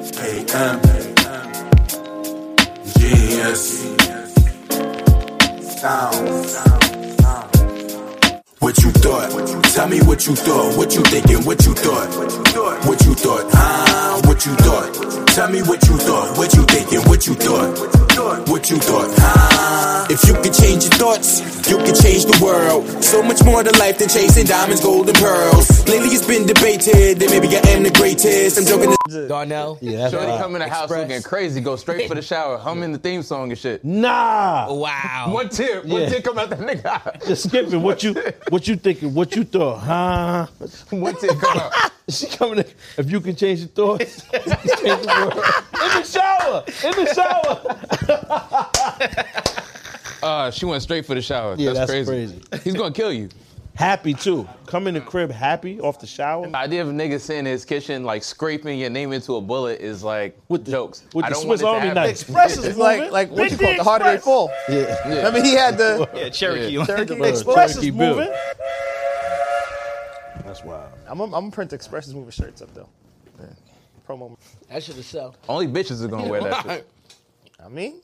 M. Genius. Sound. What you thought? Tell me what you thought. What you thinking? What you thought? What you thought? Huh? What you thought? Tell me what you thought. What you thinking? What you thought? What you thought? Huh? If you could change your thoughts, you could change the world. So much more to life than chasing diamonds, gold, and pearls. Lately it's been debated that maybe I am the greatest. I'm joking. Darnell. Yeah, that's Shorty uh, come in the house Express. looking crazy, go straight for the shower, humming the theme song and shit. Nah. Wow. One tear, one Yeah. tear come out that nigga. Just skip it. What you what you thinking? What you thought? Huh? one tear come out. She coming in. If you can change your thoughts, you can change the world. In the shower. In the shower. Uh, she went straight for the shower. Yeah, that's, that's crazy. He's gonna kill you. Happy too. Come in the crib happy off the shower. The idea of a nigga sitting in his kitchen like scraping your name into a bullet is like With the- jokes. with I the don't Swiss want Army it to happen. knife. Express is like like what Big you call it, D the harder they Express. fall. Yeah. I mean, he had the Yeah, Cherokee. Cherokee Bro, Express Cherokee is Bill. moving. That's wild. I'm gonna I'm gonna print Express is moving shirts up though. Promo. That should have sell. Only bitches are gonna wear that shit. I mean,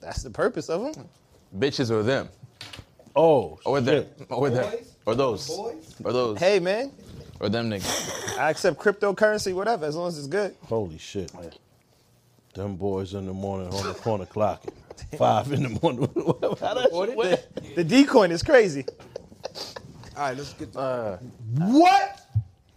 that's the purpose of them. Bitches or them. Oh. Or them. shit. Or them. Or those. Or those. Hey man, Or them niggas. I accept cryptocurrency, whatever, as long as it's good. Holy shit. Them boys in the morning on the corner clocking. Five in the morning. How that shit went? The D coin is crazy. All right, let's get. Uh. What?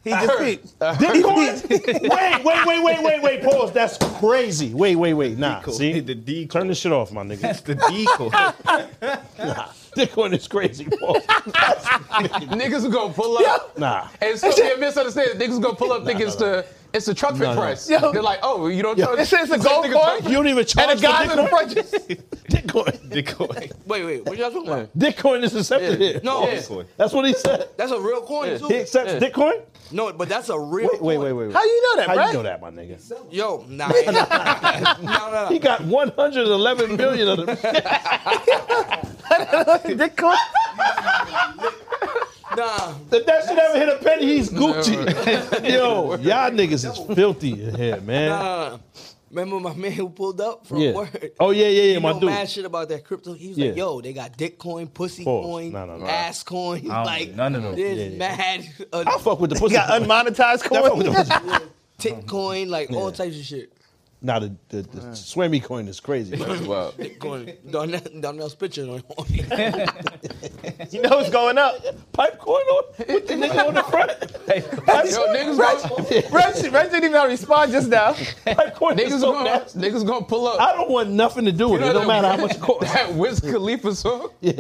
He just peeped. Bitcoin? wait, wait, wait, wait, wait, wait. Pause. That's crazy. Wait, wait, wait. Nah. See? The D Turn this shit off, my nigga. That's the decoy. Bitcoin is crazy. Pause. niggas are gonna pull up. Nah. And so they misunderstand. Niggas gonna pull up thinking it's the it's the trumpet No, no. price. Yo. They're like, oh, you don't Yo. charge. It says the Niggas gold think coin? You don't even charge And the guys for in the Bitcoin. front just Bitcoin. decoy. Wait, wait. What y'all talking about? Bitcoin is accepted Yeah. here. No, Yeah. Decoy. That's what he said. that's a real coin Yeah. too. He accepts Yeah. Bitcoin? No, but that's a real. Wait, wait, coin. wait, wait. wait. How you know that, How bro? you know that, my nigga? Yo, nah. no, no, He no. got 111 million of them. Bitcoin. Nah. If that shit ever hit a penny, he's Gucci. Yo, y'all niggas is filthy in here, man. Uh, remember my man who pulled up from Yeah. work? Oh yeah, yeah, yeah, You my know dude. mad shit about that crypto. He was Yeah. like, "Yo, they got dick coin, pussy Pause. coin, No, no, no. ass coin. don't like know none of them. This mad uh, I fuck with the pussy. Got unmonetized I fuck with coin. the pussy. tick coin, like all types of shit. Nah, the, the, the swimmy coin is crazy. Wow. Dick coin. Darnell, Darnell's picture on. on it. You know what's going up. Pipe coin on with the nigga on the front. Yo, niggas gonna, Reg, Reg didn't even respond just now. Pipe coin niggas, is so gonna, nasty. niggas gonna pull up. I don't want nothing to do with it. It know don't that- matter how much it costs. that Wiz Khalifa song. Yeah.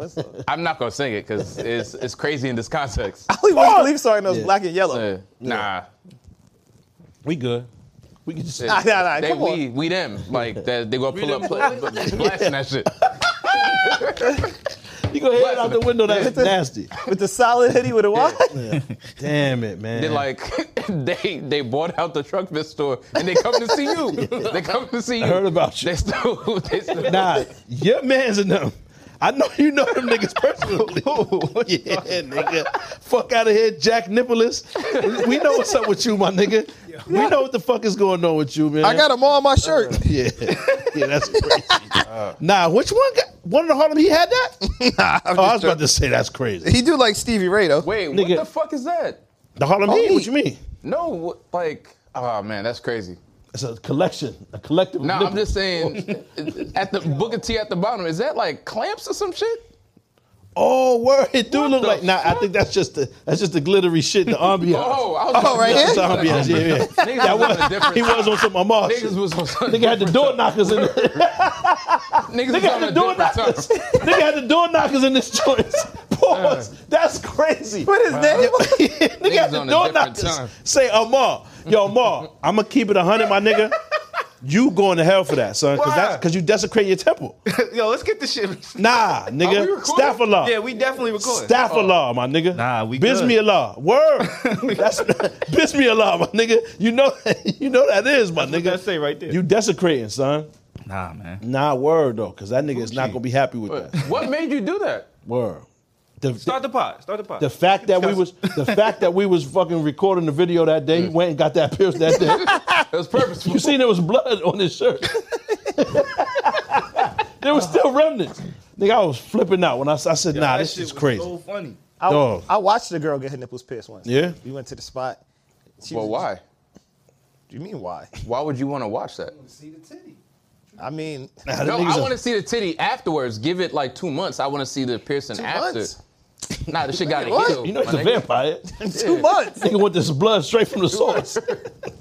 I'm not gonna sing it because it's it's crazy in this context. Only one believe saw in those Yeah. Oh, black and yellow. Uh, nah, We good. We can just. Nah, nah, nah, they, come on. we we them like that. They gonna pull up, play, blasting that shit. You go head out the window. That's nasty. With the solid hoodie with a watch. Damn it, man. They like they they bought out the truck fit store and they come to see you. They come to see you. I heard about you. They still they still Nah, your man's in them. I know you know them niggas personally. yeah, nigga. Fuck out of here, Jack Nicholas. We know what's up with you, my nigga. We know what the fuck is going on with you, man. I got them all on my shirt. Yeah, yeah, that's crazy. Uh, nah, which one? Got, one of the Harlem? He had that? I'm Oh, I just was about to say that's crazy. He do like Stevie Ray though. Wait, Nigga. what the fuck is that? The Harlem Oh, Heat? he- What you mean? No, wh- like oh man, that's crazy. It's a collection, a collective. No, I'm nipples. just saying at the Booker T at the bottom, is that like clamps or some shit? Oh, word! It do look the like. Nah, I fuck? think that's just the that's just the glittery shit, the ambiance. Oh, I was Oh, right That's here? the ambiance. Yeah, yeah. Niggas That was on a was, different- he was on some Amar. shit. Niggas was on some Nigga had the door knockers in there. Niggas, Nigga was on had a the door different time. knockers. Nigga had the door knockers in this joint. Pause. That's crazy. What is that? Nigga had the on a door different knockers. time. Say, Amar, yo, Amar, I'm gonna keep it hundred, my nigga. You going to hell for that, son? Because Why? that's because you desecrate your temple. Yo, let's get this shit. Nah, Oh, Are we nigga. recording? Staff of law. Yeah, we definitely recording. Staff Uh, of law, my nigga. Nah, we Biz good. me a law. Word. That's biz me a law, my nigga. You know, you know that is, my That's nigga. what that say right there. You desecrating, son. Nah, man. Nah, word though, because that nigga is not gonna be happy with that. What made you do that? Word. The, Start the pot. Start the pot. the fact that we was the fact that we was fucking recording the video that day, he went and got that pierced that day. It was purposeful. you seen there was blood on his shirt. there was still remnants. Nigga, I was flipping out when I, s- I said, "Nah, That this shit is was crazy." So funny. I, Dog. I watched the girl get her nipples pierced once. Yeah? We went to the spot. She Well, was- why? Do you mean why? Why would you want to watch that? I mean, Nah, No, them niggas I are- want to see the titty afterwards. Give it like two months. I want to see the piercing Two after. months? Nah, the shit got to What? heal. You know he's my a nigga. vampire. two months. nigga want this blood straight from the source.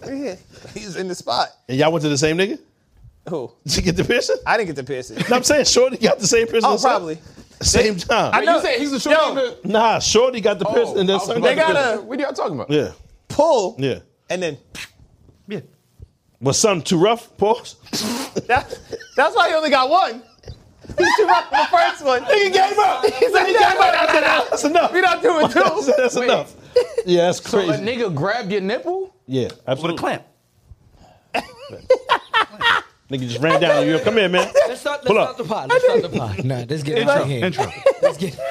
Yeah. He's in the spot. and y'all went to the same nigga? Who? Did you get the piercing? I didn't get the piercing. No, I'm saying Shorty got the same piercing. Oh, as her. probably. Same time. I Wait, know- You said he's the Yo. short nah, Shorty got the Oh, piercing and then They somebody got about to- the gotta- got What are y'all talking about? piercing. Yeah. Pull. Yeah. And then Yeah. Was something too rough? Pause. that, that's why he only got one. He should rock the first one. He gave up. He said he gave up after that. That's enough. We not doing that's two. that's enough. Yeah, that's So crazy. a nigga grabbed your nipple? yeah, With a absolutely. clamp. Nigga just ran down. You come here, man. Let's start, let's Pull start up. the pot. Let's start the pot. Nah, let's get Intro. out of here. Intro. Let's get.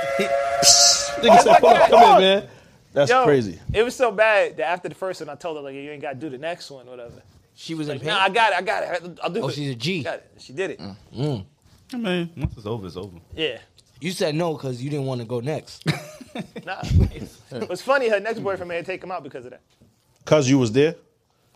Oh Nigga said, "Pull up, come here, man." That's crazy. It was so bad that after the first one, I told her like, you ain't got to do the next one, whatever. She was in pain. Nah, I got it. I got it. I'll do it. Oh, she's a G. Mm. Got it. She did it. I mean, once it's over, it's over. Yeah. You said no because you didn't want to go next. Nah. it was funny. Her next boyfriend made her take him out because of that. Cause you was there.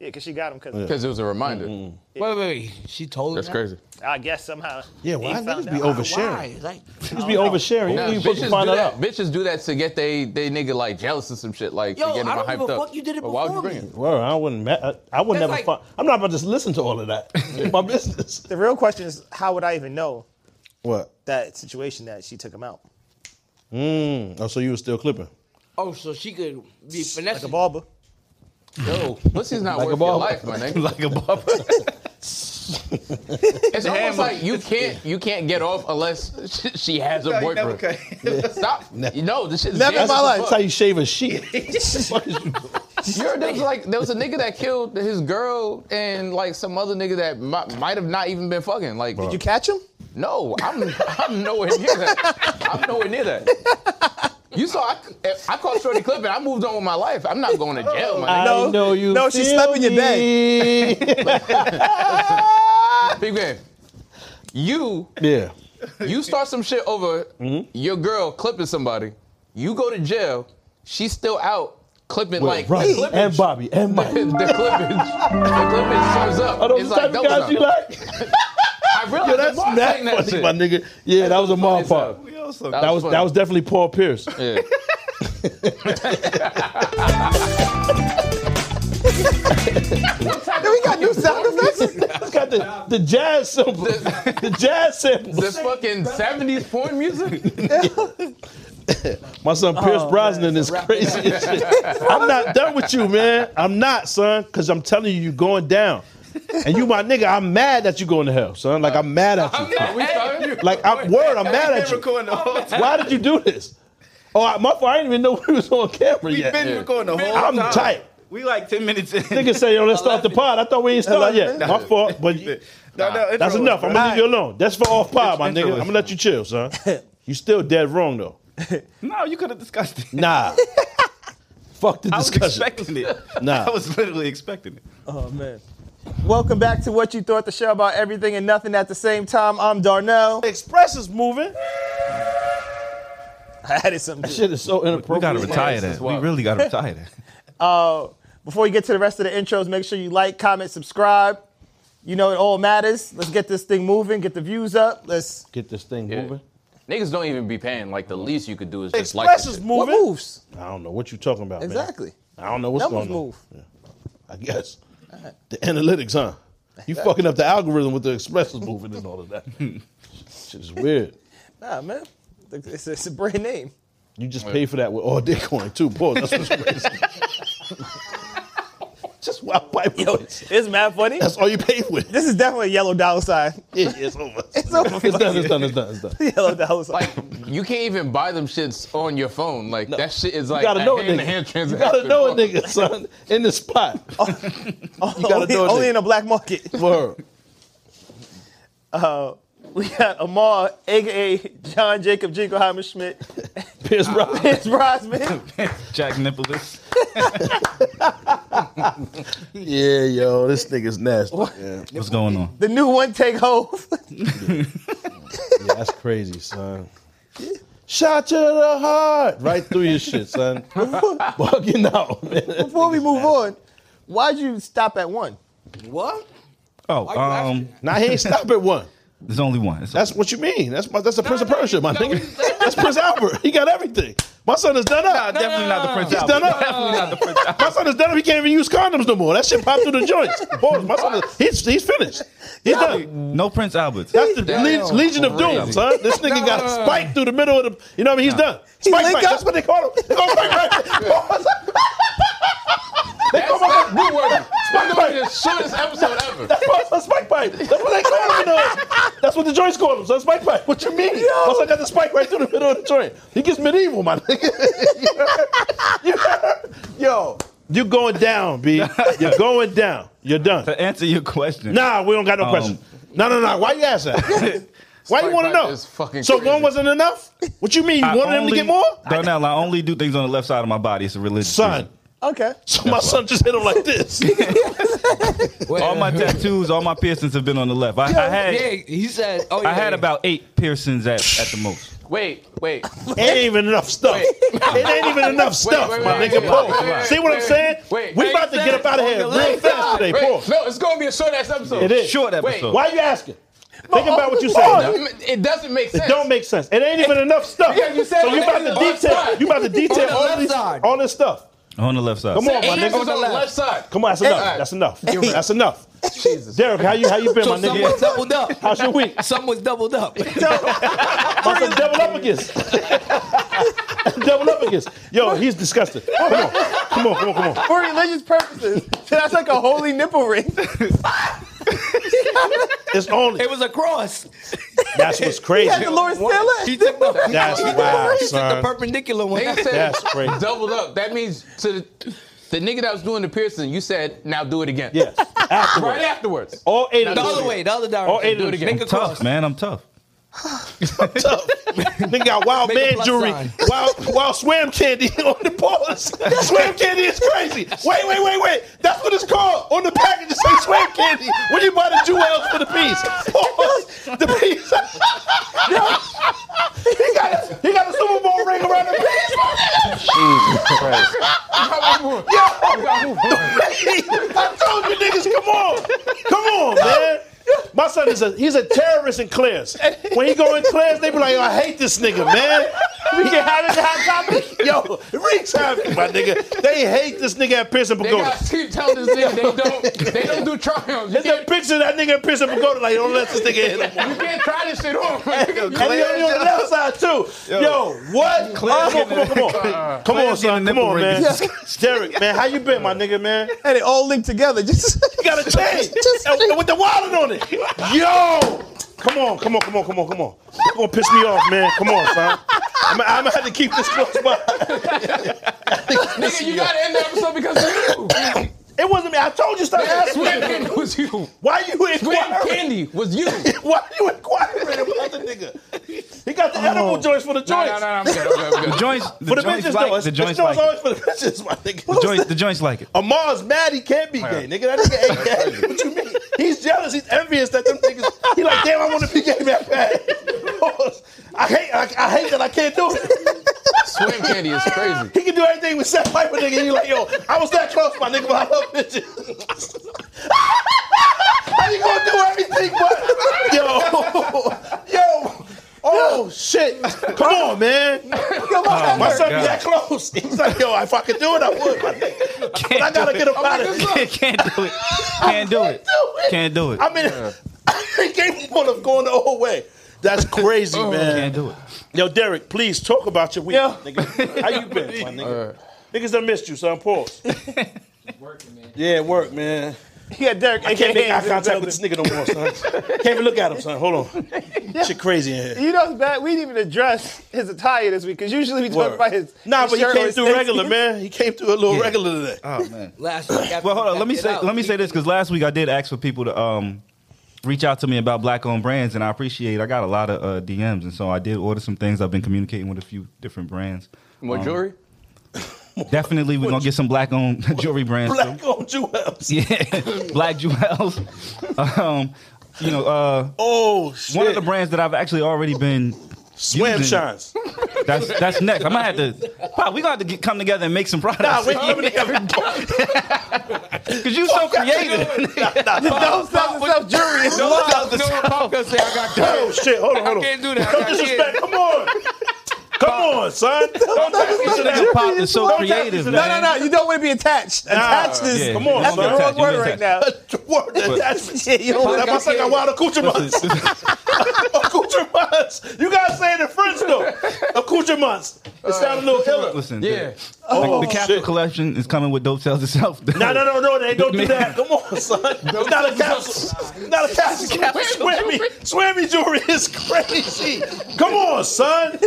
Yeah, because she got him because Because it was a reminder. Wait, wait, wait. She told That's him. crazy. I guess somehow. Yeah, why he found niggas be out. oversharing? Why? Like, Niggas be oversharing. Nah, you ain't bitches, supposed do to find that that, out. bitches do that to get they they nigga like jealous or some shit like Yo, to get I them don't hyped give a up. fuck, you did it But why would you before bring me. it? Well, I wouldn't. Ma- I- I would That's never like- find. I'm not about to just listen to all of that. It's my business. The real question is, how would I even know What? that situation that she took him out? Mm. Oh, so you was still clipping? Oh, so she could be Like a finessing. barber. Yo, pussy's not Like a worth your ball. life, my nigga. Like a bubble. It's almost like you can't you can't get off unless she, she has a boyfriend. Stop. You know this shit's Never in dangerous my as life. fuck. That's how you shave a sheep. Fuck is you- You heard there was like there was a nigga that killed his girl and like some other nigga that mi- might have not even been fucking. Like Did you catch him? no, I'm I'm nowhere near that. I'm nowhere near that. You saw I, I caught Shorty Clip and I moved on with my life. I'm not going to jail, my nigga. No. Oh, I know you. No, she feel slept in your bed. me. Big man, you yeah. Mm-hmm. you start some shit over your girl clipping somebody. You go to jail. She's still out clipping like right. the clipping. And Bobby. And the Mike. clipping. The clipping shows up. Are those it's the type like of that was guys not- you like? I realized Yo, that's the bar mad sang that funny, shit. my nigga. Yeah, that was a mall funny part. as hell. We also That was that was definitely Paul Pierce. funny. Yeah. Then we got new sound effects. It's got the, the jazz sample. the jazz sample. This fucking 70s porn music? My son Oh, Pierce Brosnan is crazy as shit. I'm not done with you, man. I'm not, son, because I'm telling you, you're going down. And you my nigga, I'm mad that you going to hell, son. Like I'm mad at you. Are we starting? Like I'm word, I'm mad at you. recording the whole time. Why did you do this? Oh, I, my fault. I didn't even know we was on camera We've been yet. recording the whole I'm time. tight. We like 10 minutes in. Nigga say, yo, let's start the pod. I thought we ain't started yet. Eleven. My fault, but you- No, no, intro that's was enough. I'm great. gonna leave you alone. That's for off pod, my It's nigga. I'm gonna let you chill, son. You still dead wrong though. Oh. No, you could have discussed it. Nah. Fuck the I was discussion. expecting it. Nah. I was literally expecting it. Oh man. Welcome back to what you thought the show about everything and nothing at the same time. I'm Darnell. Express is moving. I added something. good. Shit is so inappropriate. We gotta retire this is that. We wild. really gotta retire that. Uh, before you get to the rest of the intros, make sure you like, comment, subscribe. You know it all matters. Let's get this thing moving. Get the views up. Let's Get this thing moving. Niggas don't even be paying. Like, the least you could do is just like Express this is shit. what moving. moves I don't know what you talking about, man. exactly. I don't know what's Numbers going on. move. Yeah. I guess. The analytics, huh? You fucking up the algorithm with the express is moving and all of that. Shit is weird. Nah, man. It's, it's a brand name. You just pay for that with all Bitcoin too, boy. Oh, That's what's crazy. just wild pipe. boys. It's mad funny. That's all you pay with. This is definitely a yellow dollar sign. Yeah, it's over. It's over. It's done. It's done. It's done. It's done. yellow dollar sign. Like, you can't even buy them shits on your phone. Like, that shit is like You gotta a know a nigga. hand-to-hand You transaction. gotta know a nigga, son, in the spot. you gotta only, know a only nigga. in the black market. Uh, Word. We got Amar, aka John Jacob Jingleheimer Schmidt, Pierce Brosnan. Pierce Brosnan. Jack Nicholas. Yeah, yo, this nigga's nasty. Yeah. What's going on? the new one take hold. Yeah, that's crazy, son. Shot to the heart, right through your shit, son. Bugging out. man. Before we move on, why'd you stop at one? What? Oh, um, you asking? Now he ain't stop at one. there's only one. It's- That's what you mean. That's my, that's the Prince of no, Persia, my no, he's- nigga. That's Prince Albert. He got everything. My son is done up. definitely not the Prince He's Albert. done up. Definitely not the Prince Albert. My son is done up. He can't even use condoms no more. That shit popped through the joints. Boy, my son is, he's, he's finished. He's done. No Prince Albert. That's the Damn. Le- Legion of Doom, Crazy. son. This nigga got a spike through the middle of the. You know what I mean? He's done. Spike, link spike. up? That's what they call him. They call him spike, right? That's that's newsworthy. That's gonna be the shortest episode ever. That's why it's a spike pipe. That's what they call him. You know? That's what the joints call him. So it's spike pipe. What you mean? Once I got the spike right through the middle of the joint, he gets medieval, my nigga. You heard? You heard? Yo, you going down, B? You're going down. You're done. To answer your question, Nah, we don't got no Um, question. No, no, no. Why you ask that? Why you Spike want to pipe know? is fucking So one crazy. wasn't enough. What you mean? You I wanted him to only- get more? Darnell, I only do things on the left side of my body. It's a religious Son, reason. Okay. so my son just hit him like this. All my tattoos, all my piercings have been on the left. I, I had, Yeah, he said. Oh, yeah, I had yeah. about eight piercings at, at the most. Wait, wait. It ain't even enough stuff. It ain't even enough stuff, wait, my wait, nigga. wait, Pause. wait, wait, See what I'm wait, saying? wait. we Wait, about to get up out of here real fast today. Wait, Pause. no, it's gonna be a short ass episode. It is. Short Wait, episode. Why you asking? Think about what you said. It doesn't make sense. It don't make sense. It ain't even enough stuff. Yeah, you said so it you about to on the detail. side. You about to detail the all left these, side. all this stuff. On the left side. Come on, my Eight nigga. on the left side. Come on, that's enough. That's enough. That's enough. Jesus. Derek, how you how you been, So my someone nigga? doubled up. How's your week? Someone's doubled up. My son double up against. double up against. Yo, he's disgusting. Come on, come on, come on, come on. For religious purposes, that's like a holy nipple ring. It's only. It was a cross. That's what's He crazy. had the Lord He Stella. took the, That's wow, he took the son. perpendicular one. They said That's crazy. doubled up. That means to the, the nigga that was doing the piercing, you said, now do it again. Yes. Right Afterwards. afterwards. All eight of The them. other way, the other direction. All eight of Do it them. again. Make a cross. tough, man. I'm tough. tough. Nigga got wild Make a man plus jewelry, sign. wild, wild swam candy on the bars. swam candy is crazy. Wait, wait, wait, wait. That's what it's called. On the package, it says swam candy. When you buy the jewels for the piece, Pause. the piece. he got a, he got a Super Bowl ring around the piece. I told you niggas, come on, come on, man. My son is a he's a terrorist in Claire's. When he go in Claire's, they be like, I hate this nigga, man. We can have it hot topic. Yo, Reek's happy, my nigga. They hate this nigga at Pearson They Pagoda. gotta keep telling this nigga they don't they don't do triumphs. You There's a can't, picture of that nigga at Pearson Pagoda, like, don't let this nigga hit him. you can't try this shit on. nigga. And he only on the left side too. Yo, what? come on, come on, come on, come on, Claire's son, getting a come on, nipple man. ring. Derek, man, how you been, my nigga, man? And it all linked together. Just You got a chain And with the wallet on it. Yo, come on, come on, come on, come on, come on. You're gonna piss me off, man. Come on, son. I'm, I'm gonna have to keep this close by. nigga, you gotta end the episode because of you. It wasn't me. I told you stop That asking. swim me. candy was you. Why you Swim inquiring? candy was you. Why you inquiring about the nigga? He got the edible joints for the Oh. No, joints. no, no, I'm good, I'm good, I'm The good. joints, the For the joints bitches, like though. it. The It's- joints it's no, like it's it. always for the bitches, my nigga. The joints, the joints like it. Amar's mad he can't be gay, nigga. That nigga ain't gay. What you mean? He's jealous. He's envious that them niggas. He like, damn, I want to be gay that bad. I hate, I, I hate that I can't do it. Swim candy is crazy. He can do everything with Seth Piper, nigga. And you like, yo, I was that close, my nigga, but I love bitches. How you gonna do everything, but yo, yo. Oh shit! Come on, man. Oh, my son be God. that close. He's like, yo, if I could do it, I would. My nigga. But I gotta get up out of here. Can't do it. Can't do it. Can't do it. I mean, I'm capable of going the whole way. That's crazy, man. Can't do it. Yo, Derek, please talk about your week. Yo. Nigga. How you been, my nigga? Niggas done missed you, son. Pause. working, man. Yeah, work, man. he had Derek. I can't make eye AKA contact with this nigga no more, son. Can't even look at him, son. Hold on. Shit crazy in here. You know, it's bad. We didn't even address his attire this week because usually we talk Word. about his. Nah, his but he shirt or came his through sneakers. regular, man. He came through a little regular today. Oh man. Last week. after Well, hold we on. Let me backed it say. out, Let me he- say this because last week I did ask for people to um reach out to me about black owned brands, and I appreciate. I got a lot of uh, DMs, and so I did order some things. I've been communicating with a few different brands. More Um, jewelry? Definitely, we're gonna get some black owned jewelry brands. too. Black on jewels. yeah, black jewels. um, you know, uh, Oh shit! one of the brands that I've actually already been. swim using- shines. That's that's next. I might have to. Pop, we gonna have to get, come together and make some products. Nah, we coming together. Cause you so creative. Don't sell yourself jewelry. No, no, no, Pop gonna say I got Oh shit! Hold on, hold I on. can't do that. I Don't got disrespect. kids. Come on, come on, son. Don't touch me to that. Pop is so creative, No, no, man. no. You don't want to be attached. Attached is yeah, Come on, that's the son. Attached, wrong you word right attached. now. Word, that's- Yeah, you don't That want must like a wild accoutrements. accoutrements. You guys say it in French though. Accoutrements. It sounds a little iller. Listen, Yeah. the, like, the Capital Oh, shit. Collection is coming with dope sales itself. No, no, no, no, they don't do that. Come on, son. It's not a capsule. It's not a capsule. Swammy, Swammy jewelry is crazy. Come on, son.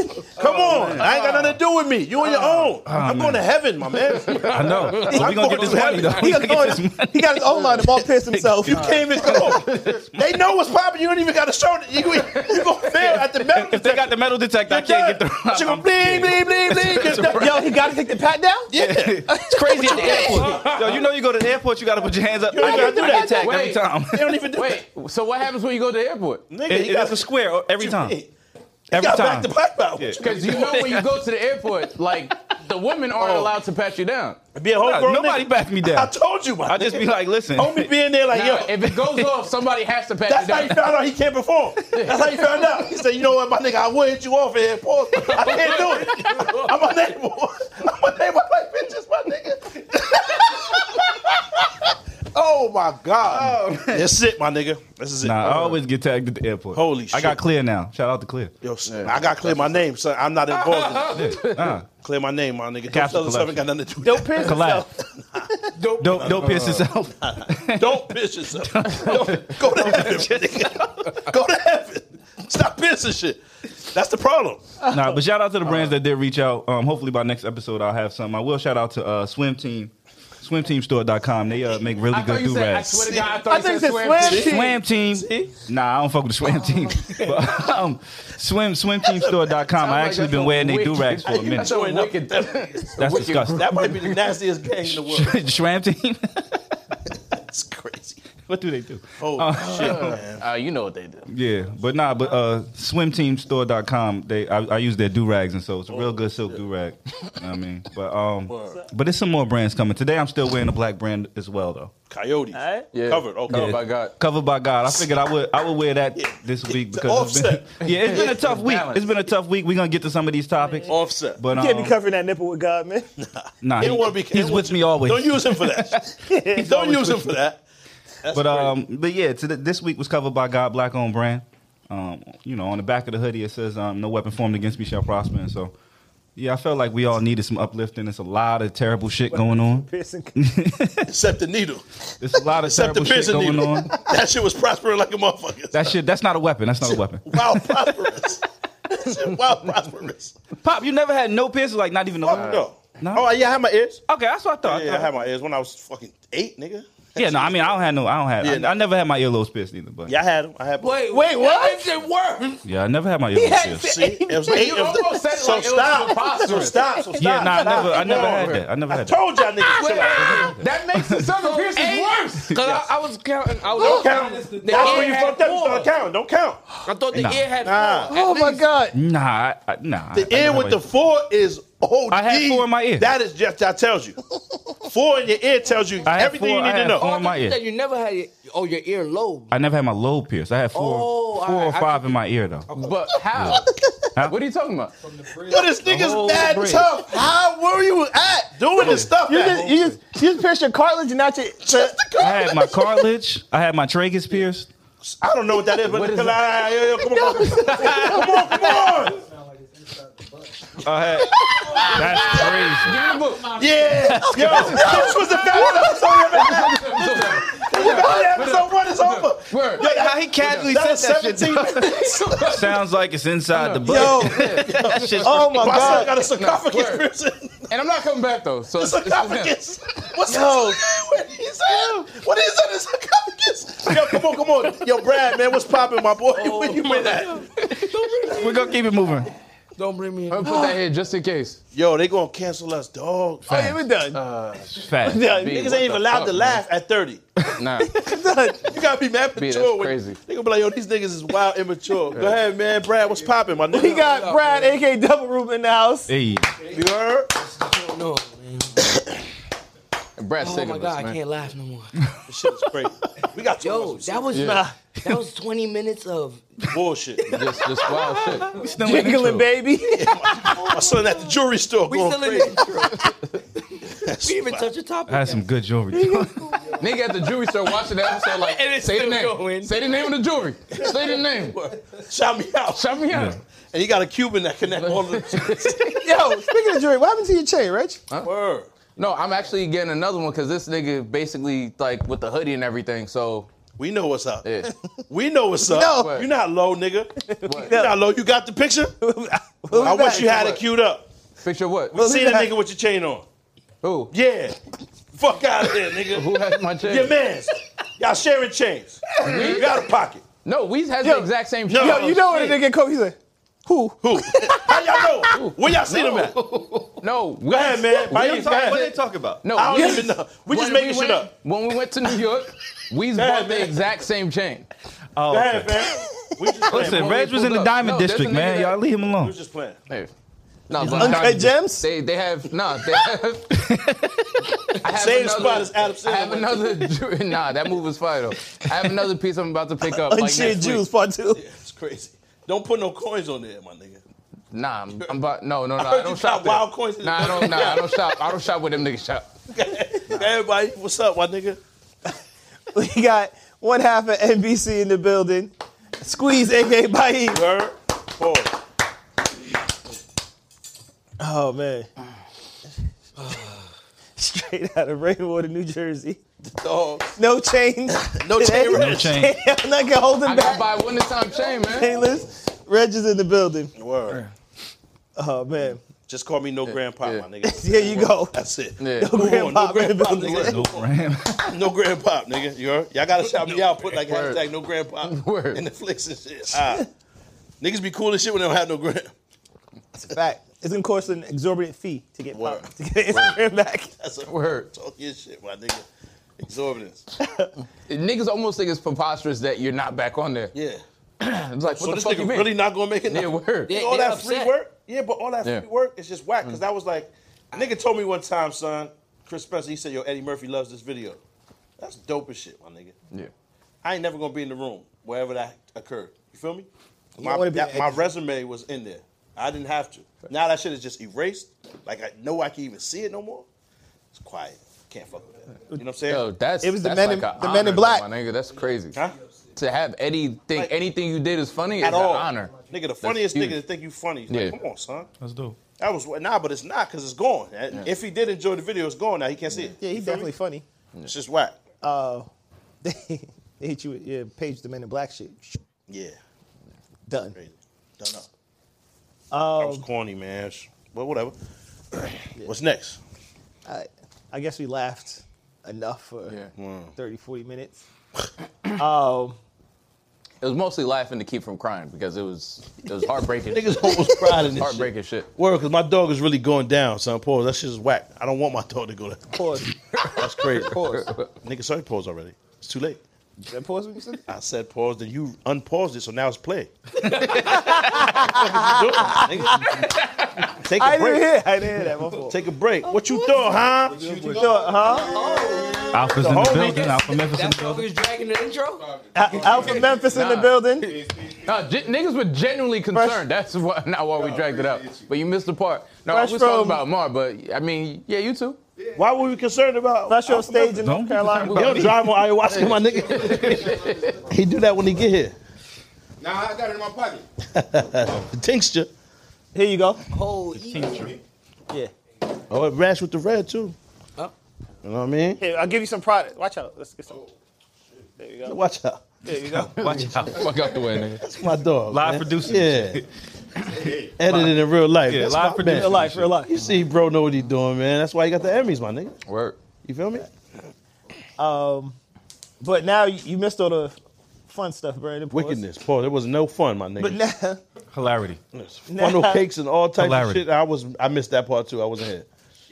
Come Oh, on. I ain't got nothing to do with me. You on your own. I'm going to heaven, my man. I know. But we gonna get I'm going this to money heaven. though. He We got, gonna get this money. he got his own line. The ball pissed himself. You came in cold. They know what's popping. You don't even got to show it. You, you going to fail at the metal If they got the metal detector, I can't get the. She go bling, bling, bling, bling. Just that- Yo, he got to take the pat down? Yeah. It's crazy at the airport. Yo, you know you go to the airport, you gotta put your hands up. don't I get gotta do I get that. attacked every Wait. time. They don't even do Wait, so what happens when you go to the airport? that. Nigga, It- you It's got- a square every you- time. you Every got time. back to black belt. Because you know when you go to the airport, like the women aren't allowed to pat you down. Oh. Be a whole Nah, grown nobody nigga. back me I down. told you, my I just nigga. be like, listen. Homie being there like, Now, yo, if it goes off, somebody has to pat that's you how down. he found out he can't perform. That's how he found out. He said, you know what, my nigga, I will hit you off in here, pause. I can't do it. I'm a neighbor. I'm a neighbor like bitches, my nigga. oh, my God. That's it, my nigga. This is it. Nah, oh. I always get tagged at the airport. Holy I shit. got clear now. Shout out to clear. Yo, son, I got to clear my name, son. I'm not involved in this. Uh, Clear my name, my nigga. Don't Capital sell yourself. Ain't got nothing to do with Don't piss collab. himself. Don't don't, piss yourself. that. Don't piss yourself. Don't- go to heaven, nigga. Go to heaven. Stop pissing shit. That's the problem. nah, but shout out to the brands that did reach out. Um, hopefully by next episode I'll have something. I will shout out to uh, Swim Team, swimteamstore.com. They uh, make really I good thought you do said, I rags. swear to God, I I thought you think said Oh, it's swear. swim team. Swim team. Nah, I don't fuck with the swim team. But, um, swim swimteamstore.com. I actually been wearing they do rags for a minute. That's a wicked. That's disgusting. That might be the nastiest gang in the world. Swam team. That's crazy. what do they do? Oh shit, man. Uh, you know what they do. Yeah, but nah, but uh, swimteamstore.com. They I, I use their do rags, and so it's a Oh, real good silk do rag. I mean, but um, but there's some more brands coming today. I'm still wearing a black brand as well, though. Coyotes. right. Yeah. Covered. Okay. Oh, my God. Covered by God. I figured I would I would wear that this week because it's been, offset. yeah, it's been a tough week. Balance. It's been a tough week. We're gonna get to some of these topics, Offset. but um, Can't be covering that nipple with God, man. nah, He he, don't wanna be- he he's don't with me always. Don't use him for that. Don't use him for that. That's but um, but yeah, to the, this week was covered by God Black Owned Brand. Um, you know, on the back of the hoodie it says, um, "No weapon formed against me shall prosper." And so, yeah, I felt like we all needed some uplifting. It's a lot of terrible shit going on. Piercing. Except the needle. It's a lot of Except the terrible shit prison going needle. on. That shit was prospering like a motherfucker. That shit. That's not a weapon. That's not a weapon. wow prosperous. That shit wow prosperous. Pop, you never had no piercing, like not even a Fuck little. no. No? Oh yeah, I had my ears. Okay, that's what I thought. Yeah, I had my ears when I was fucking eight, nigga. Yeah, no, I mean I don't have no, I don't have, I, Yeah. I never had my earlobes pierced either. But yeah, Yeah, I had them. I had. Wait, wait, what? It's it worked. yeah I never had my earlobes had pierced. six- See, it was eight. You it was- almost said it so like it was stop. so preposterous. stop. So stop. Yeah, nah, I stop. never, I Come never on. had that. I never I had that. told y'all niggas. Chill out. That makes the southern piercing worse. Cause I, I was counting. I was Don't count. counting. The That's ear when you had fucked up. You four. started counting. Don't count. I thought the Nah. ear had Nah. four. at Oh my least. God. Nah, I, I, nah. I- I The ear never with had- the four is OD. I had four in my ear. That is just that tells you. Four in your ear tells you I had everything four- you need I had to know. four Oh, on my I thought you ear. said You never had your, oh your ear lobe. I never had my lobe pierced. I had four, Oh, four I- or I- five in my ear though. But how? What are you talking about? Yo, this nigga's whole mad brain. tough. How were you at doing this stuff? You at? just, you just, you just pierced your cartilage and not your. Just the I had my cartilage. I had my tragus pierced. I don't know what that is, but What is come on, yo, yo, come on, come on, come on. I had. That's crazy. Give me the book. Yeah, yo, this was the best episode ever. The episode one is over. Word. Yo, that- he casually that is 17 minutes. Sounds like it's inside the butt. Yo, That shit's oh my My son God. got a sarcophagus word. piercing. And I'm not coming back though. So it's, it's just him. sarcophagus. What's Yo. what he said? What is that? A sarcophagus? Yo, come on, come on. Yo, Brad, man, what's popping, my boy? Oh, Where you been at? We're gonna keep it moving. Don't bring me. I'm gonna put that here just in case. Yo, they gonna cancel us, dog. Oh, yeah, we done. Uh, Fat. Yeah, B, niggas what ain't even the allowed fuck, to man? laugh at 30. Nah. you gotta be mad B, that's mature. when- crazy. They gonna be like, yo, these niggas is wild immature. Go ahead, man. Brad, what's popping, my nigga? We got Brad, aka Double Room, in the house. Hey, You heard? No. Brad's Oh sick my of god, us, I man. can't laugh no more. This shit is crazy. We got too Yo, much that was Yeah. that was 20 minutes of bullshit. Just, just wild shit. Jiggling, baby. my son at the jewelry store we going still crazy. in the We didn't even touch a topic. I had some good jewelry. Nigga at the jewelry store watching that episode, like, And it's say the still name. going. Say the name of the jewelry. Say the name. Shout me out. Shout me out. And he got a Cuban that connect all the Yo, speaking of jewelry, what happened to your chain, Rich? word. No, I'm actually getting another one because this nigga basically, like, with the hoodie and everything, so. We know what's up. Yeah. We know what's up. No. You're not low, nigga. You're not low. You got the picture? I wish you had it What? queued up. Picture what? We seen a that. nigga with your chain on. Who? Yeah. Fuck out of there, nigga. Who has my chain? Your mans. Y'all sharing chains. You got a pocket. No, Weez has Yo. the exact same No. chain. Yo, you know when a nigga come, he's like, who? Who? How y'all know? Where y'all see them at? Go No, Weez. ahead, man. Why you- what go are ahead. they talking about? No, I don't Weez- even know. We just when making we shit went- up. When we went to New York, Weez ahead, bought the man. exact same chain. Oh, Go okay. ahead, man. We just playing. Listen, When Reg we was in the pulled up- Diamond no, there's District, a nigga man. that- Y'all leave him We alone. just playing. Hey. No, but Uncut Diamond- Gems? They they have no. They have. I have Same another- spot as Adam I Sandler. have another. ju- Nah, that move was fire though. I have another piece I'm about to pick up. Like Unshared next Jews, Jews. part two. Yeah, it's crazy. Don't put no coins on there, my nigga. Nah, I'm, I'm about. No, no, no. I I, heard you don't shop. got there. wild coins in Nah, I the- don't. Nah, I don't shop. I don't shop with them niggas shop. Everybody, what's up, my nigga? We got one half of NBC in the building. Squeeze, aka Bae. Word. Pause. Oh man. Straight out of Rainwater, New Jersey. Dog. No chains. No chain Hey, No chain. I'm not gonna hold I him got back. by one time chain, man. Painless. Reg is in the building. Word. Oh man. Just call me no grandpa, yeah. my nigga. Here you go. That's it. Yeah. Move on. No Grandpa, grandpa, man, nigga. Nope, Ram. No grandpa, nigga. You heard? Y'all gotta shout me out. Put like Word. hashtag no grandpa Word. in the flicks and shit. Ah. Niggas be cool as shit when they don't have no grand. It's a fact. It's gonna cost an exorbitant fee to get Word. pop, to get Instagram back. That's a Word. Talk your shit, my nigga. Exorbitance. Niggas almost think it's preposterous that you're not back on there. Yeah. It's like, So what the this fuck you nigga mean? really not gonna make it. yeah, now? word. Yeah. all They that upset. free work, yeah, but all that Yeah. Mm. free work is just whack. Because that was like, nigga told me one time, son, Chris Spencer, he said, yo, Eddie Murphy loves this video. That's dope as shit, my nigga. Yeah. I ain't never gonna be in the room wherever that occurred. You feel me? don't My, wanna be that- an my extra. resume was in there. I didn't have to. Now that shit is just erased. Like I know I can even see it no more. It's quiet. Can't fuck with that. You know what I'm saying? Yo, that's It was the that's Men in- like a the Men in honor, Black. my nigga. That's crazy. Huh? To have any thing, Like- anything you did is funny is At an all. honor. Nigga, the funniest huge. nigga to think you funny. Like, Yeah. Come on, son. Let's do. That was what nah, but it's not because it's gone. And If he did enjoy the video, it's gone now. He can't see it. Yeah, You he's feel definitely me? funny. It's just whack. Uh, they, they hit you with yeah, page the men in black shit. Yeah. Done. Crazy. Don't know. Um, that was corny, man. It's- Well, whatever. What's next? I, I guess we laughed enough for Yeah. 30, 40 minutes. um, It was mostly laughing to keep from crying because it was it was heartbreaking. Niggas almost cried in this shit. heartbreaking shit. Word, because my dog is really going down, son. Pause. That shit is whack. I don't want my dog to go down. pause. That's crazy. Pause. Nigga, sorry, pause already. It's too late. Did I pause when you said? I said pause, then you unpaused it, so now it's play. What the fuck is you doing, nigga? Take I a didn't break. hear. I didn't hear that. My fault. Take a break. What you doing, huh? You thought, huh? Alpha's in the homie- building. Alpha Memphis in the That's why we building. was dragging the intro. Al- Alpha Memphis in the Nah. building. No, j- niggas were genuinely concerned. That's why, not why we dragged it up. But you missed the part. No, Fresh we was talking from- about Mar, but I mean, yeah, you too. Why were we concerned about? Special Alpha stage in Don't be concerned North Carolina. He don't drive on ayahuasca, my nigga. he do that when he get here. Nah, I got it in my pocket. The tincture. Here you go. Whole evening. Yeah. Oh, it rash with the red too. Oh. You know what I mean? Here, I'll give you some product. Watch out. Let's get some. There you go. Oh, Watch out. There you go. Watch out. Fuck out the way, nigga. That's my dog. Live man. producing. Yeah. Edited in real life. Yeah, That's live my man. Real life, real life. You see, bro, know what he doing, man. That's why he got the Emmys, my nigga. Word. You feel me? Um, But now you, you missed all the fun stuff, Brandon. Pause. Wickedness, Paul. There was no fun, my nigga. But now, Hilarity. funnel Nah. cakes and all types Hilarity. of shit. I was I missed that part too. I wasn't here.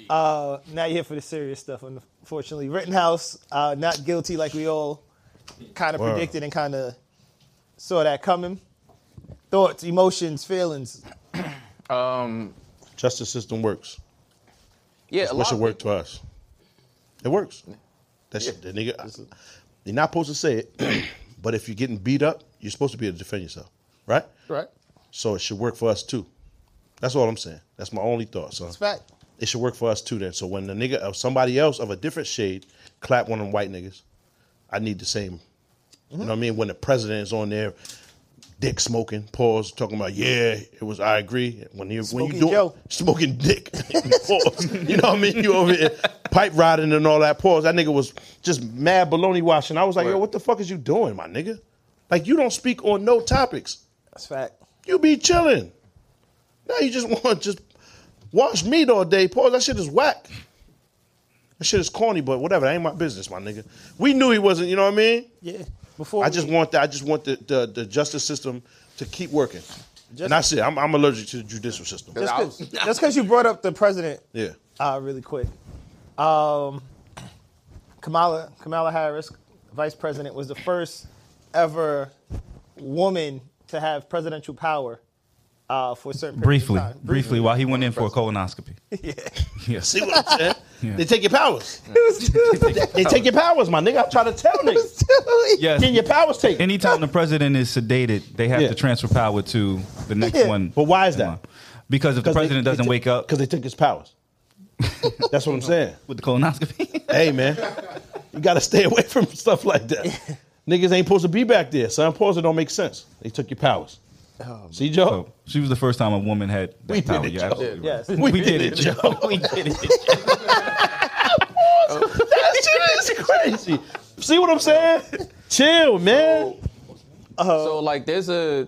uh, now you're here for the serious stuff. Unfortunately, Rittenhouse uh, not guilty, like we all kind of Word. predicted and kind of saw that coming. Thoughts, emotions, feelings. Um, Justice system works. Yeah, a Wish lot it of worked to us. It works. That's the nigga. you're not supposed to say it, but if you're getting beat up, you're supposed to be able to defend yourself, right? people- Right. So it should work for us too. That's all I'm saying. That's my only thought, son. It's fact. It should work for us too. Then, so when the nigga of somebody else of a different shade clap one of them white niggas, I need the same. Mm-hmm. You know what I mean? When the president is on there, dick smoking, pause, talking about yeah, it was. I agree. When you when Smoking you doing Joe. smoking dick, pause. You know what I mean? You over here pipe riding and all that. Pause. That nigga was just mad baloney washing. I was like, yo, what the fuck is you doing, my nigga? Like you don't speak on no topics. That's fact. You be chilling. Now you just want to just wash meat all day. Pause. That shit is whack. That shit is corny, but whatever. That ain't my business, my nigga. We knew he wasn't. You know what I mean? Yeah. Before I just want that. I just want the the, the justice system to keep working. and that's it. I'm, I'm allergic to the judicial system. I was- just because you brought up the president yeah. uh, really quick. Um, Kamala Kamala Harris, vice president, was the first ever woman to have presidential power uh, for a certain period of Briefly, time. briefly, while he went in for a colonoscopy. See what I'm saying? Yeah. They take your powers. Briefly. They take your powers, my nigga. I'm trying to tell niggas. Yes. Getting your powers taken. Anytime the president is sedated, they have Yeah. to transfer power to the next Yeah. one. But why is that? Because if the president doesn't wake up because they took his powers. that's what I'm saying. with the colonoscopy, hey man, you gotta stay away from stuff like that. Niggas ain't supposed to be back there. Son, pause it don't make sense. They took your powers. See, Joe? so she was the first time a woman had that We did power. it, You're Joe. absolutely right. yes. we, did, it, Joe. we did it. that shit is crazy. See what I'm saying? Chill, man. uh-huh. So like, there's a,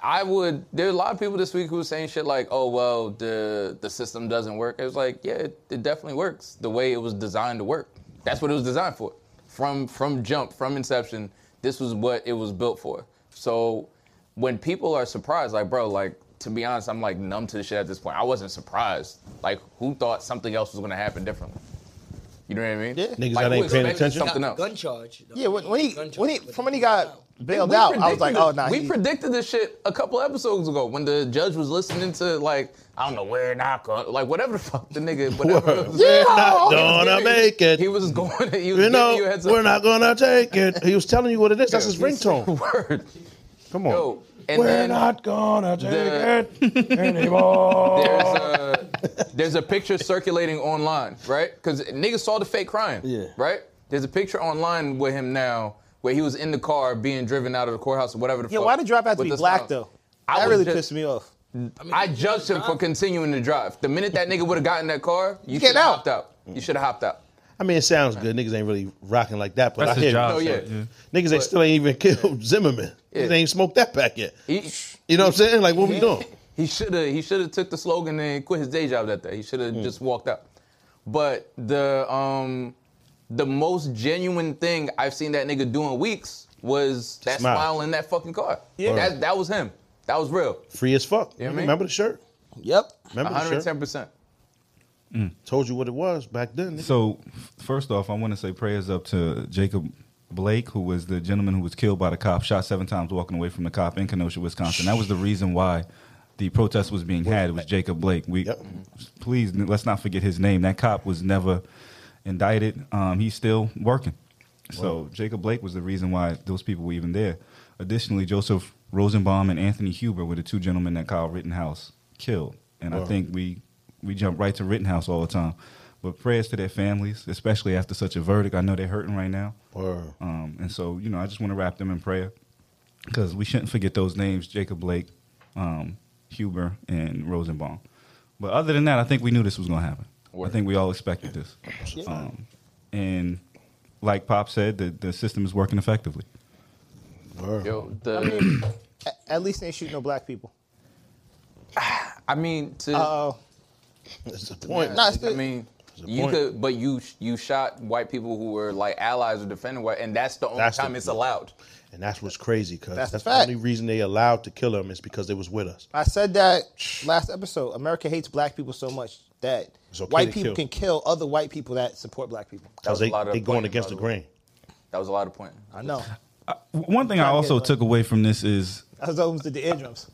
I would. There's a lot of people this week who were saying shit like, "Oh well, the the system doesn't work." It was like, yeah, it, it definitely works the way it was designed to work. That's what it was designed for. From from jump, from inception, this was what it was built for. So when people are surprised, like, bro, like to be honest, I'm like numb to the shit at this point. I wasn't surprised. Like, who thought something else was gonna happen differently? You know what I mean? Yeah. Niggas that ain't paying attention. Something else. Gun charge. Yeah, when, when he Gun charge, when he but from when he they got out. bailed We out, I was predicted like, this- oh no, we he, predicted this shit a couple episodes ago when the judge was listening to like I don't know where not going, like whatever the fuck the nigga whatever. Word. We're not He was gonna giving- make it. He was going. He was You know, giving you a heads up. we're not gonna take it. He was telling you what it is. That's his ringtone. Word. Come on. Yo, and we're then not gonna take the- it anymore. there's a there's a picture circulating online, right? Because niggas saw the fake crying, Yeah. right? There's a picture online with him now where he was in the car being driven out of the courthouse or whatever the yeah, fuck. why did Drop have to with be the black smile. though? I that was really just- pissed me off. I judged him for continuing to drive. The minute that nigga would have gotten that car, you Get should have out. hopped out. You should have hopped out. I mean, it sounds good. Niggas ain't really rocking like that, but That's I his hear job. you. Oh, yeah. so, Niggas ain't still ain't even killed Zimmerman. Yeah. They ain't smoked that pack yet. He You know what I'm saying? Like, what we doing? he should have he should have took the slogan and quit his day job that day. He should Mm. have just walked out. But the um the most genuine thing I've seen that nigga do in weeks was that Smile. smile, in that fucking car. Yeah. That that was him. That was real. Free as fuck. know what I mean? Remember the shirt? Yep. Remember the shirt? 110%. Mm. Told you what it was back then. nigga. So, f- first off, I want to say prayers up to Jacob Blake, who was the gentleman who was killed by the cop, shot seven times walking away from the cop in Kenosha, Wisconsin. That was the reason why the protest was being had. It was Jacob Blake. We Yep. please n- let's not forget his name. That cop was never indicted. Um, he's still working. So Jacob Blake was the reason why those people were even there. Additionally, Joseph Rosenbaum and Anthony Huber were the two gentlemen that Kyle Rittenhouse killed, and I think we we jump right to Rittenhouse all the time. But prayers to their families, especially after such a verdict. I know they're hurting right now, Word. um, and so you know I just want to wrap them in prayer because we shouldn't forget those names: Jacob Blake, um, Huber, and Rosenbaum. But other than that, I think we knew this was going to happen. I think we all expected this. Um, and like Pop said, the, the system is working effectively. Word. Yo, the A- At least they ain't shooting no black people. I mean to Oh, That's the point. uh, Nah, it's I the- mean a You point. could, but you you shot white people who were like allies or defending white, and that's the only That's the- time it's allowed. and that's what's crazy because That's that's, a the fact. only reason they allowed to kill him is because they was with us. I said that last episode. America hates black people so much that It's okay white to people kill. can kill other white people that support black people. Because was a they, lot of they going pointing, against by the the way. grain. That was a lot of point. I know. One thing I also took away from this is I was almost at the eardrums.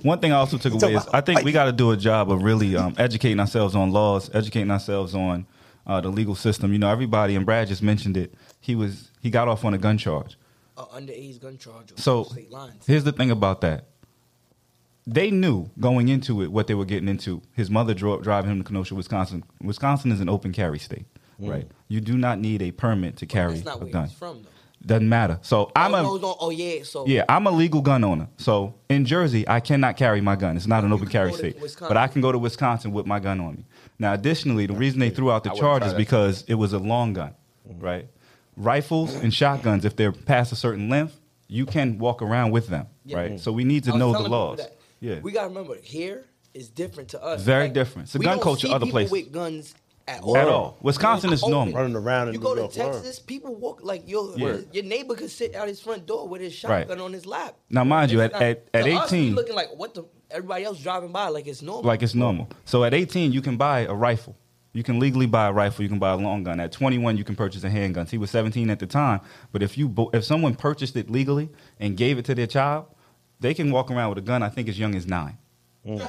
One thing I also took away is about I think we got to do a job of really um, educating ourselves on laws, educating ourselves on uh, the legal system. You know, everybody and Brad just mentioned it. He was he got off on a gun charge. A underage Uh, gun charge. on So state lines. here's the thing about that. They knew going into it what they were getting into. His mother drove driving him to Kenosha, Wisconsin. Wisconsin is an open carry state, right? You do not need a permit to carry Mm. That's not a where gun. he's from though. Doesn't matter. So I'm oh, a no, no, oh yeah, so yeah, I'm a legal gun owner. So in Jersey, I cannot carry my gun. It's not an open can carry go to state. Wisconsin. But I can go to Wisconsin with my gun on me. Now, additionally, the reason they threw out the I wouldn't charge try is that. Mm-hmm. because it was a long gun, right? Rifles and shotguns, if they're past a certain length, you can walk around with them, Yeah. Mm-hmm. right? So we need to I was know telling the people laws. that. Yeah. we gotta remember here is different to us. Very different. It's a we gun don't culture see other people places. with guns at all. At all. Wisconsin is Open. normal. Running around in you New go York, to Texas, people walk like your Yeah. your neighbor could sit out his front door with his Right. shotgun on his lap. Now, mind you, It's at- not- at- at to us, we 18 looking like what the everybody else driving by like it's normal. like it's normal. So at 18, you can buy a rifle. You can legally buy a rifle. You can buy a long gun. At 21, you can purchase a handgun. He was 17 at the time, but if you bo- if someone purchased it legally and gave it to their child, they can walk around with a gun. I think as young as nine. Mm.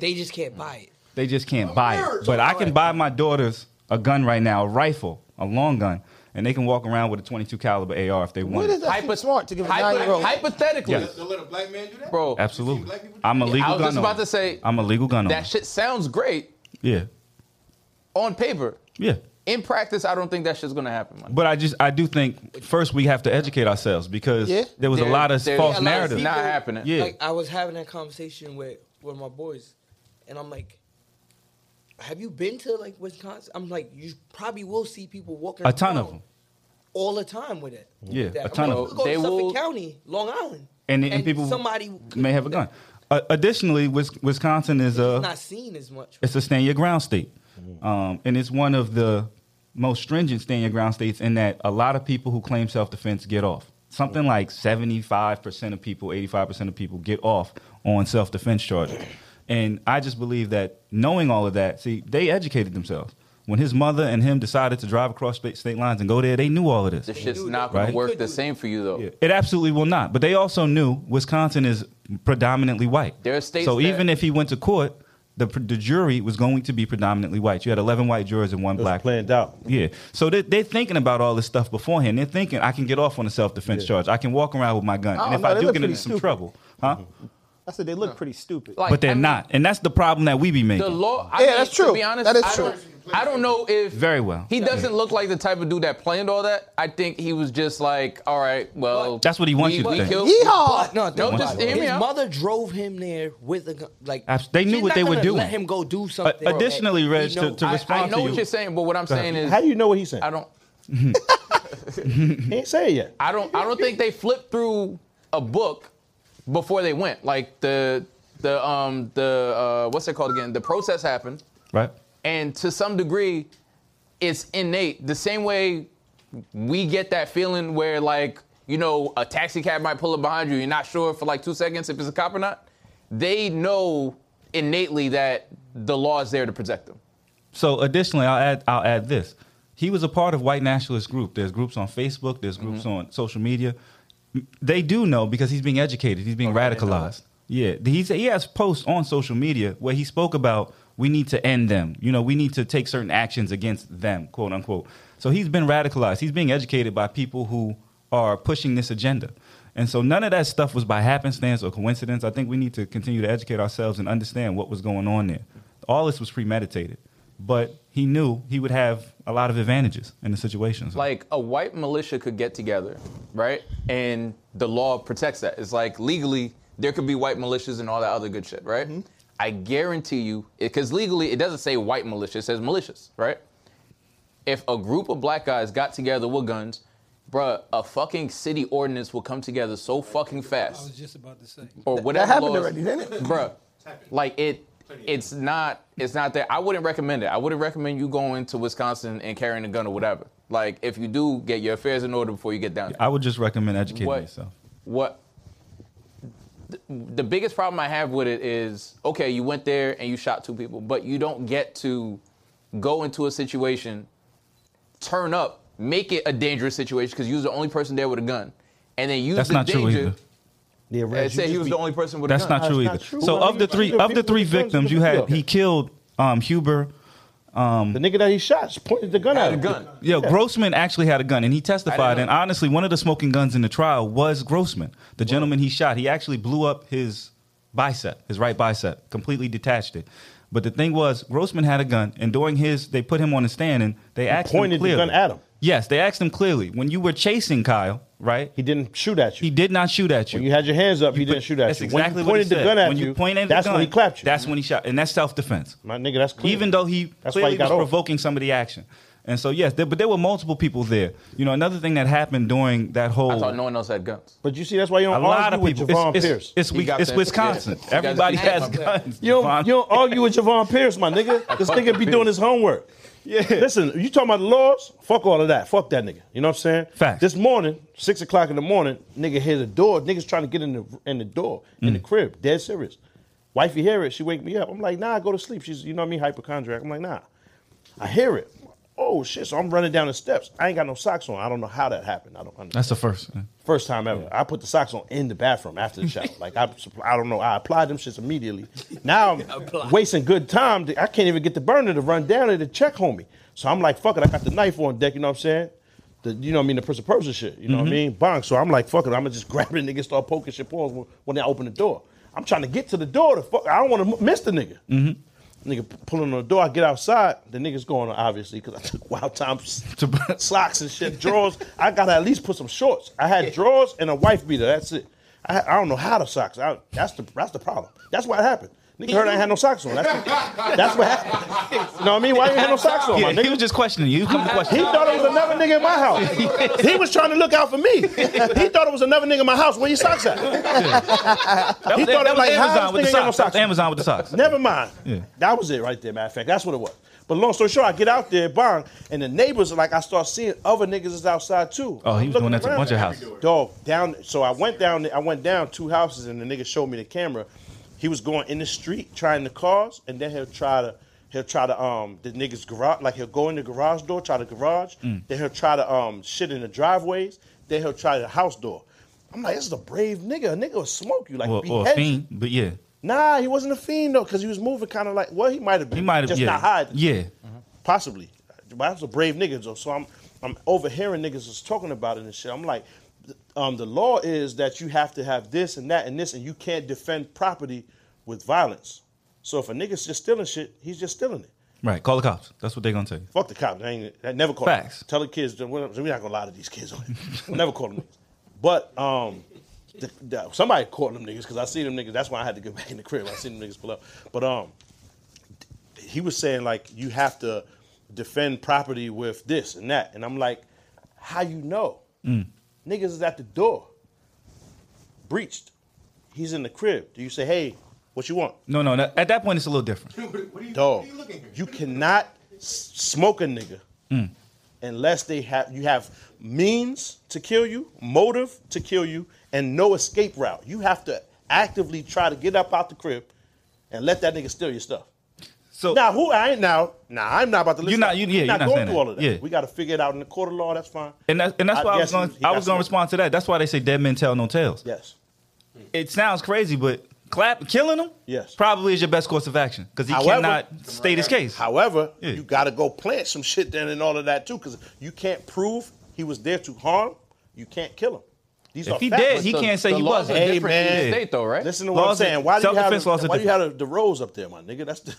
they just can't buy it. They just can't buy it. But I can buy my daughters a gun right now, a rifle, a long gun, and they can walk around with a 22 caliber AR if they want. What is it. that? Hypo- smart to give a hypo- nine-year-old. hypothetically, Yes. They'll let a black man do that? bro. You see Absolutely. black people do I'm a that? legal I was gun just owner. about to say- I'm a legal gun owner. That shit sounds great yeah. on paper. Yeah. In practice, I don't think that shit's gonna happen. Man. But I just I do think first we have to educate ourselves because Yeah. there was a lot of There- false there's- lot of narratives. Not people- happening. Yeah. Like I was having that conversation with with my boys, and I'm like, "Have you been to like Wisconsin?" I'm like, "You probably will see people walking A ton of around them. all the time with it. Yeah, With that. a ton I'm of like, them. you go to They Suffolk will- County, Long Island, and, and, people somebody may have a gun. Uh, additionally, Wis- Wisconsin is a It's not seen as much. it's a stand your ground state, um, and it's one of the most stringent stand your ground states in that a lot of people who claim self defense get off. Mm. Something like seventy five percent of people, eighty five percent of people get off on self defense charges, and I just believe that knowing all of that, see, they educated themselves. When his mother and him decided to drive across state, state lines and go there, they knew all of this. The shit's Dude, not right. gonna Right. work Could the do- same for you though. Yeah. It absolutely will not. But they also knew Wisconsin is predominantly white. There are states so that- even if he went to court, the, the jury was going to be predominantly white. You had 11 white jurors and one It was black. planned out. Yeah. So they, they're thinking about all this stuff beforehand. They're thinking, I can get off on a self defense charge. I can walk around with my gun. Uh-uh, And I don't if know. I They do look get pretty into some stupid. trouble, huh? I said they look pretty stupid. Like, but they're I mean, not. And that's the problem that we be making. The law. I Yeah, mean, that's true. To be honest, That is I true. Don't, I don't know if Very well. He doesn't look like the type of dude that planned all that. I think he was just like, all right, well, That's what he wants we- you to we think. killed- Yeehaw! No, think No, about just it. hear me his out. mother drove him there with a gun. Like Abs- they knew she's what not they were gonna doing. Let him go do something. Uh, additionally, that he Reg, to- knows- to I- respond I know to what you. you're saying, but what I'm saying is, How do you know what he's saying? I don't, He ain't say it yet. I don't, I don't think they flipped through a book before they went. Like the, the, um, the, uh, what's it called again? The process happened. right? and to some degree it's innate the same way we get that feeling where like you know a taxi cab might pull up behind you you're not sure for like two seconds if it's a cop or not they know innately that the law is there to protect them So additionally, I'll add I'll add this. He was a part of white nationalist group. There's groups on Facebook. There's groups on social media. They do know because he's being educated. He's being radicalized. Yeah, he's, he has posts on social media where he spoke about we need to end them. You know, we need to take certain actions against them, quote unquote. So he's been radicalized. He's being educated by people who are pushing this agenda. And so none of that stuff was by happenstance or coincidence. I think we need to continue to educate ourselves and understand what was going on there. All this was premeditated, but he knew he would have a lot of advantages in the situation. So- like a white militia could get together right and the law protects that it's like legally there could be white militias and all that other good shit right i guarantee you because legally it doesn't say white militia it says militias right if a group of black guys got together with guns, bruh, a fucking city ordinance will come together so fucking I was fast. just about to say. Or whatever happened laws- already, didn't it? Bruh, like it it's not it's not that I wouldn't recommend it. I wouldn't recommend you going to Wisconsin and carrying a gun or whatever. Like if you do, get your affairs in order before you get down. there. I would just recommend educating What- yourself. What the, the biggest problem I have with it is okay, you went there and you shot two people, but you don't get to go into a situation, turn up, make it a dangerous situation because you was the only person there with a gun, and then use That's the not true danger. either. Yeah, Reg, and you say just he was be- the only person with a That's gun. not true not either. true. So Well, of the you- three you- of the three people- victims, you had Okay. he killed um, Huber. um, The nigga that he shot pointed the gun at Had a him. gun. Yo, Grossman actually had a gun, and he testified. know. And honestly, one of the smoking guns in the trial was Grossman, the gentleman he shot. He actually blew up his bicep, his right bicep, completely detached it. But the thing was, Grossman had a gun, and during his, they put him on the stand, and they asked pointed him the clearly. gun at him. Yes, they asked him clearly. When you were chasing Kyle, right? He didn't shoot at you. He did not shoot at you. when you had your hands up, he put- didn't shoot at that's you. Exactly when you pointed what he the said. gun at when you, you, pointed the that's gun, when he clapped you. That's when he shot, and that's self defense. My nigga, that's clear. Even though he That's why clearly he got was off. provoking some of the action. And so yes, there, but there were multiple people there. You know, another thing that happened during that whole I thought no one else had guns. But you see, that's why you a don't lot argue of with people. Javon it's, Pierce. it's, it's, He we- got it's that. Wisconsin. Yeah. Everybody He got has that. guns. You don't, Javon. you don't argue with Javon Pierce, my nigga. This Fuck nigga be Pierce. doing his homework. Yeah. Listen, you talking about the laws? Fuck all of that. Fuck that nigga. You know what I'm saying? Facts. This morning, six o'clock in the morning, nigga hear the door. Niggas trying to get in the in the door in the Mm. crib. Dead serious. Wifey hear it. She wake me up. I'm like, nah, go to sleep. She's, you know what I mean, hypochondriac. I'm like, nah. I hear it. Oh shit! So I'm running down the steps. I ain't got no socks on. I don't know how that happened. I don't understand. That's the first. First time ever. I put the socks on in the bathroom after the shower. like I, I don't know. I applied them shits immediately. Now Apply. I'm wasting good time. to- I can't even get the burner to run down there to check homie. So I'm like, fuck it. I got the knife on deck. You know what I'm saying? The, you know what I mean? The person person shit. You know what I mean? Bong. So I'm like, fuck it. I'm gonna just grab it and nigga start poking shit paws when, when I open the door. I'm trying to get to the door. To fuck, I don't want to miss the nigga. Nigga pulling on the door. I get outside. The nigga's going on obviously because I took wild time To- socks and shit, drawers. I gotta at least put some shorts. I had drawers and a wife beater. That's it. I, I don't know how to socks. I, that's the that's the problem. That's what happened. Nigga heard I ain't had no socks on. That's, the- that's what happened. You know what I mean? Why you ain't had no socks on, my Yeah, nigga? he was just questioning you. He was coming to question. He thought it was another nigga in my house. He was trying to look out for me. He thought it was another nigga in my house. Where your socks at? He that, thought it that was was like, how Amazon this with the nigga ain't no socks. That socks was Amazon with the socks. Never mind. Yeah. That was it right there, matter of fact. That's what it was. But long story short, I get out there, bong, and the neighbors are like, I start seeing other niggas is outside too. Oh, he I'm was looking doing that to a around. bunch of houses. Dog, down so I went down I went down two houses and the nigga showed me the camera. He was going in the street trying the cars, and then he'll try to he'll try to um the niggas garage like he'll go in the garage door, try the garage, Mm. then he'll try to um shit in the driveways, then he'll try the house door. I'm like, this is a brave nigga. A nigga will smoke you like Or, or a behead you. fiend, but yeah, Nah, he wasn't a fiend though, because he was moving kind of like well, he might have been. he might have. just yeah. not high. at the- Yeah, possibly. But I was a brave nigga though, so I'm I'm overhearing niggas is talking about it and shit. I'm like, th- um, the law is that you have to have this and that and this, and you can't defend property with violence. So if a nigga's just stealing shit, he's just stealing it. right. Call the cops. That's what they're gonna tell you. Fuck the cops. I, ain't, I never call them. Facts. Tell the kids that we're, we're not gonna lie to these kids on it. I never call them niggas. But um, the, the, somebody called them niggas because I see them niggas. That's why I had to get back in the crib. I seen them niggas pull up. But um, he was saying like you have to defend property with this and that, and I'm like, how you know? Mm. Niggas is at the door, breached. He's in the crib. Do you say, hey, what you want? No, no. no, At that point, it's a little different. Dog, you cannot s- smoke a nigga Mm. unless they have you have means to kill you, motive to kill you, and no escape route. You have to actively try to get up out the crib and let that nigga steal your stuff. So Now who I ain't now? Now I'm not about to listen. You're not- you- yeah, We're you're not going saying through that. all of that. Yeah. We got to figure it out in the court of law. That's fine. And, that, and that's I- why I, yes, was going. he to I got was going to smoked. respond to that. That's why they say dead men tell no tales. Yes. It sounds crazy, but clap killing him. Yes. Probably is your best course of action because he However- cannot state his case. However, Yeah. you got to go plant some shit then and all of that too, because you can't prove he was there to harm. You can't kill him. These are if he facts. did, he the- can't say the he laws wasn't. are Hey, different in man. the state, though, right? Listen to what I'm Laws are- saying. Why do you have self-defense laws the, are why do you have the rose up there, my nigga? That's the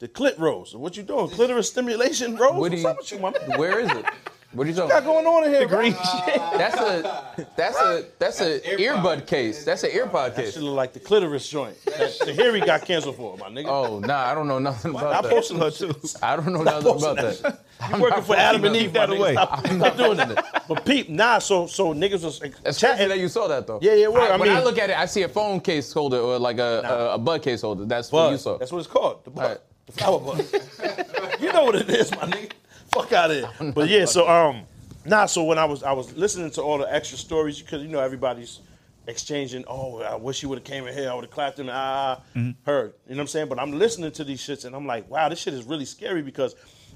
the clit rose. What you doing? Clitoris stimulation rose? What What's do you- up with you, my man? Where is it? What are you talking got about? going on in here? bro? Green shit. That's a that's a that's an earbud case. That's an earbud That case. shit look like the clitoris joint. That the Harry got canceled for, my nigga. Oh nah, I don't know nothing I about that. posted her too. I don't know nothing posting about that that. You working for Adam and Eve that away. way? Stop, stop doing that. But peep, nah. So so niggas was like, It's crazy chatting. that you saw that though. Yeah, yeah, well, I when I mean- look at it, I see a phone case holder or like a a, a bud case holder. That's Bud. what you saw. That's what it's called. The bud. right. The flower bud. you know what it is, my nigga. Fuck out of here. But yeah, so um, nah. So when I was I was listening to all the extra stories because you know everybody's exchanging. Oh, I wish you would have came in here. I would have clapped him. Ah, heard. You know what I'm saying? But I'm listening to these shits and I'm like, wow, this shit is really scary because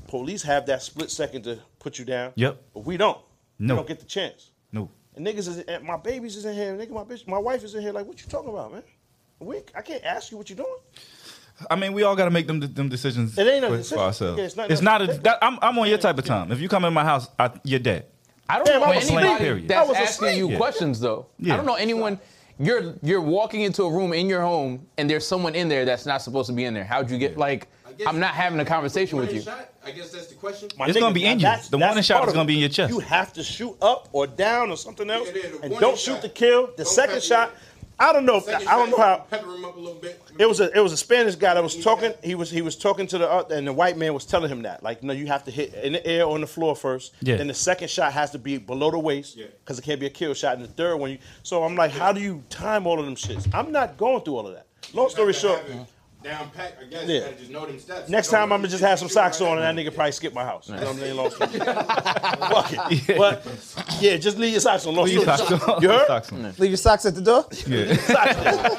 police have that split second to put you down. Yep. But we don't. No. We don't get the chance. No. And niggas is and my babies is in here. Nigga, my bitch, my wife is in here. Like, what you talking about, man? We, I can't ask you what you doing. I mean, we all got to make them them decisions It ain't a for, decision. for ourselves. Yeah, it's it's not not. nothing. a, that, I'm, I'm on your type of time. If you come in my house, I, you're dead. I don't Damn, know I was anybody asleep. I that's was asking asleep. you Yeah. questions though. I Yeah. don't know anyone. You're you're walking into a room in your home and there's someone in there that's not supposed to be in there. How'd you get like? I guess- I'm not having a conversation with you. Shot? I guess that's the question. My It's nigga, gonna be now in you. that's- The that's warning shot part is of gonna it. be in your chest. You have to shoot up or down or something else, yeah, the and warning don't shot. shoot to kill. The Don't second pepper- shot, I don't know. If, Second I don't know shot, how. Pepper him up a little bit. It was a it was a Spanish guy that was talking. He was he was talking to the other, and the white man was telling him that like no, you have to hit in the air or on the floor first. Yeah. Then the second shot has to be below the waist Yeah. because it can't be a kill shot. And the third one, you, so I'm like, how do you time all of them shits? I'm not going through all of that. Long story short, Down pat. I guess Yeah. you gotta just know them steps. Next Know time, I'm them- gonna just have some Shoot socks right on, and now. that nigga probably skip my house. You know what I'm saying? Long story. Fuck it. But yeah, just leave your socks on. Long Leave your Oh, story. socks on. You heard? Socks on. Leave your socks at the door. Socks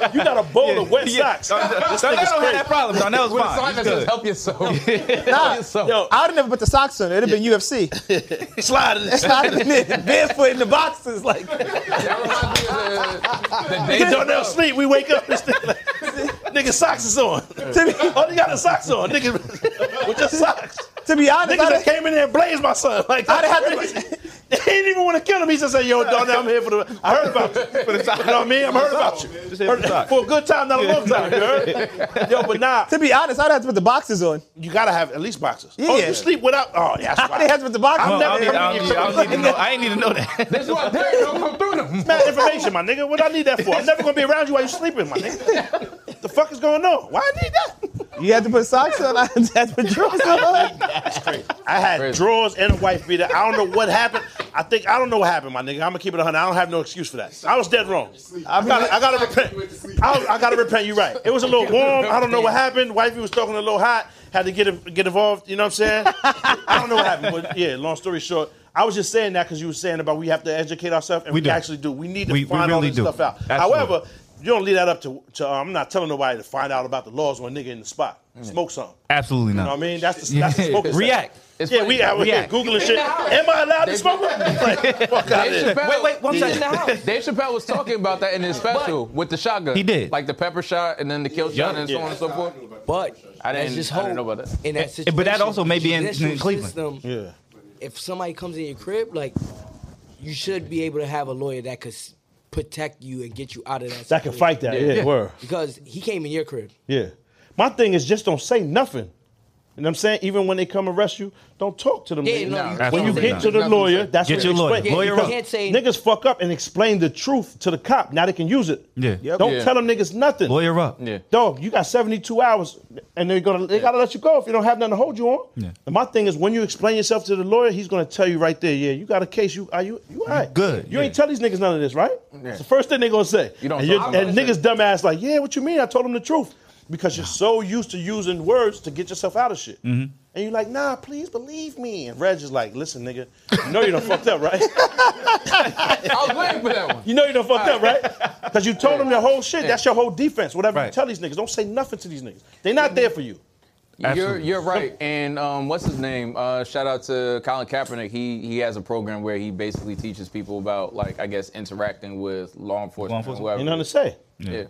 on. You got a bowl of wet Yeah. socks. Darnell This nigga's don't have crazy. that problem. Darnell was With a sign fine. that He's says good. "Help yourself." Nah. yourself. Yo, I would have never put the socks on. It'd have been UFC. slide in It's this. not even it. barefoot in the boxes. Like That reminds me of the- the day- Darnell sleep. We wake up. This nigga, like, nigga socks is on. to be, Oh, you got the socks on, nigga. With your socks. to be honest, Niggas that I'd have, came in there and blazed my son. Like I'd that's have crazy. They didn't even want to kill him. He just said, "Yo, Darnell, I'm here for the. I heard about you. For the you know what I mean? I'm heard about you. Just hit the Heard- sock. for a good time, not a long time. You heard? Yo, oh, but nah, to be honest, I'd have to put the boxes on. you gotta have at least boxes. Oh, Yeah. you sleep without? Oh, yeah, that's I'd have right. to put the boxes I'm on. never I don't need- I don't need- I don't need to know- I ain't need to know that. That's why Derek don't come through them. Mad information, my nigga. What I need that for? I'm never gonna be around you while you sleeping, my nigga. the fuck is going on? Why I need that? You had to put socks on. I had to put drawers on. I had Crazy. drawers and a wife beater. I don't know what happened. I think I don't know what happened, my nigga. I'm gonna keep it a hundred. I don't have no excuse for that. I was dead wrong. I gotta, I gotta repent. I, I gotta repent. You're right. It was a little warm. I don't know what happened. Wifey was talking a little hot. Had to get get involved. You know what I'm saying? I don't know what happened, but yeah. Long story short, I was just saying that because you were saying about we have to educate ourselves, and we, We do. actually do. We need to We- we find all really this do. stuff out. Absolutely. However, you don't leave that up to. to uh, I'm not telling nobody to find out about the laws when a nigga in the spot smoke something. Absolutely You know not. what I mean? That's the, that's the smoking section. React. It's yeah, funny. we out here Yeah. googling shit. Am I allowed to smoke? Like, fuck out Dave here. Chappelle, Wait, wait, one Dave- second. Dave Chappelle was talking about that in his special with the shotgun. He did. Like the pepper shot and then the kill shot and so Yeah. on and so forth. But I didn't- that's just I didn't hope know about that. In that Eh, situation, but that also may be in- judicial in Cleveland. system, Yeah. If somebody comes in your crib, like you should be able to have a lawyer that could s- protect you and get you out of that. That can situation. fight that. Yeah, word. because he came in your crib. Yeah. My thing is just don't say nothing. You know what I'm saying? Even when they come arrest you, don't talk to them. Yeah, niggas. no, you when you get can't. to the Nothing to lawyer, say. that's Get when your lawyer. explain- Yeah, Lawyer you up. can't say Niggas fuck up and explain the truth to the cop. Now they can use it. Yeah. Yep. Don't Yeah. tell them niggas nothing. Lawyer up. Yeah. Dog, you got 72 hours and they're gonna they gotta let you go if you don't have nothing to hold you on. Yeah. And my thing is when you explain yourself to the lawyer, he's gonna tell you right there, yeah, you got a case, you are you you all right. good, You yeah. ain't tell these niggas none of this, right? It's the first thing they're gonna say. You don't and, you're- talk about and it. niggas dumbass like, yeah, what you mean? I told him the truth. Because you're so used to using words to get yourself out of shit. Mm-hmm. And you're like, nah, please believe me. And Reg is like, listen, nigga, you know you done fucked up, right? I was waiting for that one. You know you done fucked up, right? Because you told them the whole shit. That's your whole defense. Whatever you Right. tell these niggas, don't say nothing to these niggas. They're not there for you. You're, Absolutely. you're right. And um, what's his name? Uh, shout out to Colin Kaepernick. He he has a program where he basically teaches people about like I guess interacting with law enforcement. Law enforcement. whoever. Ain't nothing to say. Yeah.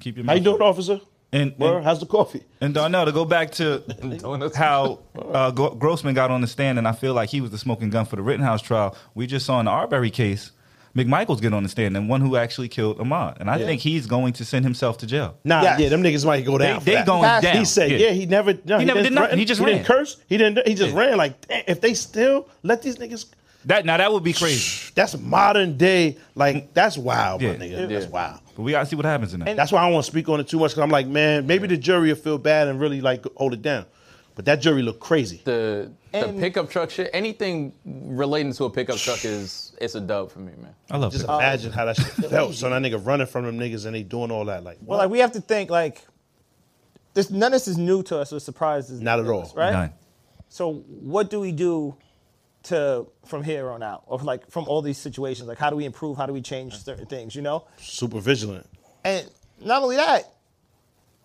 Keep your How you mouth doing, shut. officer? And, Word, and, how's the coffee? and Darnell, to go back to Donuts. how uh, Gro- Grossman got on the stand, and I feel like he was the smoking gun for the Rittenhouse trial. We just saw in the Arbery case, McMichael's get on the stand, and one who actually killed Ahmad. And I think he's going to send himself to jail. Nah, Yes. yeah, them niggas might go They, down. for they that. going Pass- down. He said, yeah, he never. no, He never didn't did nothing. threaten. He just he ran. didn't curse. He didn't. He just ran. Like damn, if they still let these niggas, That now that would be crazy. That's modern day. Like that's wild, Yeah. my nigga. That's wild. But we gotta see what happens in that. That's why I don't want to speak on it too much because I'm like, man, maybe the jury will feel bad and really like hold it down. But that jury looked crazy. The the And- pickup truck shit. Anything relating to a pickup truck is it's a dub for me, man. I love Just it. imagine how that shit felt. Son, that nigga running from them niggas and they doing all that. Like, Well, like we have to think like this. None of this is new to us or surprises. Not at all. us, right? None. So what do we do to from here on out, or like from all these situations? Like how do we improve? How do we change certain things? You know, super vigilant. and not only that,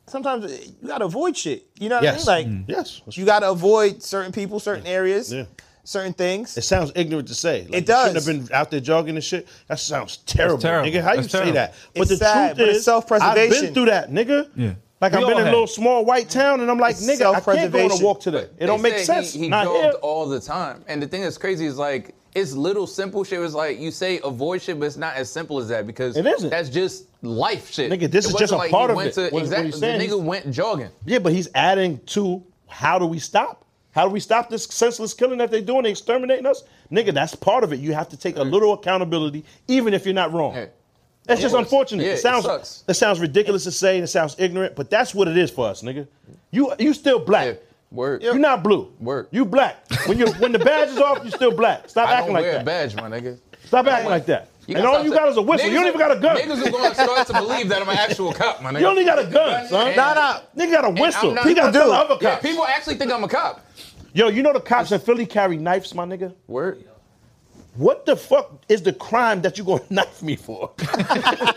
sometimes you gotta avoid shit. You know what Yes. I mean? Like Yes. That's- you gotta avoid certain people, certain areas, Yeah. certain things. It sounds ignorant to say. Like, It you does. Shouldn't have been out there jogging and shit. That sounds terrible, terrible. nigga. How you That's say terrible. that? But It's the sad, truth but it's is, self-preservation. I've been through that, nigga. Yeah. Like We I've been all in a have. little small white town, and I'm like, It's nigga, I can't go on a self-preservation. walk today. It don't They make say sense. He, he Not jogged here. all the time, and the thing that's crazy is like it's little simple shit. It's like you say avoid shit, but it's not as simple as that because It isn't. That's just life shit. Nigga, this It is just wasn't a like part he of went it. To, What- what exactly, he's the saying nigga is- went jogging. Yeah, but he's adding to how do we stop? How do we stop this senseless killing that they're doing? They exterminating us, nigga. That's part of it. You have to take a little accountability, even if you're not wrong. Hey. That's just course. unfortunate. Yeah, it it sounds sucks. that sounds ridiculous to say. and It sounds ignorant, but that's what it is for us, nigga. You you still black. Yeah, word. You're not blue. Word. You black. When you when the badge is off, you still black. Stop I acting don't like wear that. a badge, my nigga. Stop acting like that. You and gotta all stop you saying- got is a whistle. Niggas you don't are- even got a gun. Niggas are going to start to believe that I'm an actual cop, my nigga. You only got a gun, son. And- Nah, nah. Nigga got a And whistle. I'm not- He got to tell the Dude. other Yeah, cops. people actually think I'm a cop. Yo, you know the cops in Philly carry knives, my nigga? Word. What the fuck is the crime that you gonna knife me for?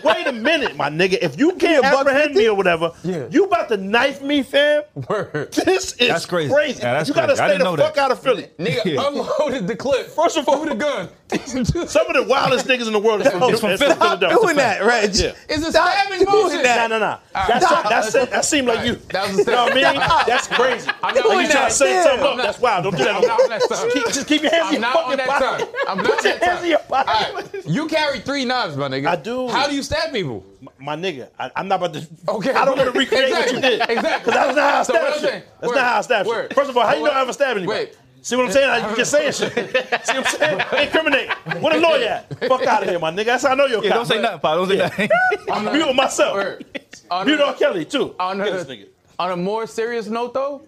Wait a minute, my nigga. If you can't apprehend me or whatever, you about to knife me, fam? Word. This is That's crazy. Yeah, that's you gotta crazy. I stay didn't the know that. fuck out of Philly. Nigga unloaded the clip. First of all- over the gun. it's Some of the wildest niggas in the world is from, It's from is Philly. Stop Philadelphia. doing that, Reg. Yeah. a stabbing motion. Nah, nah, nah. That's, Stop. that's, that seemed like you. That was a You know what I mean? statement. That's crazy. I'm not Like doing you trying that. to set Yeah. something I'm up. not- That's wild. Don't do that. I'm not on that Just side. keep, just keep your hands I'm in your not on fucking that pocket. side. I'm not Put on your that hands side. in your pocket. All right. You carry three knives, my nigga. I do. How do you stab people? My nigga, I, I'm not about to. Okay. I don't want to recreate exactly. what you did. Exactly. Because that was not how I So stabbed what I'm shit. saying- That's word, not how I stabbed shit. word. First of all, how you Word. know I ever stabbed anybody? Wait. See what I'm saying? You just saying shit. See what I'm saying? Incriminate. What a lawyer at? Fuck out of here, my nigga. That's how I know you're a Yeah, cop. don't say nothing, Pop. Don't say nothing. I'm not- muting myself. Word. On Mute a- R. Kelly, too. on Get this a, nigga. on a more serious note though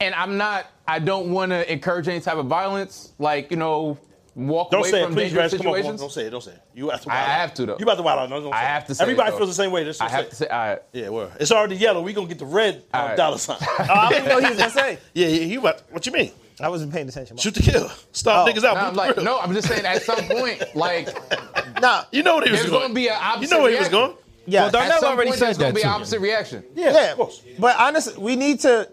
and i'm not i don't want to encourage any type of violence like you know walk Don't away say it, from please, dangerous Reg. Come on, situations come on. Don't say it. Don't say it. You have to. I wild out. have to, though. You about to wild out. No, don't I say it. have to say it, Everybody though. feels the same way. Just i don't have it. to say all right Yeah, word. It's already yellow. We gonna get the red uh, All right. dollar sign. Oh, I didn't know he was gonna say. yeah, yeah. You about? What you mean? I wasn't paying attention. Shoot the kill. Stop Oh, niggas out. Nah, I'm Boot the like grill. no i'm just saying at some point like Nah, You know what he was there's going. going to be an opposite You know where he was reaction. going. yeah. Well, Darnell at some already point, said there's gonna that be to an me. opposite reaction Yeah, of course. but honestly, we need to.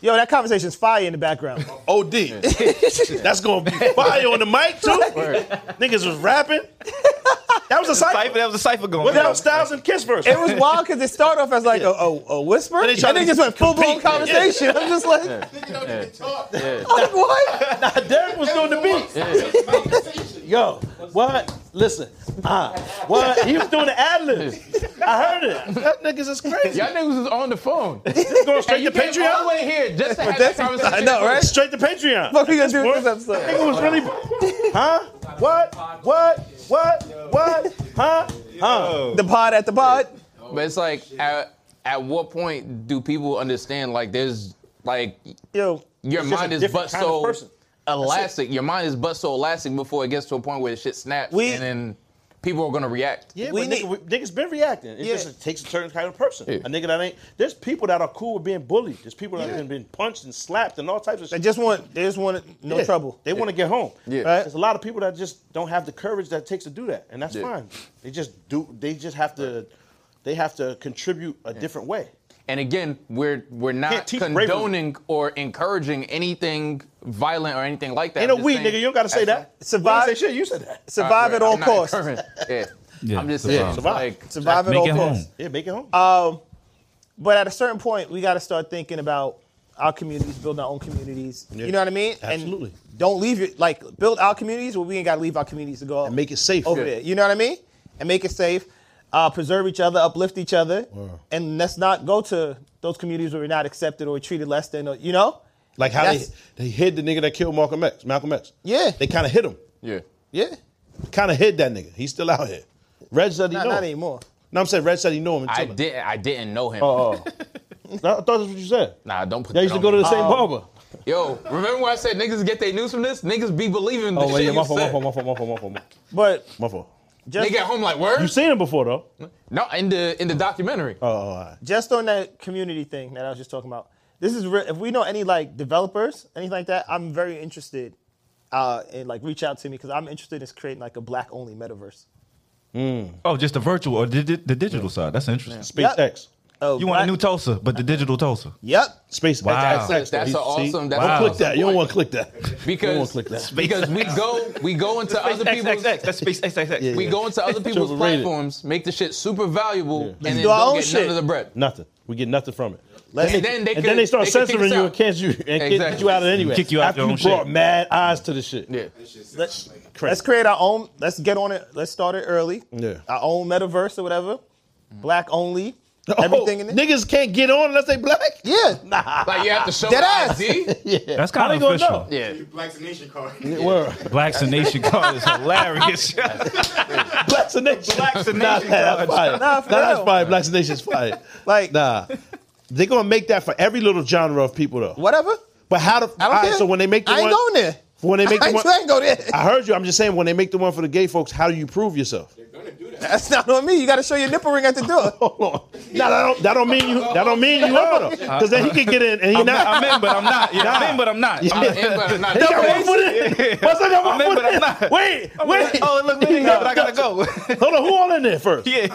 Yo, that conversation's fire in the background. Od. That's gonna be fire on the mic too. Niggas was rapping. That was a Cypher, cipher. that was a cipher going. But on. that was Styles and Kiss verse. It was wild because it started off as like a, a, a whisper, And and they tried then it to just went full blown compete. conversation. I'm just like, like, what? Derek was doing the beat. Yo, what? Listen, ah, what? He was doing the ad libs. I heard it. That niggas is crazy. y'all niggas was on the phone Just going straight and you to came all Patreon. the way here just to have that's- this conversation I know, right? Straight to Patreon. What are we gonna do with Word. this episode? Nigga was really, huh? What? What? What? What? Huh? Huh? The pod at the pod. but it's like at, at what point do people understand like there's like Yo, your It's just mind a is different but kind of so person. elastic. Your mind is but so elastic before it gets to a point where the shit snaps, We- and then people are gonna react. Yeah, We but need- nigga, we- niggas been reacting. It's Yeah. just it takes a certain kind of person. Yeah. A nigga that ain't. There's people that are cool with being bullied. There's people that have been punched and slapped and all types of they shit. just want, they just want no Yeah. trouble. They want to get home. Yeah. Right? There's a lot of people that just don't have the courage that it takes to do that, and that's Yeah. fine. They just do. They just have to. They have to contribute a different way. And again, we're we're not Can't teach bravery. condoning or encouraging anything violent or anything like that. Ain't no I'm just weed, saying- nigga. You don't got to say That's- that. Survive- You didn't say shit. You said that. All Survive right, at all I'm not costs. encouraging- Yeah. Yeah, I'm just survive. saying, Survive. like, Survive at Make all it home. costs. Um, Yeah, make it home. But at a certain point, we got to start thinking about our communities, build our own communities. You know what I mean? Absolutely. And don't leave it like build our communities, but we ain't got to leave our communities to go And make it safe. over Yeah. there. You know what I mean? And make it safe, uh, preserve each other, uplift each other, and let's not go to those communities where we're not accepted or treated less than. Or, you know, Like how That's- they they hid the nigga that killed Malcolm X, Malcolm X. Yeah. They kind of hit him. Yeah. Yeah. Kind of hid that nigga. He's still out here. Reg said he Not, knew not him. anymore. No, I'm saying Reg said he knew him. And I chilling. didn't. I didn't know him. Oh, oh. I thought that's what you said. Nah, don't put. They that used to on go to me. the same barber. Yo, remember when I said niggas get their news from this? Niggas be believing. Oh, the well, yeah, shit my you fault, my said. fault, my fault, my fault, my fault, my fault. But My fault. They just get home like word. You seen him before though? Oh, No, in the in the documentary. Oh, all right. just on that community thing that I was just talking about. This is re- if we know any like developers, anything like that. I'm very interested, uh, and like reach out to me because I'm interested in creating like a black only metaverse. Mm. Oh, just the virtual or the, the digital side. That's interesting. SpaceX. Oh, You want a black- new Tulsa, but the digital Tulsa. Yep. SpaceX. Wow. That's a- that's a awesome- that's Don't an click awesome that. You don't point. want to click that. don't want because to click that. because we go we go into other people's That's space XXX. we go into other people's overrated. platforms, make the shit super valuable, and then do our don't own get shit. none of the bread. Nothing. We get nothing from it. Let's, And then they and could- then they start they could kick censoring us you out. and can't you and kick Exactly. you out of anyway. Kick you out After your you own brought shit. mad eyes to the shit. Yeah. let's, Crazy. let's create our own. Let's get on it. Let's start it early. Yeah. Our own metaverse or whatever. Black only. Oh, Everything in it. Niggas can't get on unless they black. Yeah. Like you have to show Dead an ass. ID. That's How kind they of gonna official. know? Yeah. Vaccination card. Word. Blacks and Nation card is hilarious. Blacks and Nation. Blacks and Nation. Nah, that's fire. Nah, for that's real. fire. Blacks and Nation's fire. Like- nah. They're gonna make that for every little genre of people though. Whatever. But how to? I don't all right, care. So when they make the I ain't one, going there. when they make I the ain't, one, I ain't go there. I heard you. I'm just saying when they make the one for the gay folks, how do you prove yourself? That's not on me. You got to show your nipple ring at the door. Hold on. No, that don't, that don't mean you. That don't mean you are though. Because then he could get in and he I'm, not, not. I'm in, but I'm not. Yeah, I'm in, but I'm not. Yeah. I'm Yeah, but not- He got one foot in. Once I got one I'm in, foot but I'm in. not. Wait, wait. Oh, it look lit in here, but I gotta go. Hold on. Who all in there first? yeah, yeah,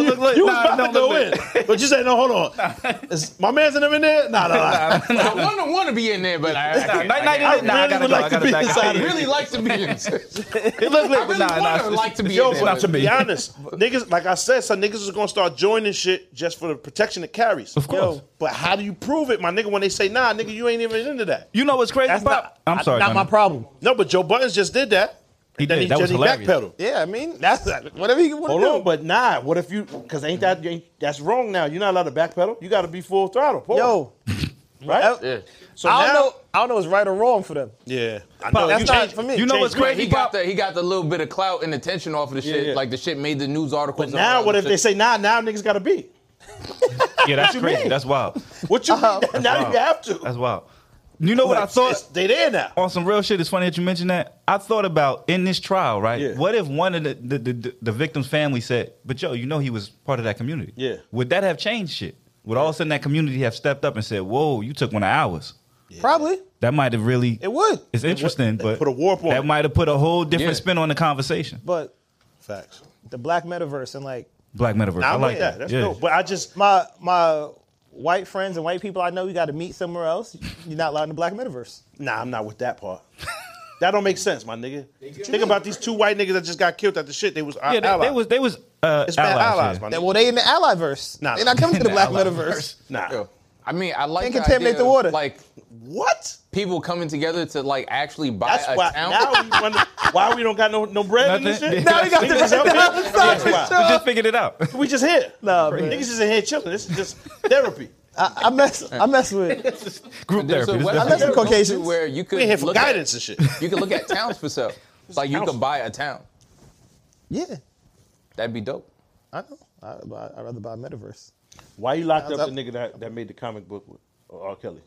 it look lit. You was Nah, about no, to go in, look but you said no. Hold on. Is my man's in them in there? Nah, nah, nah. I want to want to be in there, but I, I, can't- Night, night, I, in it. Nah, I really gotta would go. like I to gotta be back. inside I it. can't- really like to be in there. It look I lit, really but nah, nah. want to it's- like to be Yo, in but there. not to to be me. honest, niggas, like I said, some niggas is gonna start joining shit just for the protection it carries. Of course. but how do you prove it, my nigga? When they say, nah, nigga, you ain't even into that. You know what's crazy, That's Pop? not. I'm sorry, Not my Gunna. problem. No, but Joe Buttons just did that. He Then did. That was then hilarious. backpedaled. Yeah, I mean that's whatever you want to Hold do. on, but nah. What if you? Because ain't that ain't, that's wrong now? You're not allowed to backpedal. You got to be full throttle. Paul. Yo, right? Yeah. So I now, don't know. I don't know what's right or wrong for them. yeah, I Pop, know. that's you not changed- for me. You know what's changed- He crazy, got Pop? the he got the little bit of clout and attention off of the shit. yeah. Like the shit made the news articles. and all Now, that what if other they shit. say nah? Now niggas got to be. Yeah, that's crazy. That's wild. What Uh-huh. you Oh. mean? Now wild. you have to. That's wild. You know what I Like, thought? it's- they there now. on some real shit, it's funny that you mentioned that. I thought about in this trial, right? Yeah. What if one of the, the, the, the victim's family said, but yo, you know he was part of that community. Yeah. Would that have changed shit? Would all of a sudden that community have stepped up and said, whoa, you took one of ours? Probably That might have really, it would, it's interesting, but put a warp on it. that might have put a whole different Yeah. spin on the conversation. but Facts. the black metaverse and like Black Metaverse. Nah, I I'm like with that. that. That's yeah. dope. But I just my my white friends and white people I know, you got to meet somewhere else. You're not allowed in the black metaverse. nah. I'm not with that part. that don't make sense, my nigga. Think about these two white niggas that just got killed at the shit. They was our Yeah, they, allies. they was, they was uh, it's bad allies. allies, yeah. my That- nigga. well, they in the allyverse. Nah. They're not coming to the The black allyverse. metaverse. Nah. Yo, I mean, I like Can't the contaminate idea the of, water. Like What? people coming together to like actually buy That's a why town. now we wonder why we don't got no no bread in this Nothing. shit. Now we got the Niggas out here. down side for That's sure. why. We just figured it out. We just here. Nah, man. niggas just in here chilling. This is just therapy. I, I mess I mess with Group There's therapy. This a website definitely- Unless you the go to Caucasians. where you could We in here for look at- guidance and shit. you could look at towns for sale. Like you council. could buy a town. yeah. That'd be dope. I know. I but I'd rather buy metaverse. Why you locked Sounds up, up. the nigga that, that made the comic book with uh, R. Kelly?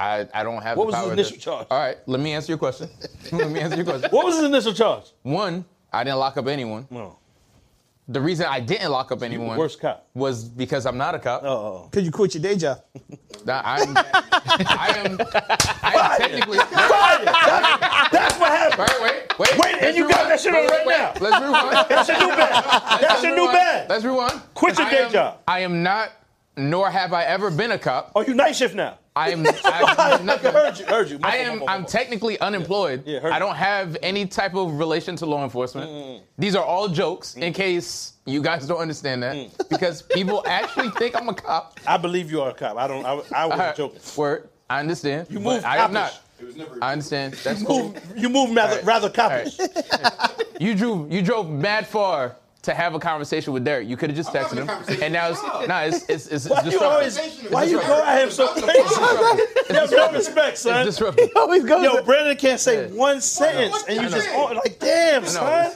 I, I don't have What the was his power initial to- charge? All right, let me answer your question. let me answer your question. What was his initial charge? One, I didn't lock up anyone. No. The reason I didn't lock up the anyone worst cop. was because I'm not a cop. Oh, Cause you quit your day job. Nah, I'm, I am, I am technically. that's what happened. Wait, wait, wait. Wait, and Let's you got rewind. that shit on Wait, right wait, now. Let's rewind. That's your new bad. That's your new rewind. bad. Let's rewind. Quit your I day am- job. I am not, nor have I ever been a cop. Oh, you night shift now. I am. I am nothing. Heard you. Heard you. My I fault, am. my fault, my I'm fault. technically unemployed. Yeah, heard I you. don't have any type of relation to law enforcement. These are all jokes, in Mm. case you guys don't understand that, because people actually think I'm a cop. I believe you are a cop. I don't. I, I wasn't joking. Word. I understand. You but moved I am coppish. not. It was never. I understand. That's You cool. move. You move rather, All right. rather copish. You drew. You drove mad far to have a conversation with Derek. You could have just I'm texted having a him, conversation and now it's with Rob. nah, it's it's it's, Why it's you always? disruptive. Why you go at him so crazy? You have no respect, It's son. disruptive. Always goes. Yo, Brandon can't say Yeah. one sentence, and you just on, like, damn, son.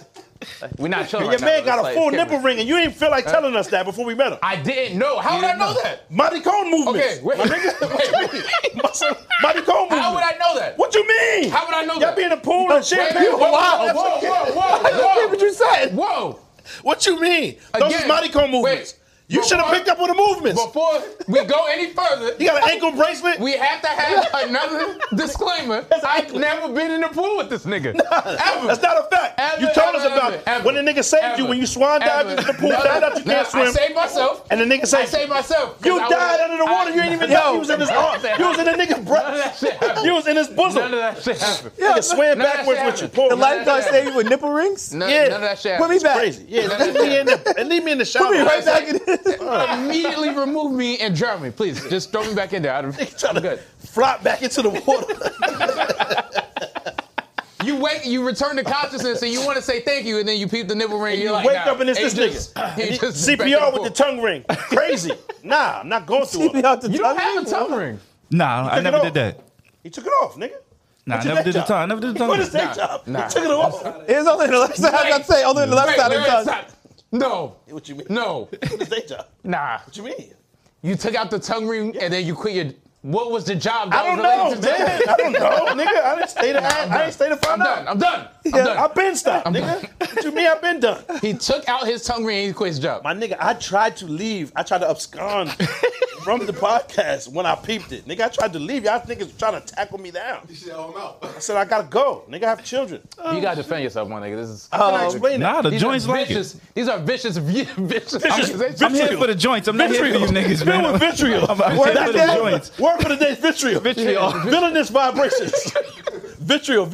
We're not chilling. Your right man now. got It's a like, full it's nipple different. ring, and you didn't feel like telling us that before we met him. I didn't know. How You did I didn't know know. that? Monty Cone movement. Okay, wait. Monty Cone movement. How would I know that? What you mean? How would I know Y'all that? be in the pool and shit. Wait, man. whoa, whoa, whoa, whoa, whoa, whoa, what you said. whoa. What you mean? Those Again, is Monty Cone movements. wait. you should have Before- picked up on the movements. Before we go any further, you got an ankle bracelet. we have to have another disclaimer. I've never been in the pool with this nigga. ever. That's not a fact. Ever, you told us ever, about ever, ever, when the nigga saved you ever, when you swan dived ever. into the pool, No, found out you no, can't swim. I saved myself. and the nigga I saved saved myself. 'cause you I died was- under the water. I- you ain't even Yo, know you was in his none arm. of that You was in the nigga that breast. shit happened. You was in his bosom. Nigga, None of that shit happened. nigga swam none of that backwards shit with you. happened. Pull- The None of that lifeguard shit saved you with nipple rings. None, Yeah. none of that shit Put me happened. back. crazy. Yeah, None of leave that me in the and leave me in the shower. Put me right That's back in this. Immediately remove me and drown me, please. Just throw me back in there. I'd- it. Trying I'm to good. flop back into the water. You wake, you return to consciousness, and you want to say thank you, and then you peep the nipple ring. And you're you like, wake nah. up and it's this he just- nigga. he just back in CPR with pool. the tongue ring. Crazy. Nah, I'm not going through Keep me it. out the You don't have a tongue ring. Nah, I took it never off. did that. He took it off, nigga. Nah, I What's never your neck did the job? tongue. I never did the What tongue. is that job? nah. He took it off. It's only the left side. I was about to say only the left Wait, side wait, of the tongue. wait, stop. No, What you mean? no, What is that job? nah. What you mean? You took out the tongue ring, and then you quit your. What was the job? That I don't was related know, to that? man. I don't know, nigga. I didn't stay to I didn't stay to I'm find done. out. I'm done. I'm Yeah, done. I've been stopped, nigga. What you mean? I've been done. He took out his tongue ring and he quit his job. My nigga, I tried to leave. I tried to abscond from the podcast when I peeped it. Nigga, I tried to leave. Y'all niggas trying to tackle me down. I said I gotta go. Nigga, I have children. you gotta defend yourself, my nigga. This is How can I explain Oh, Nah, that? the joints are like vicious. it. These are vicious, vicious, Vicious, accusations. I'm here for the joints. I'm not here for you niggas, Fill man. with vitriol. I'm out Word here for for the the day. joints. Word for the day, vitriol. Vitriol. Villainous vibrations. vitriol.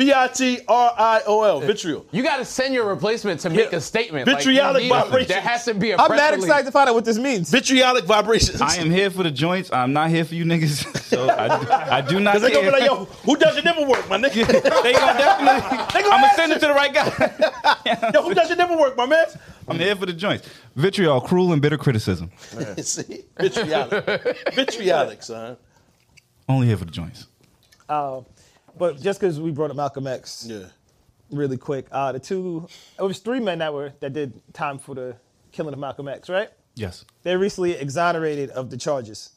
V-I-T-R-I-O-L. Vitriol. You gotta send your replacement to make Yeah. a statement. Vitriolic you need- vibrations. There has to be a. I'm press mad release. excited to find out what this means. Vitriolic vibrations. I am here for the joints. I'm not here for you niggas. So I, I do not They care. gonna be like, yo, who does your nipple work, my nigga? they gonna definitely. They gonna I'm gonna ask send it to the right guy. Yo, who does your nipple work, my man? I'm here for the joints. Vitriol, cruel and bitter criticism. See, vitriolic, vitriolic, son. Only here for the joints. Uh, but just because we brought up Malcolm X, Yeah, really quick. Uh, the two, it was three men that were that did time for the killing of Malcolm X, right? Yes. They were recently exonerated of the charges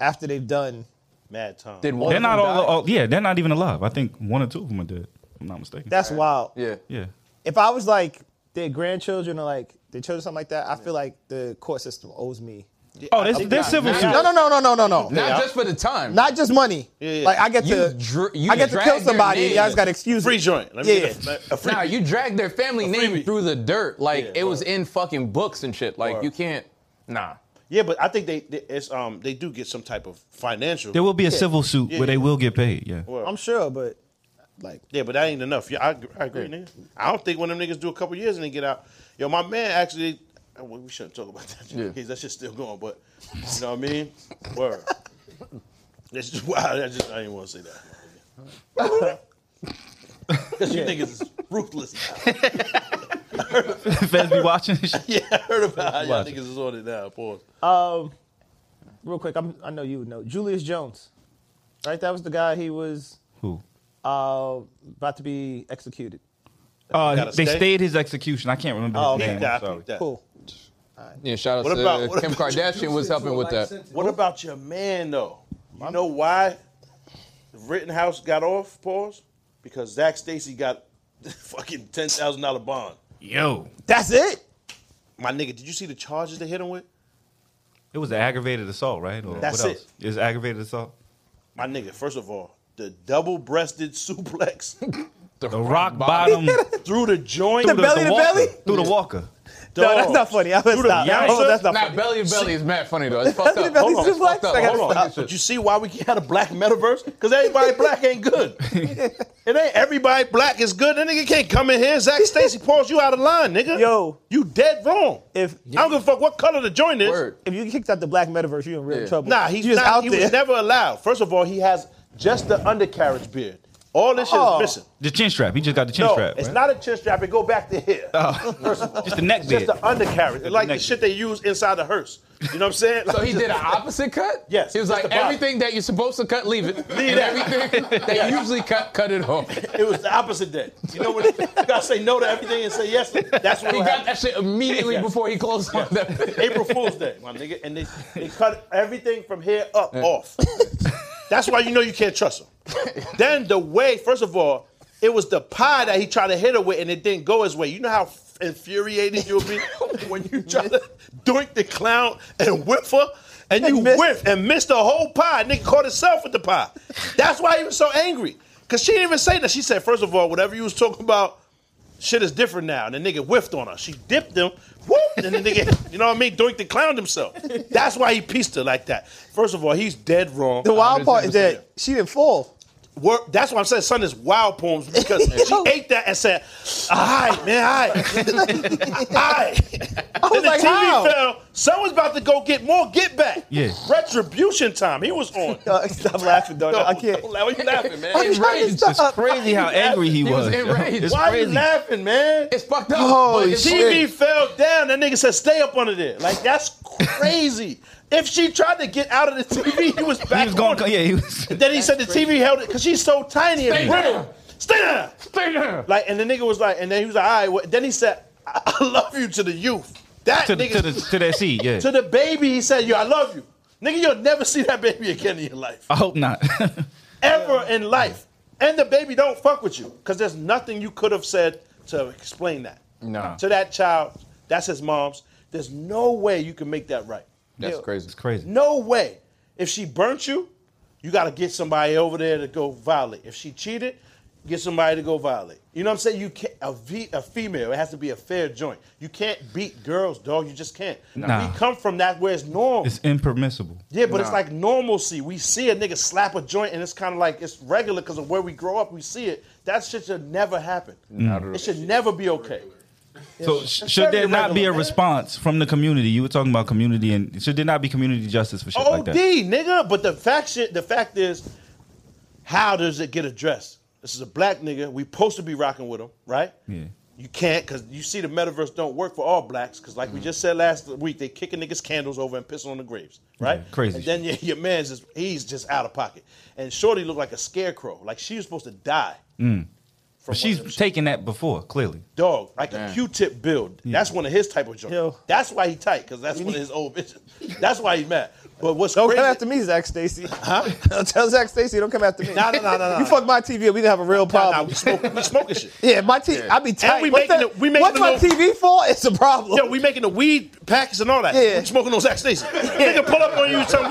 after they've done. mad Tom. Did one They're of not them all, die? all. Yeah, they're not even alive. I think one or two of them are dead. If I'm not mistaken. That's wild. Yeah. yeah. If I was like their grandchildren or like their children, something like that, I feel like the court system owes me. Oh, they're, they're civil Nah. suits. No, no, no, no, no, no, no. Not just for the time. Not just money. yeah. Like I get You to, dr- you I get to drag kill their somebody. And y'all name. just got to excuse free me. joint? Let me Yeah. get a, a free. Nah, you dragged their family name freebie. through the dirt. Like Yeah, it was word. in fucking books and shit. Like Word. you can't. Nah. yeah, but I think they, they it's um they do get some type of financial. There will be a civil suit where they will get paid. Yeah. I'm sure, but like yeah, but that ain't enough. Yeah, I, ag- I agree, nigga. I don't think when them niggas do a couple years and they get out. Yo, my man actually. oh, well, We shouldn't talk about that. Yeah. Yeah. That shit's still going, but you know what I mean. Word. That's just wow. I just I didn't want to say that. Because you niggas is ruthless. Now. Feds be watching. this shit. Yeah, I heard about how y'all Watch it. niggas is on it now. Pause. Um, real quick, I'm, I know you would know Julius Jones, right? That was the guy. He was Who? uh, about to be executed. Uh, Gotta they stay? stayed his execution. I can't remember his Oh, name. okay. I'm Yeah, I sorry. peeped that. Cool. Yeah. Shout out What to about- what uh, Kim about- Kardashian was helping with that. What about your man though? You know why Rittenhouse got off? Pause. Because Zach Stacy got fucking ten thousand dollar bond. Yo, That's it. My nigga, did you see the charges they hit him with? it was an aggravated assault, right? Or That's what else? it. It's aggravated assault. My nigga, first of all, the double-breasted suplex The rock bottom through the joint. The belly the to walker, belly? through the walker. No, that's not funny. I'm gonna Dude, stop. yeah, Oh, that's not Nah, funny. belly to belly is mad funny though. It's fucked Belly to up. belly Hold on, it's suplex? fucked up. I gotta Hold on. Stop. But you see why we had a black metaverse? Because everybody black ain't good. it ain't everybody black is good. That nigga can't come in here. Zach Stacy Pauls, you out of line, nigga. Yo. You dead wrong. If I don't give a fuck what color the joint is. Word. if you get kicked out the black metaverse, you're in real Yeah. trouble. Nah, he's You just not, out he there. was never allowed. First of all, he has just the undercarriage beard. All this shit Oh. is missing. The chin strap. He just got the chin no, strap. it's right? Oh. not a chin strap. It go back to here. just the neck It's bit. just the undercarriage, like the neck. shit they use inside the hearse. You know what I'm saying? So he did an opposite cut? Yes, He was just like, the bottom. everything that you're supposed to cut, leave it. Leave it. and everything that you usually cut, cut it off. He It was the opposite day. You know when you gotta say no to everything and say yes. to- That's what got happened. that shit immediately Yes. before he closed on that. April Fool's Day, my nigga, and they they cut everything from here up off. That's why you know you can't trust him. Then the way, first of all, it was the pie that he tried to hit her with, and it didn't go his way. You know how infuriated you'll be when you try to doink the clown and whip her. And you missed. whiff and missed the whole pie. Nigga caught himself with the pie. That's why he was so angry. Cause she didn't even say that. She said, first of all, whatever you was talking about, shit is different now. And the nigga whiffed on her. She dipped him, whoop, and the nigga, you know what I mean? Doinked and clowned himself. That's why he pieced her like that. First of all, he's dead wrong. The wild part is that she didn't fall. Wor- that's why I'm saying son is wild poems because she Yo. ate that and said, all right, man, all right. all right. I was like, the TV how? fell. Someone's about to go get more get back. Yeah. Retribution time. He was on. Uh, stop laughing, dog. I can't. Don't laugh. Why you laughing, man? I'm trying to Enraged. stop. crazy how angry he was was. enraged. It's Why crazy. are you laughing, man? It's fucked up. Holy but it's shit. TV fell down. That nigga said, stay up under there. Like, that's crazy. if she tried to get out of the TV, he was back He was going. on it. Yeah, he was. Then he said the TV held it because she's so tiny Stay and brittle. down. Stay down. Stay down. Like, and the nigga was like, and then he was like, all right. Well, then he said, I I love you to the youth. That to, the, nigga, to, the, to that seat, yeah. baby, he said, yo, I love you. Nigga, you'll never see that baby again in your life. I hope not. Ever in life. And the baby don't fuck with you because there's nothing you could have said to explain that. No. To that child, that's his mom's. There's no way you can make that right. That's crazy. it's crazy. No way. If she burnt you, you got to get somebody over there to go violate. If she cheated, get somebody to go violate. You know what I'm saying? You can't a, v, a female. It has to be a fair joint. You can't beat girls, dog. You just can't. Nah. We come from that where it's normal. It's impermissible. yeah, but it's like normalcy. We see a nigga slap a joint, and it's kind of like it's regular because of where we grow up. We see it. That shit should never happen. It should never be okay. Mm. So sh- should very there not be a irregular. response from the community? You were talking about community, and should there not be community justice for shit like OD, that? nigga. But the fact shit, the fact is, how does it get addressed? This is a black nigga. We supposed to be rocking with him, right? Yeah. You can't, cause you see the metaverse don't work for all blacks, cause like we Mm-hmm. just said last week, they kicking niggas candles over and pissing on the graves, right? Yeah, crazy And then your, your man's just, he's just out of pocket, and Shorty looked like a scarecrow, like she was supposed to die. Mm. From But she's one of them taken that before, clearly. dog, like a Q-tip build. That's one of his type of jokes. Yo. That's why he tight, cause that's one of his old bitches. That's why he mad. But what's Don't crazy? come after me, Zach Stacy. Huh? Don't tell Zach Stacy, don't come after me. Nah, nah, nah, nah, nah. You fuck my TV up, we gonna have a real Nah, nah, problem. we smoking, we smoking shit. Yeah, my TV, I be tight. we What's making that- the- we making What's the my little- TV for? It's a problem. Yo, we making the weed packets and all that. Yeah. We smoking those Zach Stacy. Nigga pull up on you, something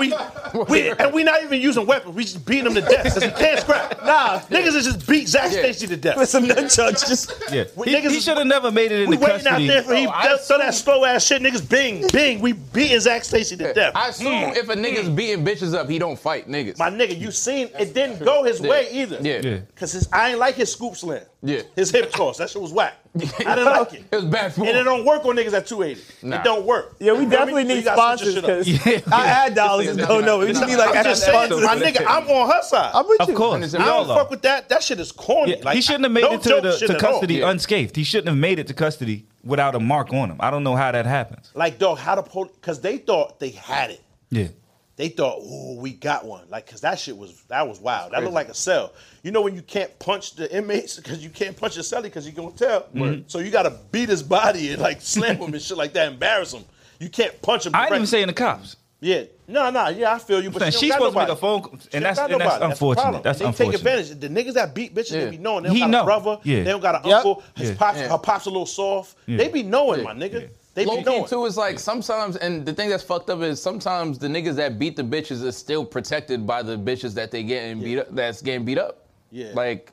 we, we and we not even using weapons. We just beating them to death because we can't scrap. Nah. niggas is just beat Zach Yeah. Stacy to death. With some nunchucks, just Yeah, We he, niggas he is- should have never made it We into waiting out custody. there for he Oh, I that, so that slow ass shit. Niggas bing bing. We beating Zach Stacy to death. Hmm. I assume Mm. if a nigga's beating bitches up, he don't fight niggas. My nigga, you seen it didn't go his Yeah. way either. Yeah. Yeah. Cause his, I ain't like his scoop slam. Yeah. His hip toss. That shit was whack. I didn't like it. It was bad form. And it don't work on niggas at 280. Nah. It don't work. yeah, we You know what I definitely mean? So need you gotta switch sponsors your shit up. because Yeah. our ad dollars is don't know. We just need like I'm extra just saying, sponsors. my nigga, I'm on her side. I'm with you. Of course, And we it's- I all don't are. fuck with that. That shit is corny. Yeah, Like, he shouldn't have made no it to, joke the, shit to at all. custody Yeah. unscathed. He shouldn't have made it to custody without a mark on him. I don't know how that happens. Like, dog, how the police? Because they thought they had it. Yeah, they thought, "Ooh, we got one!" Like, cause that shit was that was wild. That looked like a cell. You know when you can't punch the inmates because you can't punch your cellie because you gonna tell. So you gotta beat his body and like slam him and shit like that, embarrass him. You can't punch him. I ain't even directly. saying the cops. Yeah, no, no, yeah, I feel you. But Saying she she's don't got supposed to make nobody. a phone call, and She don't that's- got and that's nobody. the unfortunate. problem. That's they unfortunate. take advantage. The niggas that beat bitches, Yeah. they be knowing. They don't He got know. a brother. Yeah. They don't got an Yep. uncle. His Yeah. pops, Yeah. her pops a little soft. Yeah. They be knowing, Yeah. my nigga. Yeah. They Low be key knowing. too is like sometimes, and the thing that's fucked up is sometimes the niggas that beat the bitches is still protected by the bitches that they getting beat up. That's getting beat up. Yeah. Like,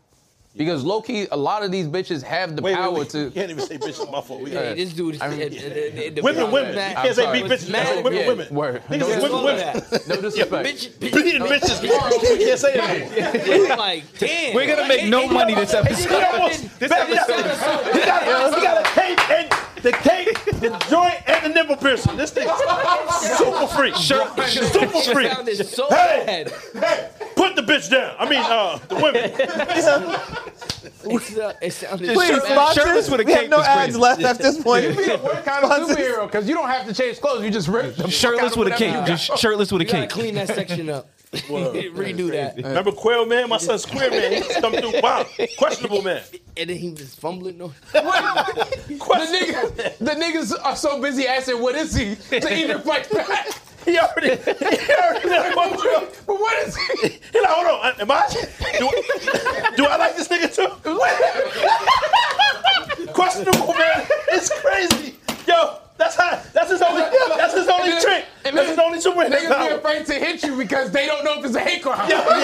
because low key, a lot of these bitches have the Wait, wait, power wait. to. You can't even say bitches. My fault. We Hey, got this dude is I mean, it- it- it- it- it- Women, it- women. mad. You can't say I'm beat sorry. bitches. Mad. That's women, yeah, women. Word. Niggas No is women, women. disrespect. No disrespect. Bitch, bitch. Beating bitches. You can't say that. I'm like, damn. We're gonna make no money this He episode. almost this episode. He got, he got a cape and the cape, the joint, and the nipple piercing. This thing super free. Shirt, Super free. Sound is so Hey! bad. Hey, Put the bitch down. I mean, uh, the women. It's, uh, it sounded Please, so bad. sponsors. shirtless with a we cape have no is ads crazy. left at this point. What kind of superhero? Because you don't have to change clothes. You just rip the fuck out Shirtless of with a whatever cape. you Just got. shirtless with a You gotta cape. clean that section up. Redo that. Remember Quail Man? My son's Queer Man. He just come through. Wow. Questionable man. And then he was fumbling on. Questionable. the, nigga, the niggas are so busy asking, "What is he?" to even fight back. He already, he already like, what, what, But what is he? he like, hold on, am I? Do, I- do I like this nigga too? Questionable man, it's crazy. Yo, that's how. That's his only. That's his only trick. That's his only superhero Niggas be power. afraid to hit you because they don't know if it's a hate crime. Yeah, yeah.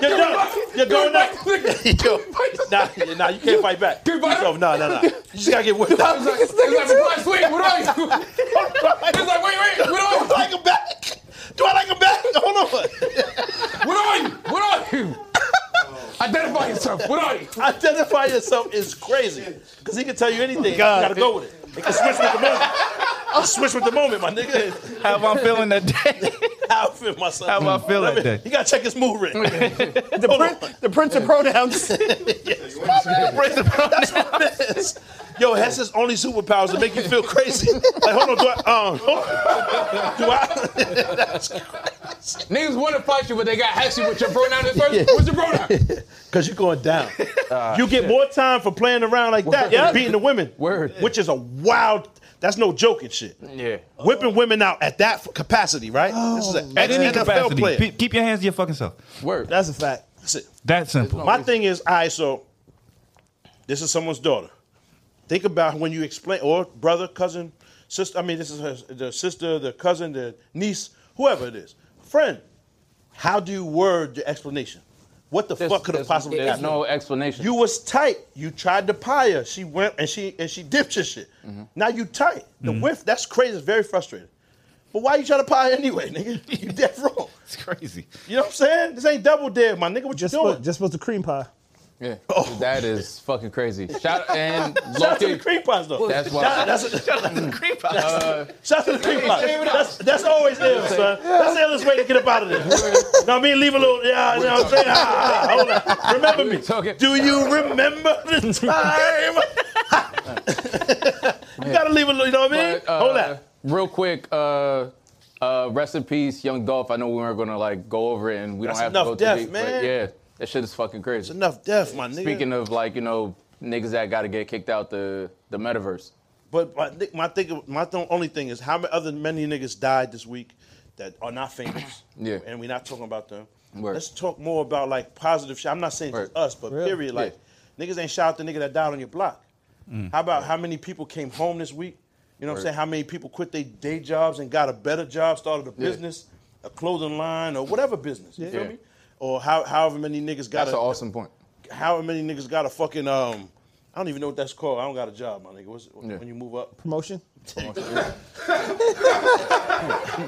You're done. You're going down. Yo, Nah, nah, you can't fight back. Dude, why- So, nah, nah, nah. You just gotta get whipped out. It's like, it's like, "Boss, wait, what are you? It's like, wait, wait, Do I what are you? like him back? Do I like him back? Hold on. What are you? What are you? Identify yourself. What are you? Identify yourself is crazy. Because he can tell you anything. You gotta go with it. It can switch with the moment. I'll switch with the moment, my nigga. How am I feeling that day? How I feel myself. How I feel that day? You gotta check his mood ring. the, prin- the prince of pronouns. That's what it is. Yo, that's his only superpowers to make you feel crazy. Like, hold on, do I? Um, hold on. do I? Niggas want to fight you, but they got hash you with your pronoun at first. What's your pronoun? Because you're going down. Ah, you get more time for playing around like that Word. than beating the women. Word. Which is a wild. That's no joking shit. Yeah. Whipping women out at that capacity, right? this is an Oh, At any NFL capacity, player. pe- keep your hands to your fucking self. Word. That's a fact. That's it. That simple. My thing is, all right, so this is someone's daughter. Think about when you explain, or brother, cousin, sister. I mean, this is her, the sister, the cousin, the niece, whoever it is, friend. How do you word your explanation? What the fuck could have possibly There's happened? no explanation. you was tight. You tried to pie her. She went and she and she dipped your shit. Mm-hmm. Now you tight. The whiff. That's crazy. It's very frustrating. But why you trying to pie her anyway, nigga? You dead wrong. It's crazy. You know what I'm saying? This ain't double dead, my nigga. What you Just doing? supposed, just supposed to cream pie. Yeah. That is fucking crazy. Shout and Oh. Shout out to low-key- the cream pies though. That's why. Shout, that's shout out to the cream pies. Uh, shout out to the cream pies. That's, that's always ill, son. That's the illest way to get up out of this. now me leave a little. Yeah, you know what I'm saying. Ah, ah, ah, hold on. Remember me. Talking- Do you remember the time? you gotta leave a little. You know what I mean? But, uh, hold on. Real quick, uh, uh, rest in peace, Young Dolph. I know we weren't gonna like go over it, and we That's don't have enough to go death, too deep. man. But yeah, that shit is fucking crazy. Enough death, my nigga. Speaking of like you know niggas that got to get kicked out the the metaverse. But my thi- my thing, my th- only thing is how many other many niggas died this week that are not famous. Yeah. and we're not talking about them. Word. Let's talk more about like positive shit. I'm not saying just Word. us, but period. Like niggas ain't shout out the nigga that died on your block. Mm-hmm. mm. How about how many people came home this week? You know what I'm saying? How many people quit their day jobs and got a better job, started a business, a clothing line, or whatever business. You feel Yeah. me? Or how, however many niggas got That's a, an awesome point. however many niggas got a fucking um I don't even know what that's called. I don't got a job, my nigga. What's, When you move up, Promotion.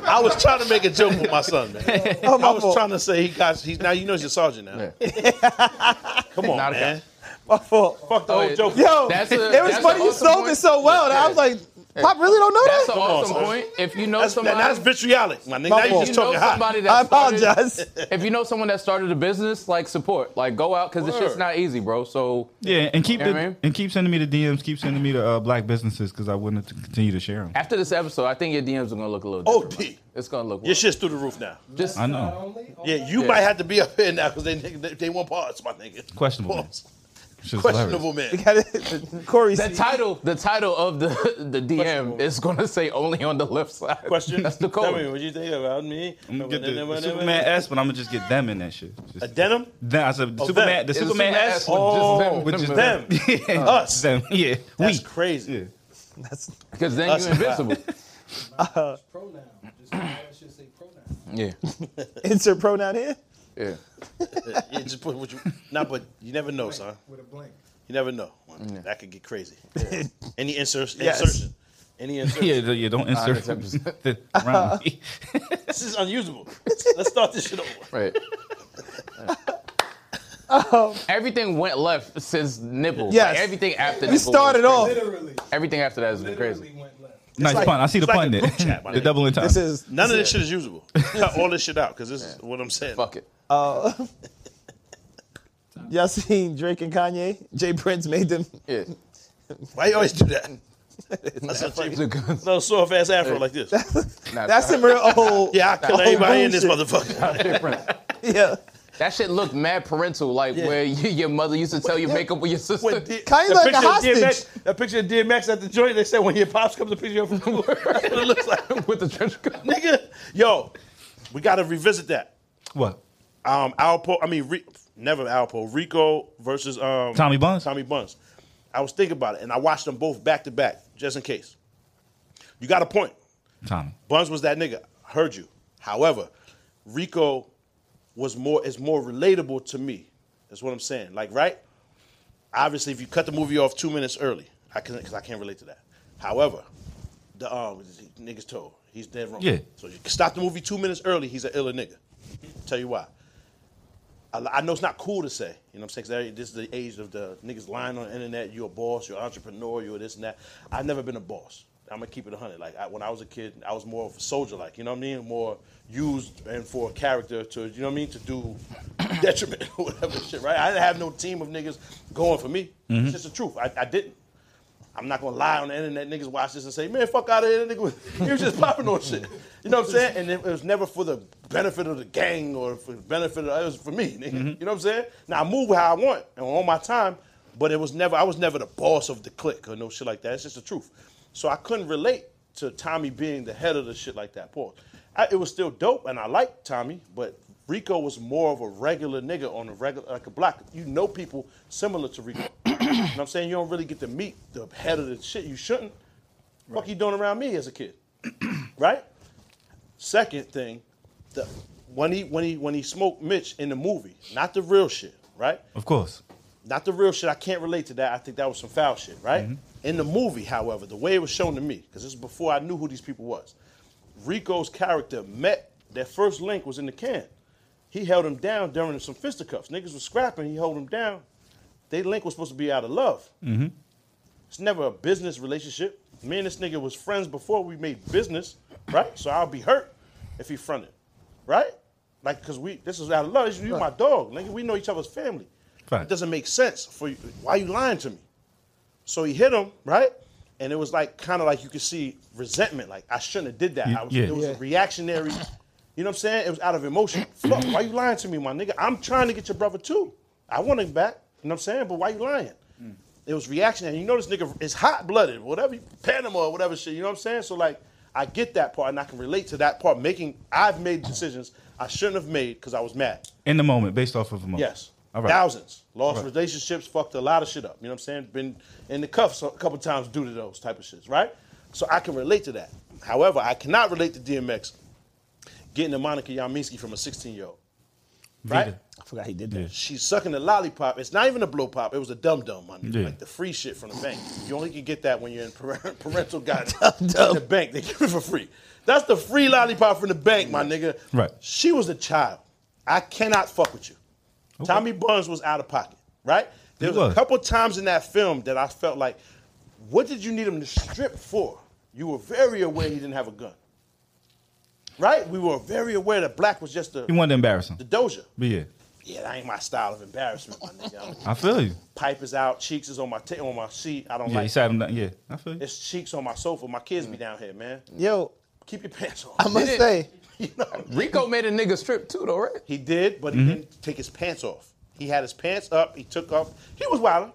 I was trying to make a joke with my son, man. Oh, I was trying to say he got he's now you know he's a sergeant now. Come on, Not a man. My fault. Fuck the Oh, whole yeah. joke. Yo, That's a- it was that's funny an you awesome sold point. it so well. that I was like, Pop really don't know That's that. an awesome son. point. If you know That's, that, somebody, that's vitriolic, my nigga. My now you just fault. if you know talking hot. somebody that I started- apologize. if you know someone that started a business, like support, like go out because this shit's Word. not easy, bro. So Yeah, and keep You know what I the, mean? and keep sending me the DMs. Keep sending me the uh, black businesses because I wouldn't continue to share them. after this episode, I think your DMs are gonna look a little. Oh, different, D. man. It's gonna look. Your Wild. shit's through the roof now. Just I know. Yeah, you Yeah. might have to be up here now because they, they they want parts, my nigga. Questionable, man. Parts. Shit's Questionable man. Corey The C. title, the title of the the DM Questionable. is gonna say only on the left side. Question. That's the Tell me code. what you think about me. I'm gonna get the, the Superman S, but I'm gonna just get them in that shit. Just, A denim? Then I said the Oh, Superman, them. the It's a Superman Superman S, S with just them Oh, in with the just middle. them. Us. them. Yeah, That's we. crazy. Yeah. That's Because then Us. you're invincible. Uh, Pronoun. Just I should say pronoun. yeah. insert pronoun here. Yeah. Yeah, just put what you. Nah, but you never know, son. With a blank. You never know. That could get crazy. Any insertion, Yes. insertion, any insertion. Yeah, yeah, don't insert that's episode. the round me. This is unusable. Let's start this shit over. Right. everything went left since nipple. Um, Yes. Like, everything after We nipple. started was off. Literally. crazy. Everything after that has been Literally crazy. went left. Nice like- pun. I see the it's like pun a there. group chat, my the nigga. double in time. This is None of this shit is usable. Cut all this shit out because this is what I'm saying. Fuck it. Uh, y'all seen Drake and Kanye? Jay Prince made them. Yeah. Why you always do that? That's a cheap little soft ass afro like this. Nah, That's that- some real old. Yeah, I kill old everybody in this bullshit. motherfucker. Yeah. That shit looked mad parental, like where you, your mother used to tell you make up with your sister. When D- Kanye's that like a picture of hostage. DMX, that picture of DMX at the joint, they said when your pops comes, a picture of him from the work. That's what it looks like. with the trench coat. Nigga, yo, we got to revisit that. What? Um, Alpo, I mean, Re- never Alpo, Rico versus um, Tommy Buns? Tommy Buns. I was thinking about it, and I watched them both back to back, just in case. You got a point. Tommy. Buns was that nigga. I heard you. However, Rico was more is more relatable to me. That's what I'm saying. Like, right? Obviously, if you cut the movie off two minutes early, I can because I can't relate to that. However, the um niggas told he's dead wrong. Yeah. So you can stop the movie two minutes early. He's an iller nigga. Tell you why. I, I know it's not cool to say. You know what I'm saying? 'Cause that- this is the age of the niggas lying on the internet. You're a boss. You're an entrepreneur. You're this and that. I've never been a boss. I'm gonna keep it a hundred. Like I, when I was a kid, I was more of a soldier. Like you know what I mean? More used and for a character to you know what I mean to do detriment or whatever shit. Right? I didn't have no team of niggas going for me. It's just the truth. I, I didn't. I'm not gonna lie on the internet. Niggas watch this and say, "Man, fuck out of here." Nigga, was- he was just popping on shit. You know what I'm saying? And it, it was never for the benefit of the gang or for the benefit of it was for me. Nigga. You know what I'm saying? Now I move how I want and on my time, but it was never. I was never the boss of the clique or no shit like that. It's just the truth. So I couldn't relate to Tommy being the head of the shit like that. Paul, I, it was still dope, and I liked Tommy, but Rico was more of a regular nigga on a regular, like a block. You know people similar to Rico. you know what I'm saying? You don't really get to meet the head of the shit. You shouldn't. Fuck you doing around me as a kid, right? Second thing, the, when he when he when he smoked Mitch in the movie, not the real shit, right? Of course. Not the real shit. I can't relate to that. I think that was some foul shit, right? In the movie, however, the way it was shown to me, because this is before I knew who these people was. Rico's character met their first link was in the can. He held him down during some fisticuffs. Niggas was scrapping. He held him down. They link was supposed to be out of love. Mm-hmm. It's never a business relationship. Me and this nigga was friends before we made business, right? So I'll be hurt if he fronted, right? Like, cause we this is out of love. You my dog, nigga. We know each other's family. Right. It doesn't make sense for you. Why you lying to me? So he hit him, right? And it was like kind of like you could see resentment. Like I shouldn't have did that. Y- I was, yeah. It was Yeah. a reactionary. You know what I'm saying? It was out of emotion. Fuck, why you lying to me, my nigga? I'm trying to get your brother too. I want him back. You know what I'm saying? But why you lying? It was reactionary. You know this nigga is hot blooded, whatever you- Panama or whatever shit. You know what I'm saying? So like I get that part and I can relate to that part. Making I've made decisions I shouldn't have made because I was mad. In the moment, based off of a moment. Yes. All right. Thousands. Lost relationships, fucked a lot of shit up. You know what I'm saying? Been in the cuffs a couple times due to those type of shits, right? So I can relate to that. However, I cannot relate to DMX getting to Monica Yaminsky from a 16 year old. Right? Vita. I forgot he did that. She's sucking the lollipop. It's not even a blow pop. It was a dum dum money, Yeah. like the free shit from the bank. You only can get that when you're in par- parental guidance. The bank they give it for free. That's the free lollipop from the bank, my nigga. Right. She was a child. I cannot fuck with you. Tommy Buns was out of pocket. Right. He There was a was. couple times in that film that I felt like, what did you need him to strip for? You were very aware he didn't have a gun. Right. We were very aware that black was just He the, wanted to embarrass him. the doja. But yeah, Yeah, that ain't my style of embarrassment, my nigga. I feel you. Pipe is out, cheeks is on my ta- on my seat. I don't Yeah, he like sat him down. Yeah, I feel you. it's cheeks on my sofa. My kids be down here, man. Yo, Keep your pants on. I must Did it. say, You know? Rico made a nigga strip too, though, right? He did, but he Mm-hmm. didn't take his pants off. He had his pants up. He took off. He was wild.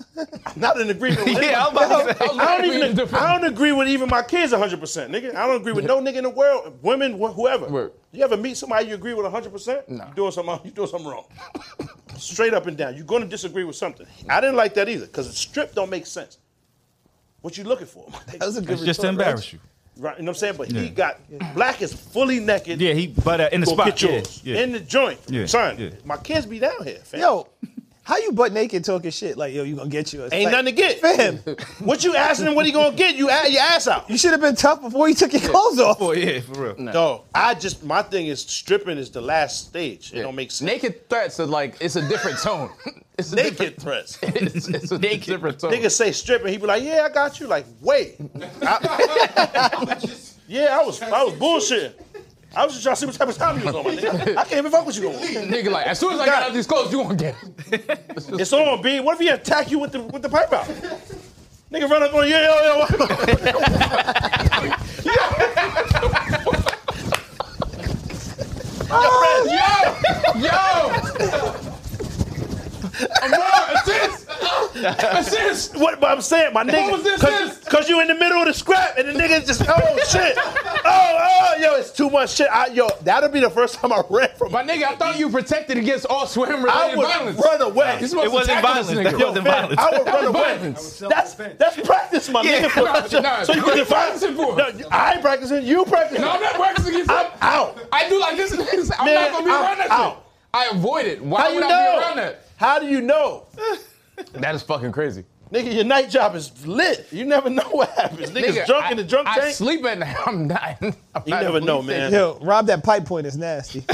I'm not in agreement with him. I don't even. I don't agree with even my kids 100, percent nigga. I don't agree with no nigga in the world, women, wh- whoever. Word. You ever meet somebody you agree with 100? percent No. You doing something? You doing something wrong? Straight up and down. You're gonna disagree with something. I didn't like that either because strip don't make sense. What you looking for? that was a good It's just to retort, Reg. embarrass you. right, you know what I'm saying? But he Yeah. got black is fully naked. Yeah, he but uh, in the Go spot. get yours Yeah, yeah. in the joint, Yeah, son. yeah. My kids be down here. Fam. Yo, how you butt naked talking shit? Like, yo, you gonna get you a ain't like, nothing to get. Fam, What you asking him? What he gonna get? You add your ass out. you should have been tough before you took your clothes off. Oh yeah, for real. No, I just my thing is stripping is the last stage. It Yeah. don't make sense. Naked threats are like it's a different tone. It's a Naked different- threats. It's, it's a different tone. Niggas say stripping, he be like, "Yeah, I got you." Like, wait, I- yeah, I was, I was bullshitting. I was just trying to see what type of time you was on, my nigga. I can't even fuck with you no more. Nigga, like as soon as I get out these clothes, you gonna get it. It's on, B. What if he attack you with the with the pipe out? Nigga run up on you, yo, yo, yo. Yo, yo. Amar, assist, assist. What but I'm saying, my nigga. was this, Cause, this? 'cause you in the middle of the scrap and the nigga just, oh shit. Oh, oh, yo, it's too much shit. I, yo, that'll be the first time I ran from My nigga, I thought you protected against all swim I related would violence. run away. You're supposed It to wasn't tackle this violence. nigga. It wasn't Man, violence. I would run away. Violence. That's that's practice, my nigga. For Nah, nah, so you you're can define. practicing for No, it. you- I ain't practicing. You practicing. No, I'm not practicing against I'm that. out. I do like this. and this. I'm Man, not gonna be I'm around that shit. out. I avoid it. Why How you would I know? be around that? How do you know? That is fucking crazy. Nigga, your night job is lit. You never know what happens. Niggas Nigga, drunk I, in the drunk I tank. sleep at night. I'm not. I'm You not never in know, the police man. station. Yo, Rob, that pipe point is nasty. Uh,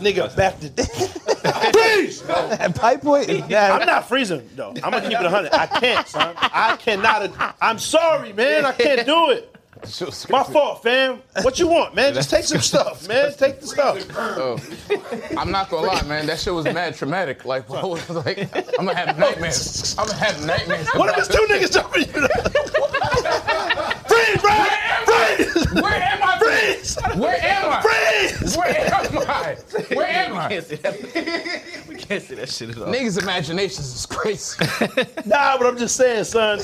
Nigga, back to Freeze! that pipe point is nasty. I'm not freezing though. I'm gonna keep it 100. I can't, son. I cannot. I'm sorry, man. I can't do it. Shit was My crazy. fault, fam. What you want, man? Just take some stuff, man. Take the stuff. Oh. I'm not gonna lie, man. That shit was mad traumatic. Like, what was like? I'm gonna have nightmares. I'm gonna have nightmares. What if it's two niggas jumping you? Freeze, bro! Freeze! Where am I? Freeze! Where am I? Freeze! Where am I? Where am I? see that. we can't see that shit at all. Niggas' imaginations is crazy. Nah, but I'm just saying, son.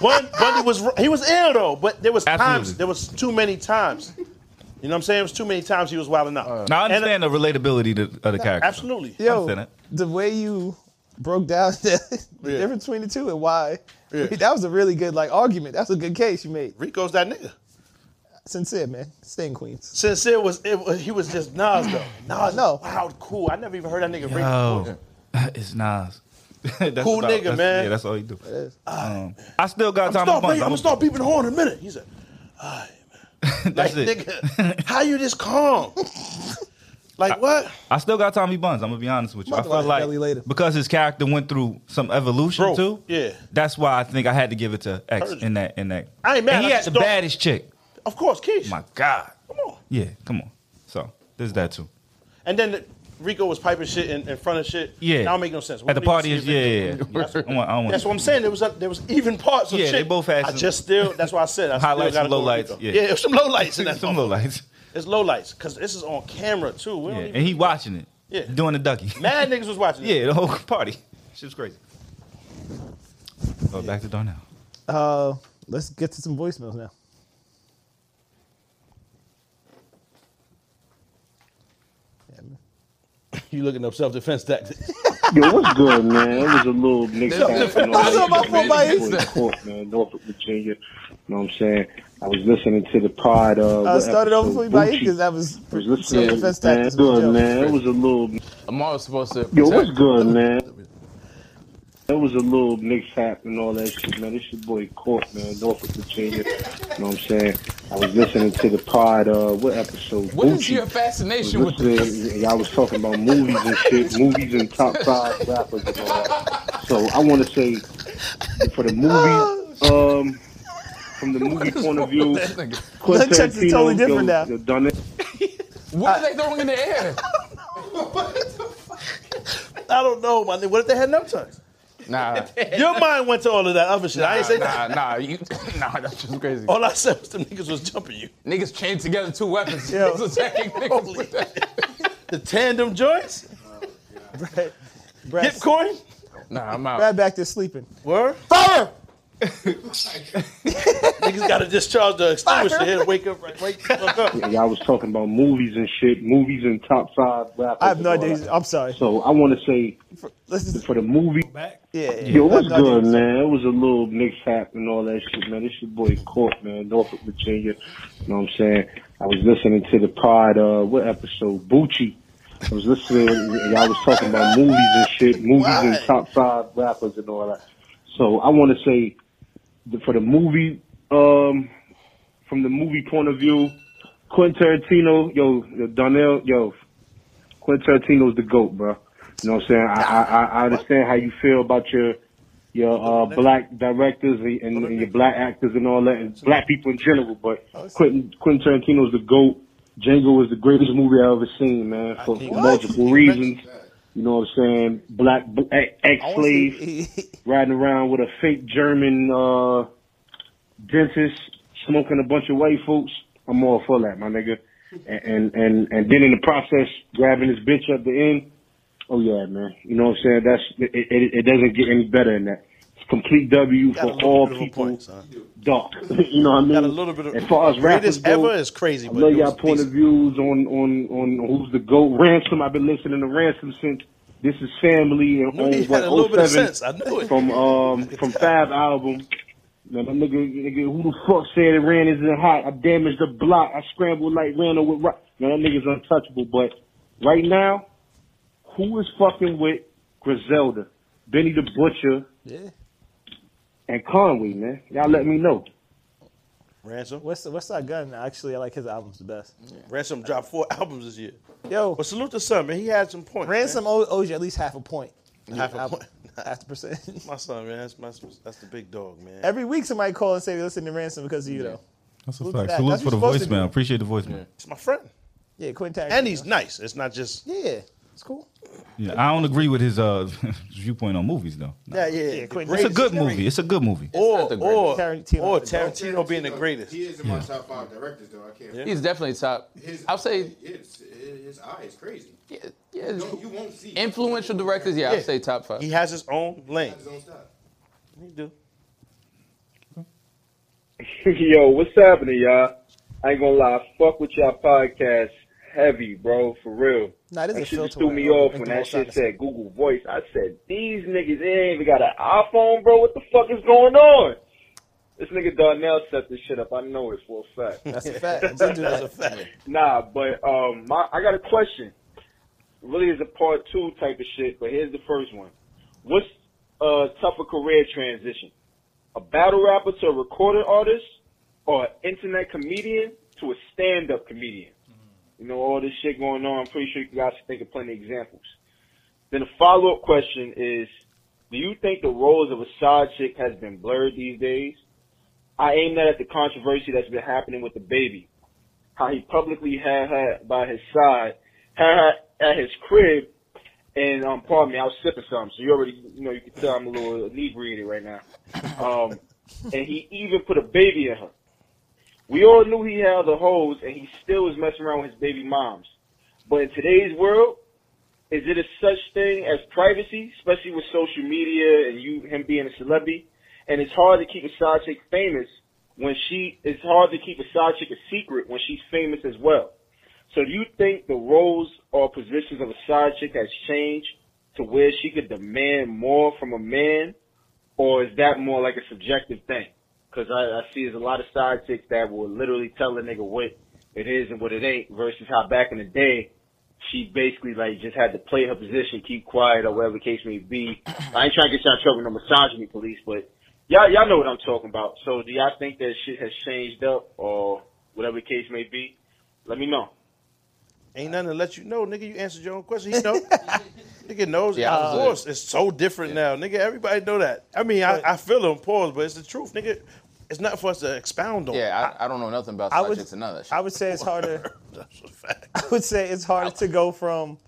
One, Bundy was he was ill though, but there was Absolutely. times there was too many times. You know what I'm saying? It was too many times he was wilding out. Now Uh, I Uh, And- understand the relatability to, of the character. Absolutely. Yo, understand the way you broke down the the Yeah. difference between the two and why. Yeah. That was a really good like argument. That's a good case you made. Rico's that nigga. Sincere, man. Stay in Queens. Since it was, it, was- he was just Nas though. Nas, No. no, wild, cool. I never even heard that nigga. Rick. Oh, it's Nas. That's Cool nigga, that's- man. Yeah, that's all he do. Um, I still got time. Stop, to I'm punch. gonna start beeping the horn in a minute. He said, That's like, it. nigga, how you this calm? like what? I still got Tommy Buns. I'm gonna be honest with you. I Mother felt like like Belly later. because his character went through some evolution Bro, too. yeah. that's why I think I had to give it to X Heard you. in that. In that, I ain't mad, And he I had just the don't- baddest chick. Of course, Keish. My God. Come on. Yeah, come on. So there's that too. And then the, Rico was piping shit in, in front of shit. Yeah. that don't make no sense. At the Niggas party is is- yeah, yeah. yeah. I don't want- I don't want- That's what I'm saying. There was a, there was even parts of Yeah, shit. they both had I some- just still. That's why I said I Highlights still and gotta go with lowlights, Rico. yeah. yeah, there's some lowlights in that. Some low lights. It's lowlights because this is on camera too. We Yeah, don't and even, he watching it. Yeah. doing the ducky. mad niggas was watching. this. Yeah, the whole party. Shit's crazy. Oh, back to Darnell. Uh, let's get to some voicemails now. Yeah, man. you looking up self defense tactics. Yo, what's good, man? It was a little mixed up. You know, That's not my fault, man. in Court, man, Norfolk, Virginia. You know what I'm saying? I was listening to the pod. Uh, Uh, what started over for episode me by because Gucci that was was self listening. man, defense tactics. was a good, joke. man. It was a little. Amar was supposed to. Yo, what's protect. good, man? That was a little mix hap and all that shit, man. This your boy Court, man, Norfolk, Virginia. You know what I'm saying? I was listening to the pod. Uh, what episode? What is Gucci. your fascination with Listening, y'all was talking about movies and shit, movies and top five rappers and all that. So I want to say, for the movie, Oh, um, from the movie point of view, this nigga? Quentin Nunchucks is Tarantino, totally different now. yo, done it. What are they throwing in the air? I don't know, my nigga. What if they had nunchucks? Nah, Your mind went to all of that other shit. I ain't say that. nah, nah, you, nah. That's just crazy. All I said was them niggas was jumping you. Niggas chained together two weapons. Yo. Niggas attacking niggas with that. Oh, The tandem joints, hip Brad, coin, Nah, I'm out. Brad back there sleeping. word. Fire! Niggas gotta discharge the extinguisher here. Wake up, right? Wake the fuck up. Y'all was talking about movies and shit, movies and top five rappers. I have no and all idea. that. I'm sorry. So I want to say, Let's just, for the movie. yeah, yeah. Yo, what's I have no idea. good, man? It was a little mix hap and all that shit, man. This your boy Court, man, Norfolk, Virginia. You know what I'm saying? I was listening to the pod, uh, what episode? Bucci. I was listening, y'all was talking about movies and shit, movies and Right. top five rappers and all that. So I want to say, the- for the movie, um, from the movie point of view, Quentin Tarantino, yo, yo Donnell, yo, Quentin Tarantino's the goat, bro. You know what I'm saying? I, I, I- I understand how you feel about your your uh, black directors and, and, and your black actors and all that, and black people in general. But Quentin, Quentin Tarantino's the goat. Django was the greatest movie I ever seen, man, for, for multiple reasons. You know what I'm saying? Black ex slave riding around with a fake German uh, dentist, smoking a bunch of white folks. I'm all for that, my nigga. And and and, and then in the process, grabbing his bitch at the end. Oh yeah, man. You know what I'm saying? That's it. It, it doesn't get any better than that. It's complete W Got a for little all bit of a people. point, son. dark. you know what I mean? Got a little bit of- as far as rappers Greatest go, ever is crazy, I but love it y'all was point of views on on on who's the goat. Ransom. I've been listening to Ransom since this is family and Knew on he had what a little bit 07 of sense. I knew it. from um from Fab album. Now, that nigga, nigga, who the fuck said it ran isn't hot? I damaged the block. I scrambled like Randall with rock. Now that nigga's untouchable. But right now, who is fucking with Griselda, Benny the Butcher, Yeah. and Conway? Man, y'all let me know. Ransom. What's what's that gun? Actually, I like his albums the best. Ransom dropped four albums this year. Yo, But salute to son, man. He had some points. man. Ransom owe, owes you at least half a point. Half a Album. point. half the percent. My son, man. That's my, that's the big dog, man. Every week somebody call and say they listen to Ransom because of you though. That's a Salute to fact. that. Salute That's for the what you're supposed to voicemail. do. Appreciate the voicemail. It's my friend, Yeah, Quentin. Tarantino. and he's nice. It's not just yeah, it's cool. Yeah, I don't agree with his uh, viewpoint on movies though. yeah, yeah. Yeah, Quentin It's a greatest. good movie. It's a good movie. Or not the greatest. or Tarantino. or Tarantino being the greatest. He is in my top five directors, though. I can't. He's definitely top. His, I'll say, his, his eye is crazy. yeah, yeah, You, you won't see. influential directors. Yeah, Yeah. I'll say top five. He has his own lane. His own style. He do. Yo, what's happening, y'all? I ain't gonna lie, I fuck with y'all podcast heavy, bro, for real. Nah, this That is shit just filter. threw right me now. off Make when the that most out shit of it. said Google Voice. I said, these niggas they ain't even got an iPhone, bro. What the fuck is going on? This nigga Darnell set this shit up. I know it for a fact. That's a fact. It did do That's that. a fact. Nah, but um, my I got a question. Really, is a part two type of shit, but here's the first one. What's a tougher career transition? A battle rapper to a recorded artist, or an internet comedian to a stand-up comedian? You know all this shit going on. I'm pretty sure you guys can think of plenty of examples. Then the follow-up question is: Do you think the roles of a side chick has been blurred these days? I aim that at the controversy that's been happening with the baby how he publicly had her by his side, had her at his crib, and um, pardon me, I was sipping something, so you already, you know, you can tell I'm a little inebriated right now. Um, and he even put a baby in her. We all knew he had the hoes, and he still was messing around with his baby moms. But in today's world, is it a such thing as privacy, especially with social media and you him being a celebrity? And it's hard to keep a side chick famous when she it's hard to keep a side chick a secret when she's famous as well. So do you think the roles or positions of a side chick has changed to where she could demand more from a man, or is that more like a subjective thing? Because I, I see there's a lot of side chicks that will literally tell a nigga what it is and what it ain't, versus how back in the day she basically like just had to play her position, keep quiet or whatever the case may be. I ain't trying to get y'all in trouble with no misogyny police, but y'all y'all know what I'm talking about. So do y'all think that shit has changed up or whatever the case may be? Let me know. Ain't nothing to let you know, nigga. You answered your own question. He know. nigga knows. Yeah, I of was like- course, it's so different now, nigga. Everybody know that. I mean, I, I feel him. Pause, but it's the truth, nigga. It's not for us to expound on. Yeah, I, I don't know nothing about I side would- chicks and none of that shit. I would say it's harder. That's a fact. I would say it's harder to go from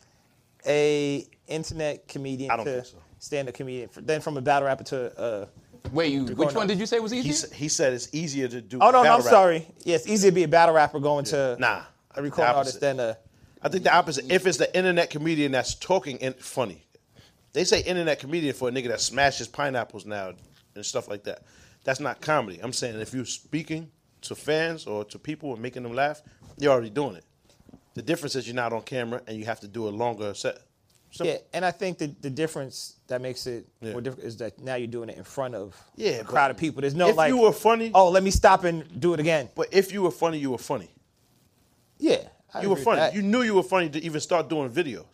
a internet comedian I don't to think so. stand-up comedian f- than from a battle rapper to. Uh, Wait, you, which going one up. did you say was easier? He, s- he said it's easier to do. oh no, no, I'm battle rap. sorry. Yeah, it's easier to be a battle rapper going to Nah, I a think recording the artist opposite. than a. I think the opposite. If it's the internet comedian that's talking and funny, they say internet comedian for a nigga that smashes pineapples now and stuff like that. That's not comedy. I'm saying if you're speaking to fans or to people and making them laugh, you're already doing it. The difference is you're not on camera and you have to do a longer set. Simple. Yeah, and I think the, the difference that makes it Yeah. more different is that now you're doing it in front of Yeah, a crowd but of people. There's no if like you were funny- Oh, let me stop and do it again. But if you were funny, you were funny. Yeah, I You were agree with funny. that. You knew you were funny to even start doing videos.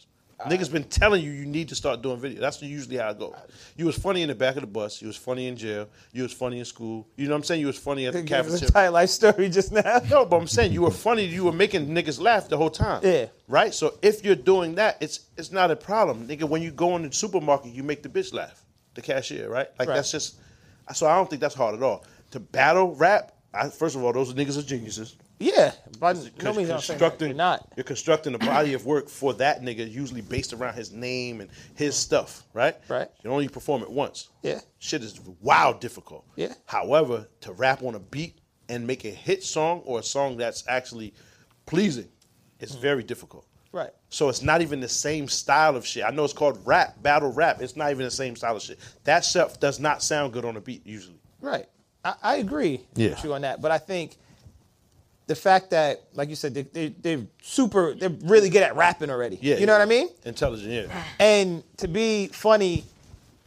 Niggas been telling you you need to start doing videos. That's usually how it goes. You was funny in the back of the bus. You was funny in jail. You was funny in school. You know what I'm saying? You was funny at the Gave us an cafeteria. entire life story just now. No, but I'm saying you were funny. You were making niggas laugh the whole time. Yeah. Right. So if you're doing that, it's it's not a problem, nigga. When you go in the supermarket, you make the bitch laugh, the cashier, right? Like Right. that's just. So I don't think that's hard at all. To battle rap, I, first of all, those niggas are geniuses. Yeah, but no Cause means I'm saying constructing you're constructing a body of work for that nigga usually based around his name and his stuff, right? Right. You only perform it once. Mm. Yeah. Shit is wild difficult. Yeah. However, to rap on a beat and make a hit song or a song that's actually pleasing is Mm. very difficult. Right. So it's not even the same style of shit. I know it's called rap, battle rap. It's not even the same style of shit. That stuff does not sound good on a beat usually. Right. I, I agree Yeah. with you on that. But I think the fact that, like you said, they, they, they're super, they're really good at rapping already. Yeah. You know what I mean? Intelligent, yeah. And to be funny,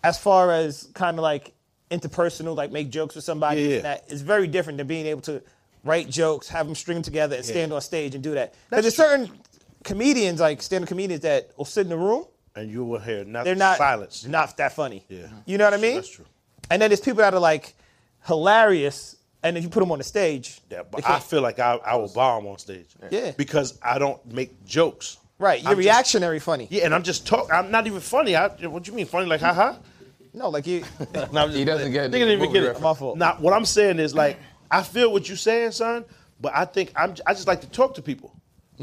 as far as kind of like interpersonal, like make jokes with somebody, Yeah, yeah. that is very different than being able to write jokes, have them string together, and Yeah. stand on stage and do that. That's Because there's certain comedians, like stand-up comedians, that will sit in the room. And you will hear not they're not silence. not that funny. Yeah. You know what I mean? That's true. And then there's people that are like hilarious, and if you put them on the stage, Yeah, they but I can't- feel like I, I will bomb on stage. Yeah. Because I don't make jokes. right, you're I'm just- reactionary funny. yeah, and I'm just talk. I'm not even funny. I, what you mean funny? Like haha? No, like you. no, he doesn't get. Nigga didn't even movie get it. reference. My fault. Now what I'm saying is like I feel what you're saying, son. But I think I'm. I just like to talk to people.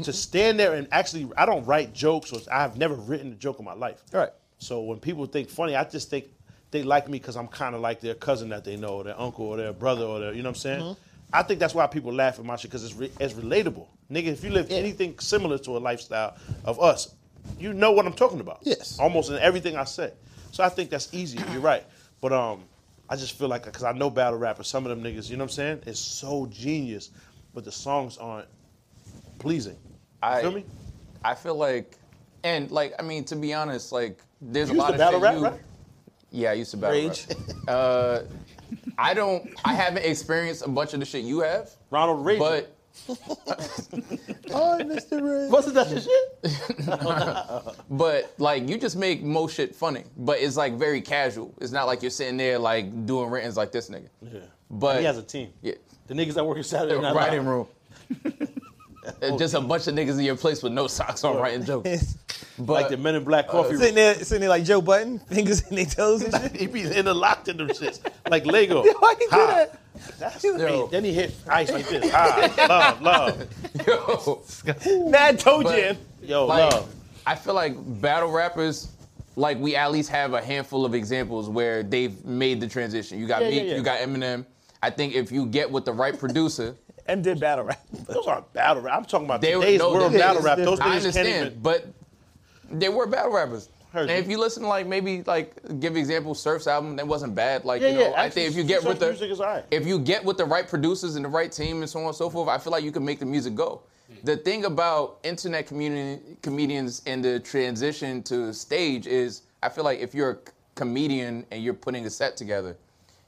To stand there and actually, I don't write jokes. Or I've never written a joke in my life. Right. So when people think funny, I just think they like me because I'm kind of like their cousin that they know, or their uncle, or their brother, or their, you know what I'm saying? I think that's why people laugh at my shit because it's, re- it's relatable. Nigga, if you live anything similar to a lifestyle of us, you know what I'm talking about. Yes. Almost in everything I say. So I think that's easier. You're right. But um, I just feel like, because I know battle rappers, some of them niggas, you know what I'm saying? It's so genius, but the songs aren't pleasing. I feel me? I feel like, and like I mean, to be honest, like there's You a used lot to of battle shit rap, you- right? Yeah, I used to battle Rage. rap. Uh, I don't. I haven't experienced a bunch of the shit you have. Ronald Reagan. But Hi, Mr. Ray. Wasn't that your shit? but like you just make most shit funny. But it's like very casual. It's not like you're sitting there like doing rentings like this nigga. Yeah. But he has a team. Yeah. The niggas that work in Saturday Night Writing Live. room. And just a bunch of niggas in your place with no socks on writing jokes. But like the Men in Black coffee room. sitting there, sitting there like Joe Button, fingers in their toes and shit. he be interlocked in them shits like Lego. Why you do Ha. that? That's Yo. Then he hit ice like this. Ah, love, love. Yo, Mad toe But- jam. Yo, like, love. I feel like battle rappers, like we at least have a handful of examples where they've made the transition. You got Yeah, Meek, yeah, yeah. you got Eminem. I think if you get with the right producer, M did battle rap. Those aren't battle rap. I'm talking about They- today's no, world they- battle rap. Those I niggas can't understand, even. but they were battle rappers. Heard and you. if you listen, like maybe like give example, Surf's album that wasn't bad. Like you know, I think if you get with the music is alright. if you get with the right producers and the right team and so on and so forth, I feel like you can make the music go. Hmm. The thing about internet community comedians and the transition to stage is, I feel like if you're a c- comedian and you're putting a set together,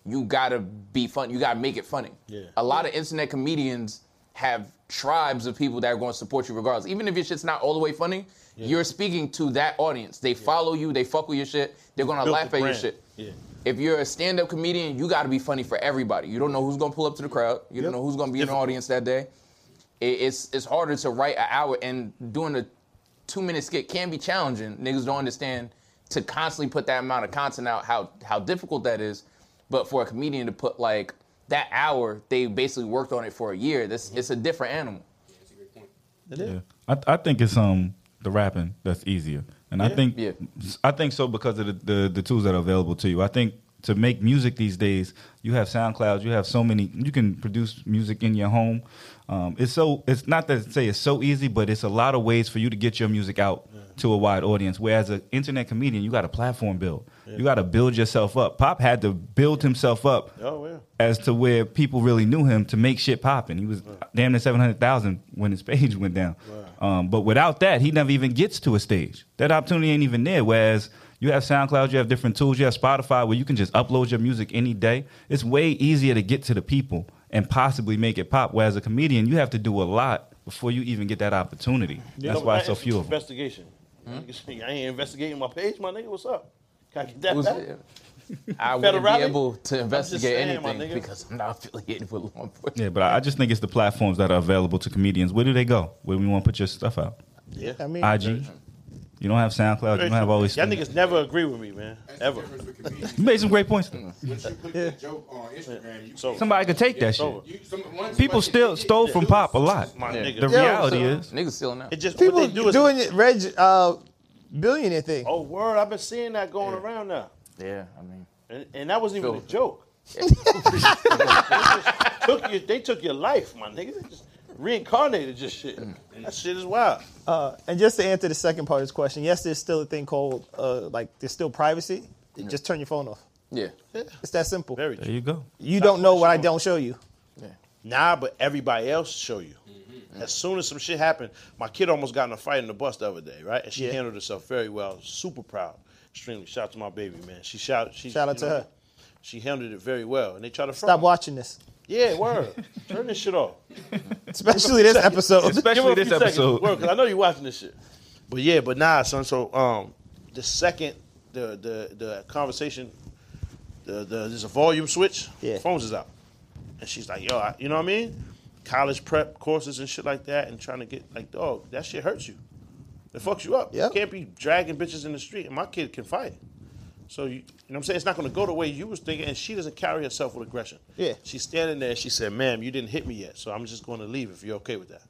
you gotta be fun. You gotta make it funny. Yeah. A lot of internet comedians have tribes of people that are going to support you regardless. Even if your shit's not all the way funny, you're speaking to that audience. They follow you. They fuck with your shit. They're gonna Built laugh at the your brand. shit. Yeah. If you're a stand-up comedian, you got to be funny for everybody. You don't know who's gonna pull up to the crowd. You don't know who's gonna be in the Difficult. audience that day. It- it's it's harder to write an hour and doing a two-minute skit can be challenging. Niggas don't understand to constantly put that amount of content out. How how difficult that is. But for a comedian to put like that hour, they basically worked on it for a year. This it's a different animal. Yeah. I, I think it's um the rapping that's easier, and I think Yeah. I think so because of the, the the tools that are available to you. I think to make music these days, you have SoundCloud, you have so many, you can produce music in your home. Um, it's so it's not that to say it's so easy, but it's a lot of ways for you to get your music out to a wide audience. Whereas an internet comedian, you got a platform build, you got to build yourself up. Pop had to build himself up Oh, yeah. as to where people really knew him to make shit poppin'. He was damn near seven hundred thousand when his page went down. Um, but without that, he never even gets to a stage. That opportunity ain't even there. Whereas you have SoundCloud, you have different tools, you have Spotify where you can just upload your music any day. It's way easier to get to the people and possibly make it pop. Whereas a comedian, you have to do a lot before you even get that opportunity. That's Yo, why that so is few of them. Investigation. Hmm? I ain't investigating my page, my nigga. What's up? Can I get that Who's- back? I wouldn't be Federale? able to investigate saying, my anything nigga. because I'm not affiliated with law enforcement. Yeah, but I I just think it's the platforms that are available to comedians. Where do they go? Where we want to put your stuff out? Yeah. I mean, IG, You don't have SoundCloud. Uh, You don't have all these. Y'all niggas never agree with me, man. Ever. You made some great points. Yeah. So Somebody could take that It's over. shit. People still stole from pop a lot. My nigga. The Yeah, reality so- is, niggas stealing now. It just People what they do is doing it, Reg uh, billionaire thing. Oh word, I've been seeing that going around now. Yeah, I mean, And, and that wasn't even a Filthy. joke. they, just took your, they took your life, my nigga. They just reincarnated your shit. Mm. That shit is wild. Uh, and just to answer the second part of this question, yes, there's still a thing called uh, like there's still privacy. You Just turn your phone off. yeah. It's that simple. Very there you go. You don't know what I don't show you. Nah, but everybody else show you. Mm-hmm. As soon as some shit happened, my kid almost got in a fight in the bus the other day, right? And she Yeah. handled herself very well. Super proud. Extremely. Shout out to my baby, man. She shout she Shout out you to know, her. She handled it very well. And they try to front Stop her. watching this, Yeah, word. Turn this shit off. especially this episode. Give her Especially a few this seconds. episode. Word, 'cause I know you watching this shit. But yeah, but nah, son. So um, the second the the the conversation, the the there's a volume switch. Yeah. Phones is out, and she's like, yo, I, you know what I mean? College prep courses and shit like that, and trying to get like, dog, that shit hurts you. It fucks you up. Yep. You can't be dragging bitches in the street, and my kid can fight. So you, you know what I'm saying? It's not going to go the way you was thinking, and she doesn't carry herself with aggression. Yeah. She's standing there. and She said, "Ma'am, you didn't hit me yet, so I'm just going to leave if you're okay with that."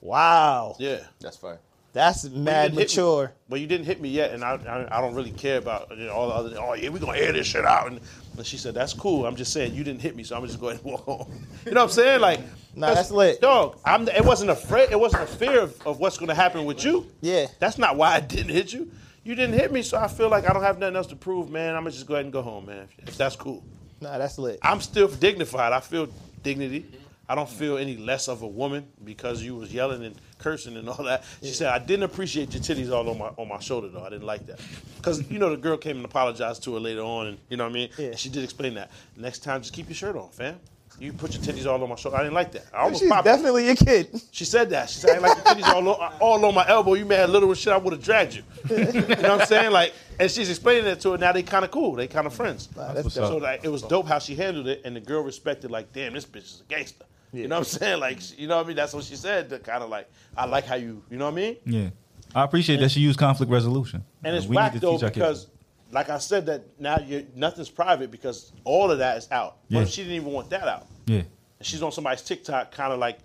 Wow, Yeah. That's fire. that's mad didn't hit me. mature. But you didn't hit me yet, and I, I, I don't really care about you know, all the other. Oh yeah, we gonna air this shit out, and, and she said that's cool. I'm just saying you didn't hit me, so I'm just going to walk home. You know what I'm saying? Like, Nah, that's lit. dog. I'm. It wasn't a fre- It wasn't a fear of, of what's gonna happen with you. Yeah. That's not why I didn't hit you. You didn't hit me, so I feel like I don't have nothing else to prove, man. I'm gonna just go ahead and go home, man. If, if that's cool, Nah, that's lit. I'm still dignified. I feel dignity. I don't feel any less of a woman because you was yelling and cursing and all that. She said, "I didn't appreciate your titties all on my on my shoulder though. I didn't like that because you know the girl came and apologized to her later on, and you know what I mean. Yeah. She did explain that. Next time, just keep your shirt on, fam. You put your titties all on my shoulder. I didn't like that. I almost She's popped. definitely your kid. She said that. She said, I ain't like your titties all on, all on my elbow. You mad little and shit, I would have dragged you. you know what I'm saying? Like, and she's explaining that to her. Now they kind of cool. They kind of friends. that's What's so like, it was dope how she handled it, and the girl respected. Like, damn, this bitch is a gangster. You know what I'm saying? Like, she- you know what I mean? That's what she said. Kind of like, I like how you. You know what I mean? Yeah, I appreciate that she used conflict resolution. And it's we whack need to though teach our because, kids. like I said, that now you're, nothing's private because all of that is out. Yeah. But she didn't even want that out. Yeah, And she's on somebody's TikTok, kind of like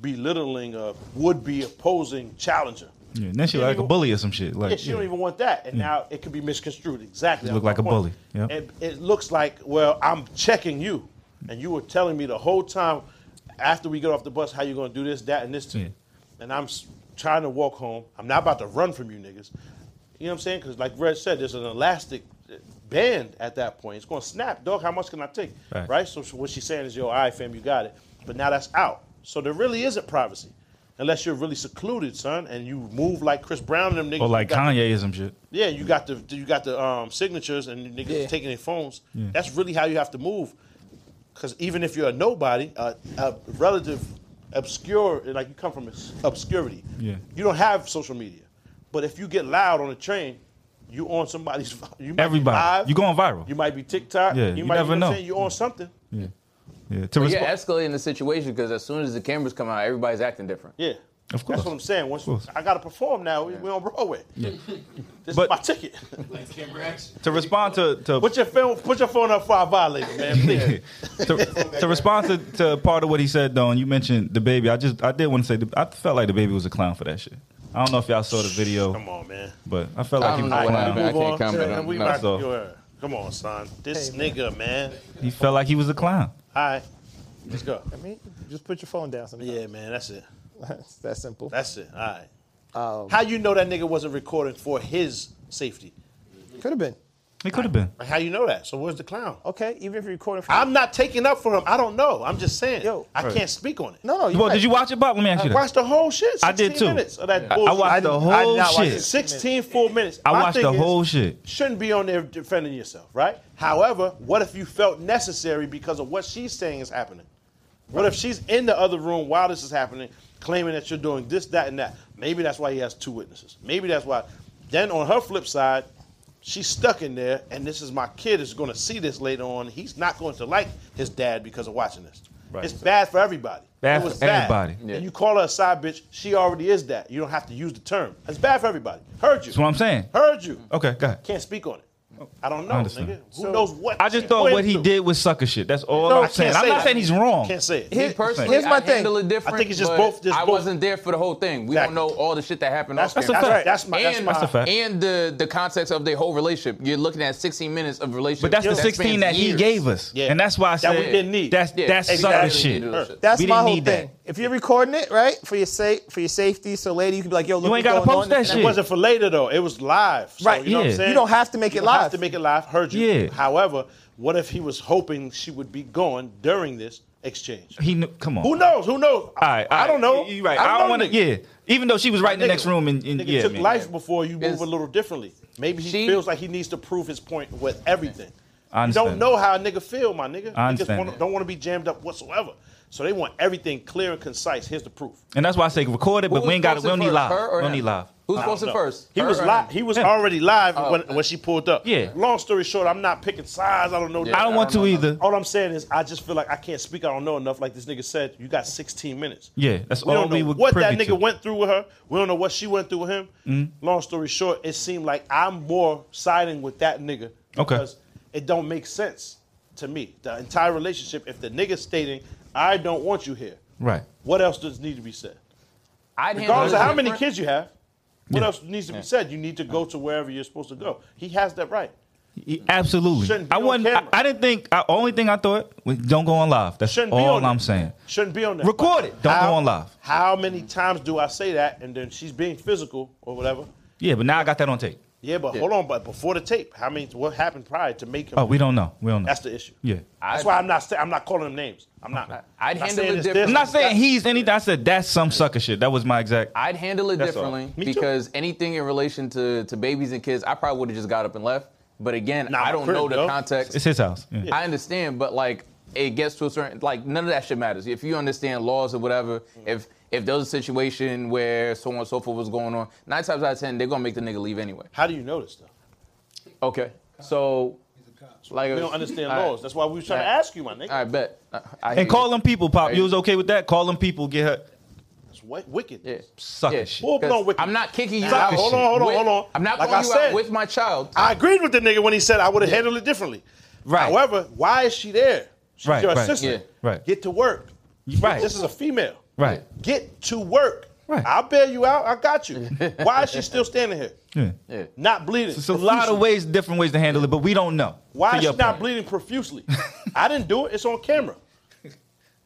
belittling a would-be opposing challenger. yeah. And then she Yeah, like you- a bully or some shit. Yeah, Like, she don't yeah. Mm. even want that, and now it could be misconstrued. Exactly, You look that's like my a point. bully. Yep. It, it looks like, well, I'm checking you, and you were telling me the whole time after we get off the bus how you're going to do this, that, and this to me, and I'm s- trying to walk home. I'm not about to run from you, niggas. You know what I'm saying? Because like Red said, there's an elastic uh, band at that point. It's going to snap, dog. How much can I take? Right. So sh- what she's saying is, yo, all right, fam, you got it. But now that's out. So there really isn't privacy. Unless you're really secluded, son, and you move like Chris Brown and them niggas. or you like got the- Kanye or some shit. yeah, you got the you got the um, signatures and niggas Yeah. taking their phones. Yeah. That's really how you have to move. Because even if you're a nobody, a, a relative obscure, like you come from obs- obscurity, Yeah. you don't have social media. But if you get loud on a train, you on somebody's. You might Everybody. be live, You going viral. You might be TikTok. Yeah, you, you might never you know. know. what I'm Mm. saying? You on something. Yeah, yeah. To But yeah, respond, escalating the situation because as soon as the cameras come out, everybody's acting different. Yeah. Of course. That's what I'm saying. Once course. I gotta perform now, we we on Broadway. This But- is my ticket. to respond to to put your phone, put your phone up for I violate it, man. Please. to, to respond to, to part of what he said, though, and you mentioned the baby. I just I did want to say the, I felt like the baby was a clown for that shit. I don't know if y'all saw the video, Come on, man. but I felt I like he don't was know a clown. what happened. I Move can't on comment to- on- we no, about to- so- yo, Come on, son. This nigga, man. He felt like he was a clown. All right, let's go. I mean, just put your phone down. Sometimes. Yeah, man. That's it. That's that simple. That's it. All right. Um, How you know that nigga wasn't recording for his safety? Could have been It could have been. Like, how you know that? So where's the clown? okay, even if you're recording. From I'm not taking up for him. I don't know. I'm just saying. Yo. I Right. can't speak on it. no, no. you Well, right. did you watch it, Bob? Let me ask you I that. watched the whole shit. 16 I did too. Minutes of that I, I bullshit. watched the whole not watch shit. it. 16 full minutes. I My watched thing the is, whole shit. Shouldn't be on there defending yourself, right? However, what if you felt necessary because of what she's saying is happening? What if she's in the other room while this is happening, claiming that you're doing this, that, and that? Maybe that's why he has two witnesses. Maybe that's why. Then on her flip side, she's stuck in there, and this is my kid is going to see this later on. He's not going to like his dad because of watching this. Right. It's bad for everybody. Bad It was for everybody. Yeah. And you call her a side bitch, she already is that. You don't have to use the term. It's bad for everybody. Heard you. That's what I'm saying. Heard you. Okay, go ahead. Oh, Can't speak on it. I don't know, I understand. nigga. Who knows what? I just she thought went what he through. did was sucker shit. That's all No, I'm saying. can't I'm say not that. saying he's wrong. Can't say it. Me personally, here's my I thing. handle it different. I think it's just but both- just I both. wasn't there for the whole thing. We Exactly. don't know all the shit that happened. That's- off that's a camera. fact. That's my- that's and, my- That's a fact. And the the context of their whole relationship. You're looking at 16 minutes of But relationship. that's the that 16 spans that he years. gave us, and that's why I That said we didn't need. That's Yeah, that's exactly. We sucker didn't shit. need That's we my didn't whole need thing. If you're recording it, right, for your safe for your safety, so later you can be like, yo, look, You ain't gotta what's going post on. that It shit. wasn't for later though. It was live. So, Right, You know what yeah. I'm saying? You don't have to make it You don't have live. to make it live. Heard you. Yeah. However, what if he was hoping she would be gone during this exchange? He knew, come on. Who knows? Who knows? All right, I don't know. You- You're right. I don't I don't know, want to. Yeah, nigga. even though she was right in the Nigga- next room, and, and nigga yeah, took man. life before you move It's- a little differently. Maybe he She- feels like he needs to prove his point with everything. I You don't understand. know how a nigga feel, my nigga. I Niggas understand wanna- that. don't want to be jammed up whatsoever. So they want everything clear and concise. Here's the proof. and that's why I say record it, Who but we was ain't got it. We posted don't need first, live. her or We don't him? need live. Who's posted No. first? He Her was or live. him? He was Him. already live Oh, when, okay. when she pulled up. Yeah. Long story short, I'm not picking sides. I don't know. I don't want know to nothing. either. All I'm saying is, I just feel like I can't speak. I don't know enough. Like this nigga said, you got 16 minutes. Yeah, that's we all don't know we were what that privy nigga to. Mm-hmm. went through with her. We don't know what she went through with him. Long story short, it seemed like I'm more siding with that nigga Okay. because it don't make sense to me. The entire relationship, if the nigga stating, "I don't want you here," Right. what else does need to be said? I'd handle Regardless it of how many different. kids you have, what Yeah. else needs to be said? You need to go to wherever you're supposed to go. He has that right. He- Absolutely. Shouldn't be I on wasn't. I, camera. I didn't think. I, only thing I thought was don't go on live. That's Shouldn't be all on I'm it. saying. Shouldn't be on there. Record it. Don't go on live. How many times do I say that? And then she's being physical or whatever. Yeah, but now I got that on tape. Yeah, but Yeah. hold on. But before the tape, how many? What happened prior to make him? Oh, we don't know. We don't know. That's the issue. Yeah. That's why I'm not. Say, I'm not calling them names. I'm not. I'd I'm not handle saying it it's this, different. I'm not saying he's anything. I said that's some sucker shit. That was my exact. I'd handle it That's all. differently Me too. because anything in relation to, to babies and kids, I probably would have just got up and left. But again, Nah, I don't crib, know the yo. context. It's his house. Yeah. I understand, but like it gets to a certain like none of that shit matters. If you understand laws or whatever, Mm-hmm. if if there was a situation where so on and so forth was going on, nine times out of ten, they're gonna make the nigga leave anyway. How do you know this stuff? Okay. So like We don't understand all right. Uh, laws. That's why we was trying to All right. ask you, my nigga. I bet. I, I hear And call you. them people, pop. Hey. You was okay with that? Call them people. Get her It's wa- wicked. Yeah. sucker Yeah. shit. Full blown 'Cause wicked. I'm not kicking you Nah, out. hold on, hold on, with- hold on. I'm not Like calling I you said- out with my child. I agreed with the nigga when he said I would have handled it differently. Right. However, why is she there? She's Right, your right. assistant. Yeah. Right. Get to work. Right. This is a female. Right. Get to work. Right. I'll bail you out. I got you. why is she still standing here? Yeah. Yeah. Not bleeding. It's a lot of profusely? ways, different ways to handle it, but we don't know. Why To is she your not point. bleeding profusely? I didn't do it. It's on camera.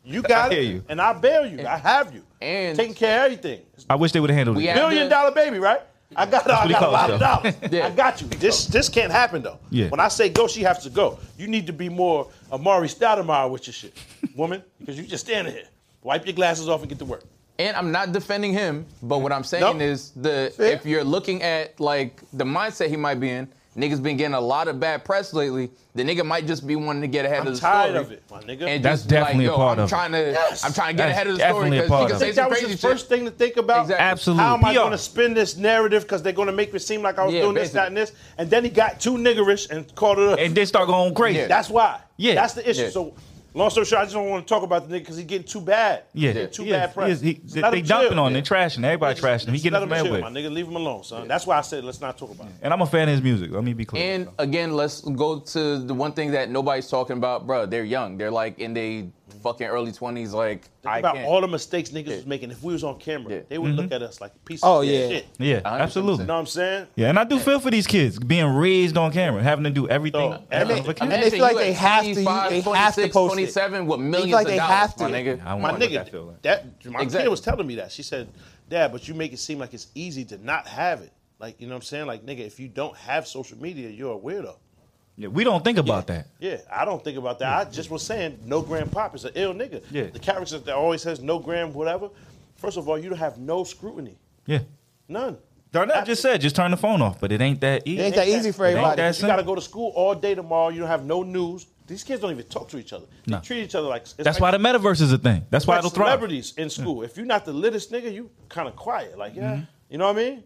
You got I it, hear you. and I bail you. I have you. and- taking care of everything. I wish they would have handled We it. had- Billion dollar baby, right? I got, I what he got a calls lot of dollars. himself. Yeah. I got you. This this can't happen though. Yeah. When I say go, she has to go. You need to be more Amari Stoudemire with your shit, woman, because you just standing here. Wipe your glasses off and get to work. And I'm not defending him, but what I'm saying Nope. is the Fair. if you're looking at like the mindset he might be in, niggas been getting a lot of bad press lately. The nigga might just be wanting to get ahead I'm of the tired story. of it, my nigga. And That's just be definitely a like, Yo, part I'm of it. trying to Yes. I'm trying to get That's ahead of the story definitely a because part of he can it. say think that some was crazy his shit. first thing to think about. Exactly. Absolutely. How am I PR. going to spin this narrative? Because they're going to make it seem like I was Yeah, doing this, that, and this. And then he got too niggerish and called it. A, And then start going crazy. Yeah. That's why. Yeah. That's the issue. Yeah. So, long story short, I just don't want to talk about the nigga because he's getting too bad. Yeah, He's getting too He is- bad press. he is- he- Just they let they him dumping chill. on, they trashing, everybody Just- trashing him. He just getting let his him man chill, with. my nigga. Leave him alone, son. That's why I said let's not talk about it. And I'm a fan of his music. Let me be clear. And again, let's go to the one thing that nobody's talking about, bro. They're young. They're like in their fucking early twenties. Like Think I about can't. all the mistakes niggas was making. If we was on camera, Yeah. they would look at us like a piece Oh, of yeah. shit. Mm-hmm. yeah, 100%. absolutely. You know what I'm saying? Yeah, and I do feel for these kids being raised on camera, having to do everything. Dog, in front everything. of a And camera. they feel like you at they have to- you- 25, they have to 26, post it. 27 with millions like of they dollars, have to. my nigga. I don't My know what that nigga, that, feel like. my Exactly. kid was telling me that. She said, "Dad, but you make it seem like it's easy to not have it. Like you know what I'm saying? Like nigga, if you don't have social media, you're a weirdo." Yeah, we don't think about that. Yeah, I don't think about that. I just was saying, no grand pop is an ill nigga. Yeah. The character that always says no grand whatever. First of all, you don't have no scrutiny, Yeah. none. Darnell just said, just turn the phone off, but it ain't that easy. It ain't that easy for Ain't everybody. that You got to go to school all day tomorrow. You don't have no news. These kids don't even talk to each other. They No. treat each other like it's That's like- why the metaverse is a thing. That's why like it'll thrive. celebrities in school. If you're Mm-hmm. not the littest nigga, you kind of quiet. Like, yeah, you know what I mean?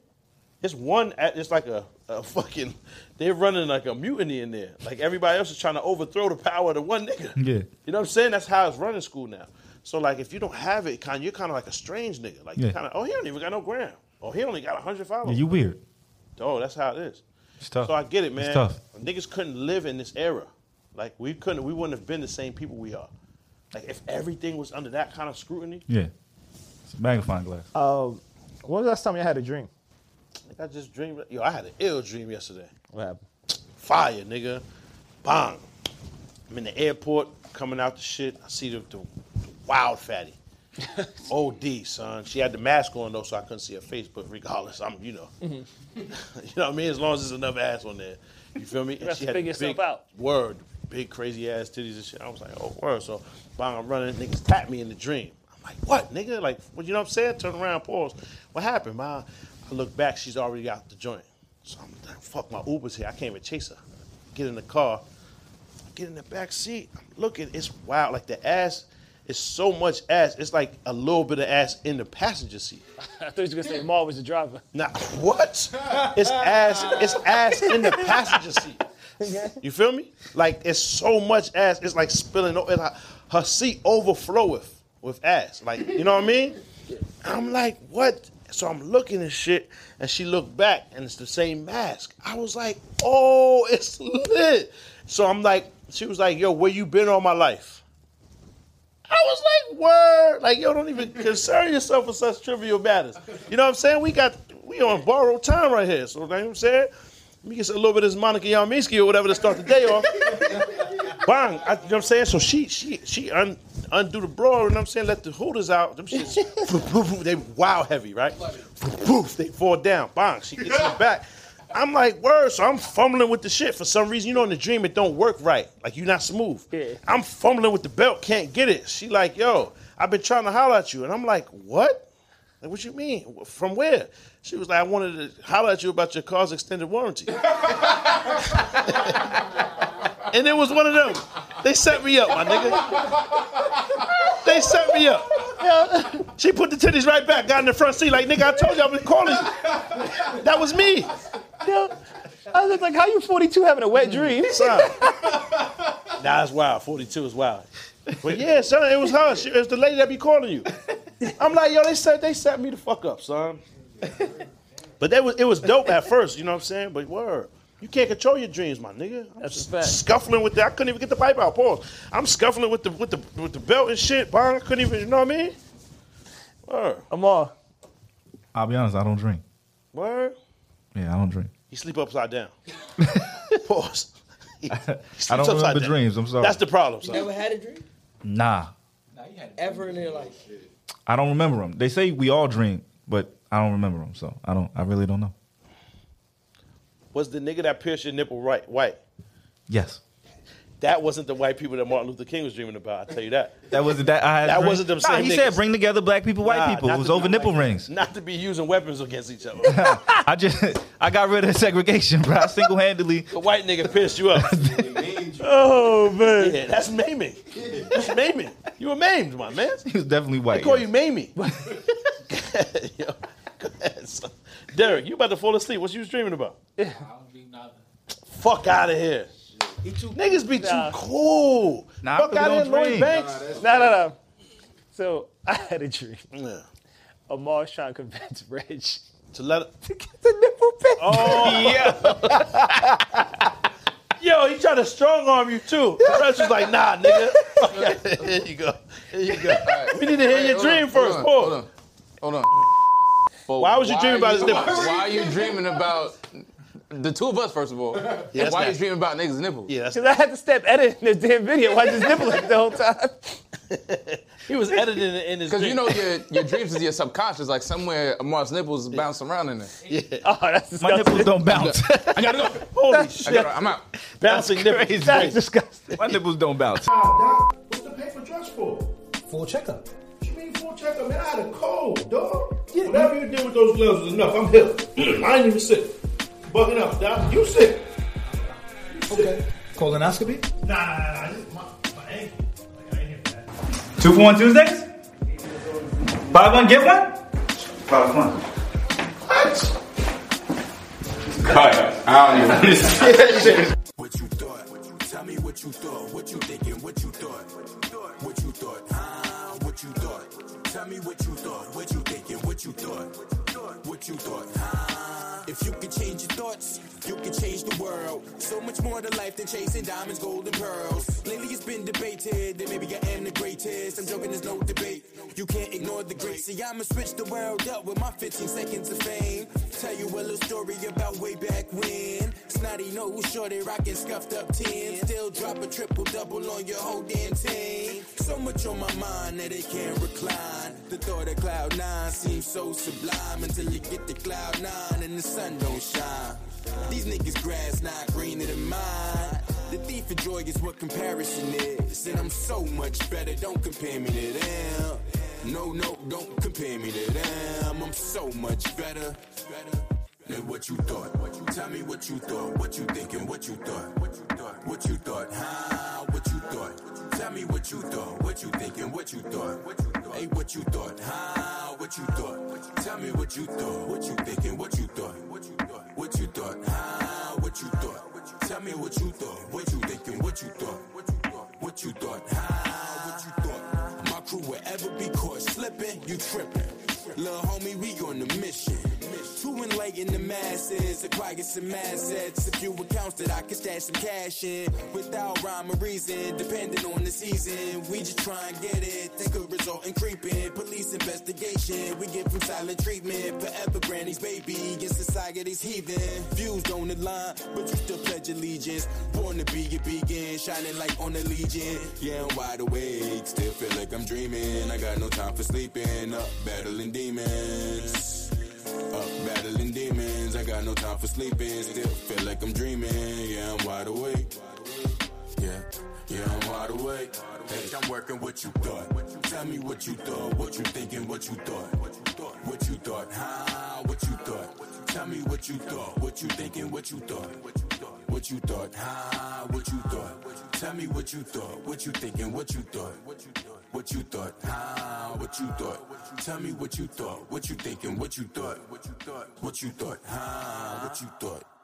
It's one. At, it's like a a fucking. They're running like a mutiny in there. Like everybody else is trying to overthrow the power of the one nigga. Yeah. You know what I'm saying? That's how it's running school now. So like, if you don't have it, kind you're kind of like a strange nigga. Like you Yeah. kind of, oh, he don't even got no gram. Oh, he only got hundred followers. Yeah, you weird. Oh, that's how it is. It's tough. So I get it, man. It's tough. Niggas couldn't live in this era. Like we couldn't, we wouldn't have been the same people we are. Like if everything was under that kind of scrutiny, Yeah. It's a magnifying glass. Um, when was the last time you had a dream? like I just dreamed. Yo, I had an ill dream yesterday. What happened? Fire, nigga. Bang. I'm in the airport, coming out the shit. I see the, the wild fatty. OD, son. She had the mask on though, so I couldn't see her face. But regardless, I'm, you know, you know what I mean. As long as there's enough ass on there, you feel me? have to figure yourself out. Word, big crazy ass titties and shit. I was like, oh word. So, bang, I'm running. Niggas tap me in the dream. I'm like, what, nigga? Like, well, you know what I'm saying? Turn around, pause. What happened, man? I look back. She's already out the joint. So I'm like, fuck, my Uber's here. I can't even chase her. Get in the car. Get in the back seat. I'm looking. It's wild. Like the ass. It's so much ass. It's like a little bit of ass in the passenger seat. I thought you was gonna say Maul was the driver. Nah, what? It's ass. It's ass in the passenger seat. You feel me? Like it's so much ass. It's like spilling. o- It's like her seat overflow with with ass. Like you know what I mean? I'm like, what? So I'm looking at shit, and she looked back, and it's the same mask. I was like, oh, it's lit. So I'm like, she was like, yo, where you been all my life? I was like, word, like yo, don't even concern yourself with such trivial matters. You know what I'm saying? We got we on borrowed time right here. So you know what I'm saying? Let me get a little bit of this Monica Yarminski or whatever to start the day off. Bang! I, you know what I'm saying? So she she she un, undo the bra, you know what I'm saying? Let the hooters out. Them shits, poof, poof, poof, they wow heavy, right? Poof, poof, they fall down. Bang! She gets in the back. I'm like, word. So I'm fumbling with the shit for some reason. You know, in the dream, it don't work right. Like you're not smooth. I'm fumbling with the belt, can't get it. She like, yo, I've been trying to holler at you, and I'm like, what? Like, what you mean? From where? She was like, I wanted to holler at you about your car's extended warranty. and it was one of them. They set me up, my nigga. They set me up. She put the titties right back, got in the front seat, like, nigga, I told you I've been calling you. That was me. I was like, how you 42 having a wet dream? Son. Nah, it's wild. 42 is wild. But yeah, son, it was her. She, it was the lady that be calling you. I'm like, yo, they set they set me the fuck up, son. But that was it was dope at first, you know what I'm saying? But word. You can't control your dreams, my nigga. I'm That's fact. scuffling with that. I couldn't even get the pipe out. Pause. I'm scuffling with the with the with the belt and shit. Bond. I couldn't even, you know what I mean? Word. I'm all. I'll be honest, I don't drink. Word. Yeah, I don't drink. He sleep upside down. Pause. He, he sleeps I don't upside remember down. dreams. I'm sorry. That's the problem, You son. never had a dream? Nah, Ever in your life? I don't remember them. They say we all drink, but I don't remember them. So I don't. I really don't know. was the nigga that pierced your nipple right white. Yes, That wasn't the white people that Martin Luther King was dreaming about. I tell you that. that wasn't that. I had a That drink. wasn't them Nah, same he niggas. said bring together black people, white Nah, people. It not was to over be nipple like- rings. Not to be using weapons against each other. I just I got rid of segregation, bro. I single handedly. the white nigga pissed you up. oh man, yeah, that's maiming. That's maiming. You were maimed, my man. He was definitely They white. call yeah. you Mamie. Yo, go ahead, son. Derek, you about to fall asleep? What you was dreaming about? Yeah. Fuck out of here. Niggas be Nah. too cool. Nah, Fuck I out really don't of here, Lloyd dream. Banks. No, no, no. So I had a dream. Yeah. Amar's trying to convince Rich To let to get the nipple pic. Yo, he tried to strong arm you too. Fresh was like, nah, nigga. Okay, here you go. Here you go. We need to hear your dream first. Hold Pause. on, hold on. Hold on. But Why was you dreaming about are his nipples? Why are you dreaming about the two of us, first of all? that's why are you nice. dreaming about niggas' nipples? Yeah, that's Because I had to step editing this damn video. Why just nipple it the whole time? he was editing it in his Because dream. you know your, your dreams is your subconscious. Like somewhere Amar's nipples bounce around in there. Oh, that's disgusting. My nipples don't bounce. I gotta go. Holy I shit. gotta, I'm out. Bouncing nipples. That's disgusting. My nipples don't bounce. What's the paper dress for? Full checkup. What you mean full checkup, man? I had a cold, dog. Whatever you did with those gloves was enough. I'm here. I ain't even sick. Bugging up, dog. You sick. Okay. Colonoscopy? Nah, nah, nah, nah. Just my, my ankle. Like, I ain't here for that. Two for one Tuesdays. Buy one get one. Buy one. What? Cut. I don't even understand. What you thought, huh? If you could change your thoughts, you could change the world. So much more to life than chasing diamonds, gold, and pearls. Lately it's been debated that maybe I am the greatest. I'm joking, there's no debate. You can't ignore the great. See, I'ma switch the world up with my 15 seconds of fame. Tell you a little story about way back when. Snotty nose, shorty rockin' scuffed up 10. Still drop a triple double on your whole damn team. So much on my mind that it can't recline. The thought of cloud nine seems so sublime until you get to cloud nine and the sun don't shine. These niggas grass not greener than mine. The thief of joy is what comparison is. And I'm so much better, don't compare me to them. No, no, don't compare me to them. I'm so much better. Than what you thought. Tell me what you thought, what you thinking, what you thought, what you thought, what you thought, huh? What you thought. Tell me what you thought, what you thinking, what you thought, what you thought. Hey, what you thought, huh? What you thought. Tell me what you thought, what you thinking, what you thought, what you thought, what you thought, huh? What you thought. Tell me what you thought, what you thinking, what you thought, what you thought, what you thought, huh? What you thought. My crew will ever be caught slipping, you tripping. Lil' homie, we on the mission. To enlighten the masses, acquire some assets. A few accounts that I can stash some cash in. Without rhyme or reason, depending on the season. We just try and get it. That could result in creeping. Police investigation, we get from silent treatment. Forever Granny's baby, in society's heathen. Views don't align, but you still pledge allegiance. Born to be a beacon, shining light on the legion. Yeah, I'm wide awake, still feel like I'm dreaming. I got no time for sleeping, up battling demons. Up battling demons, I got no time for sleeping. Still feel like I'm dreaming. Yeah, I'm wide awake. Yeah, yeah, I'm wide awake. Bitch, I'm working what you thought. Tell me what you thought, what you thinking, what you thought, what you thought, what you thought, huh? What you thought. Tell me what you thought, what you thinking, what you thought, what you thought, what you thought, huh? What you thought. Tell me what you thought, what you thinking, what you thought, what you thought, what you thought, huh? What you thought. Tell me what you thought, what you thinking, what you thought, what you thought, what you thought, huh? What you thought.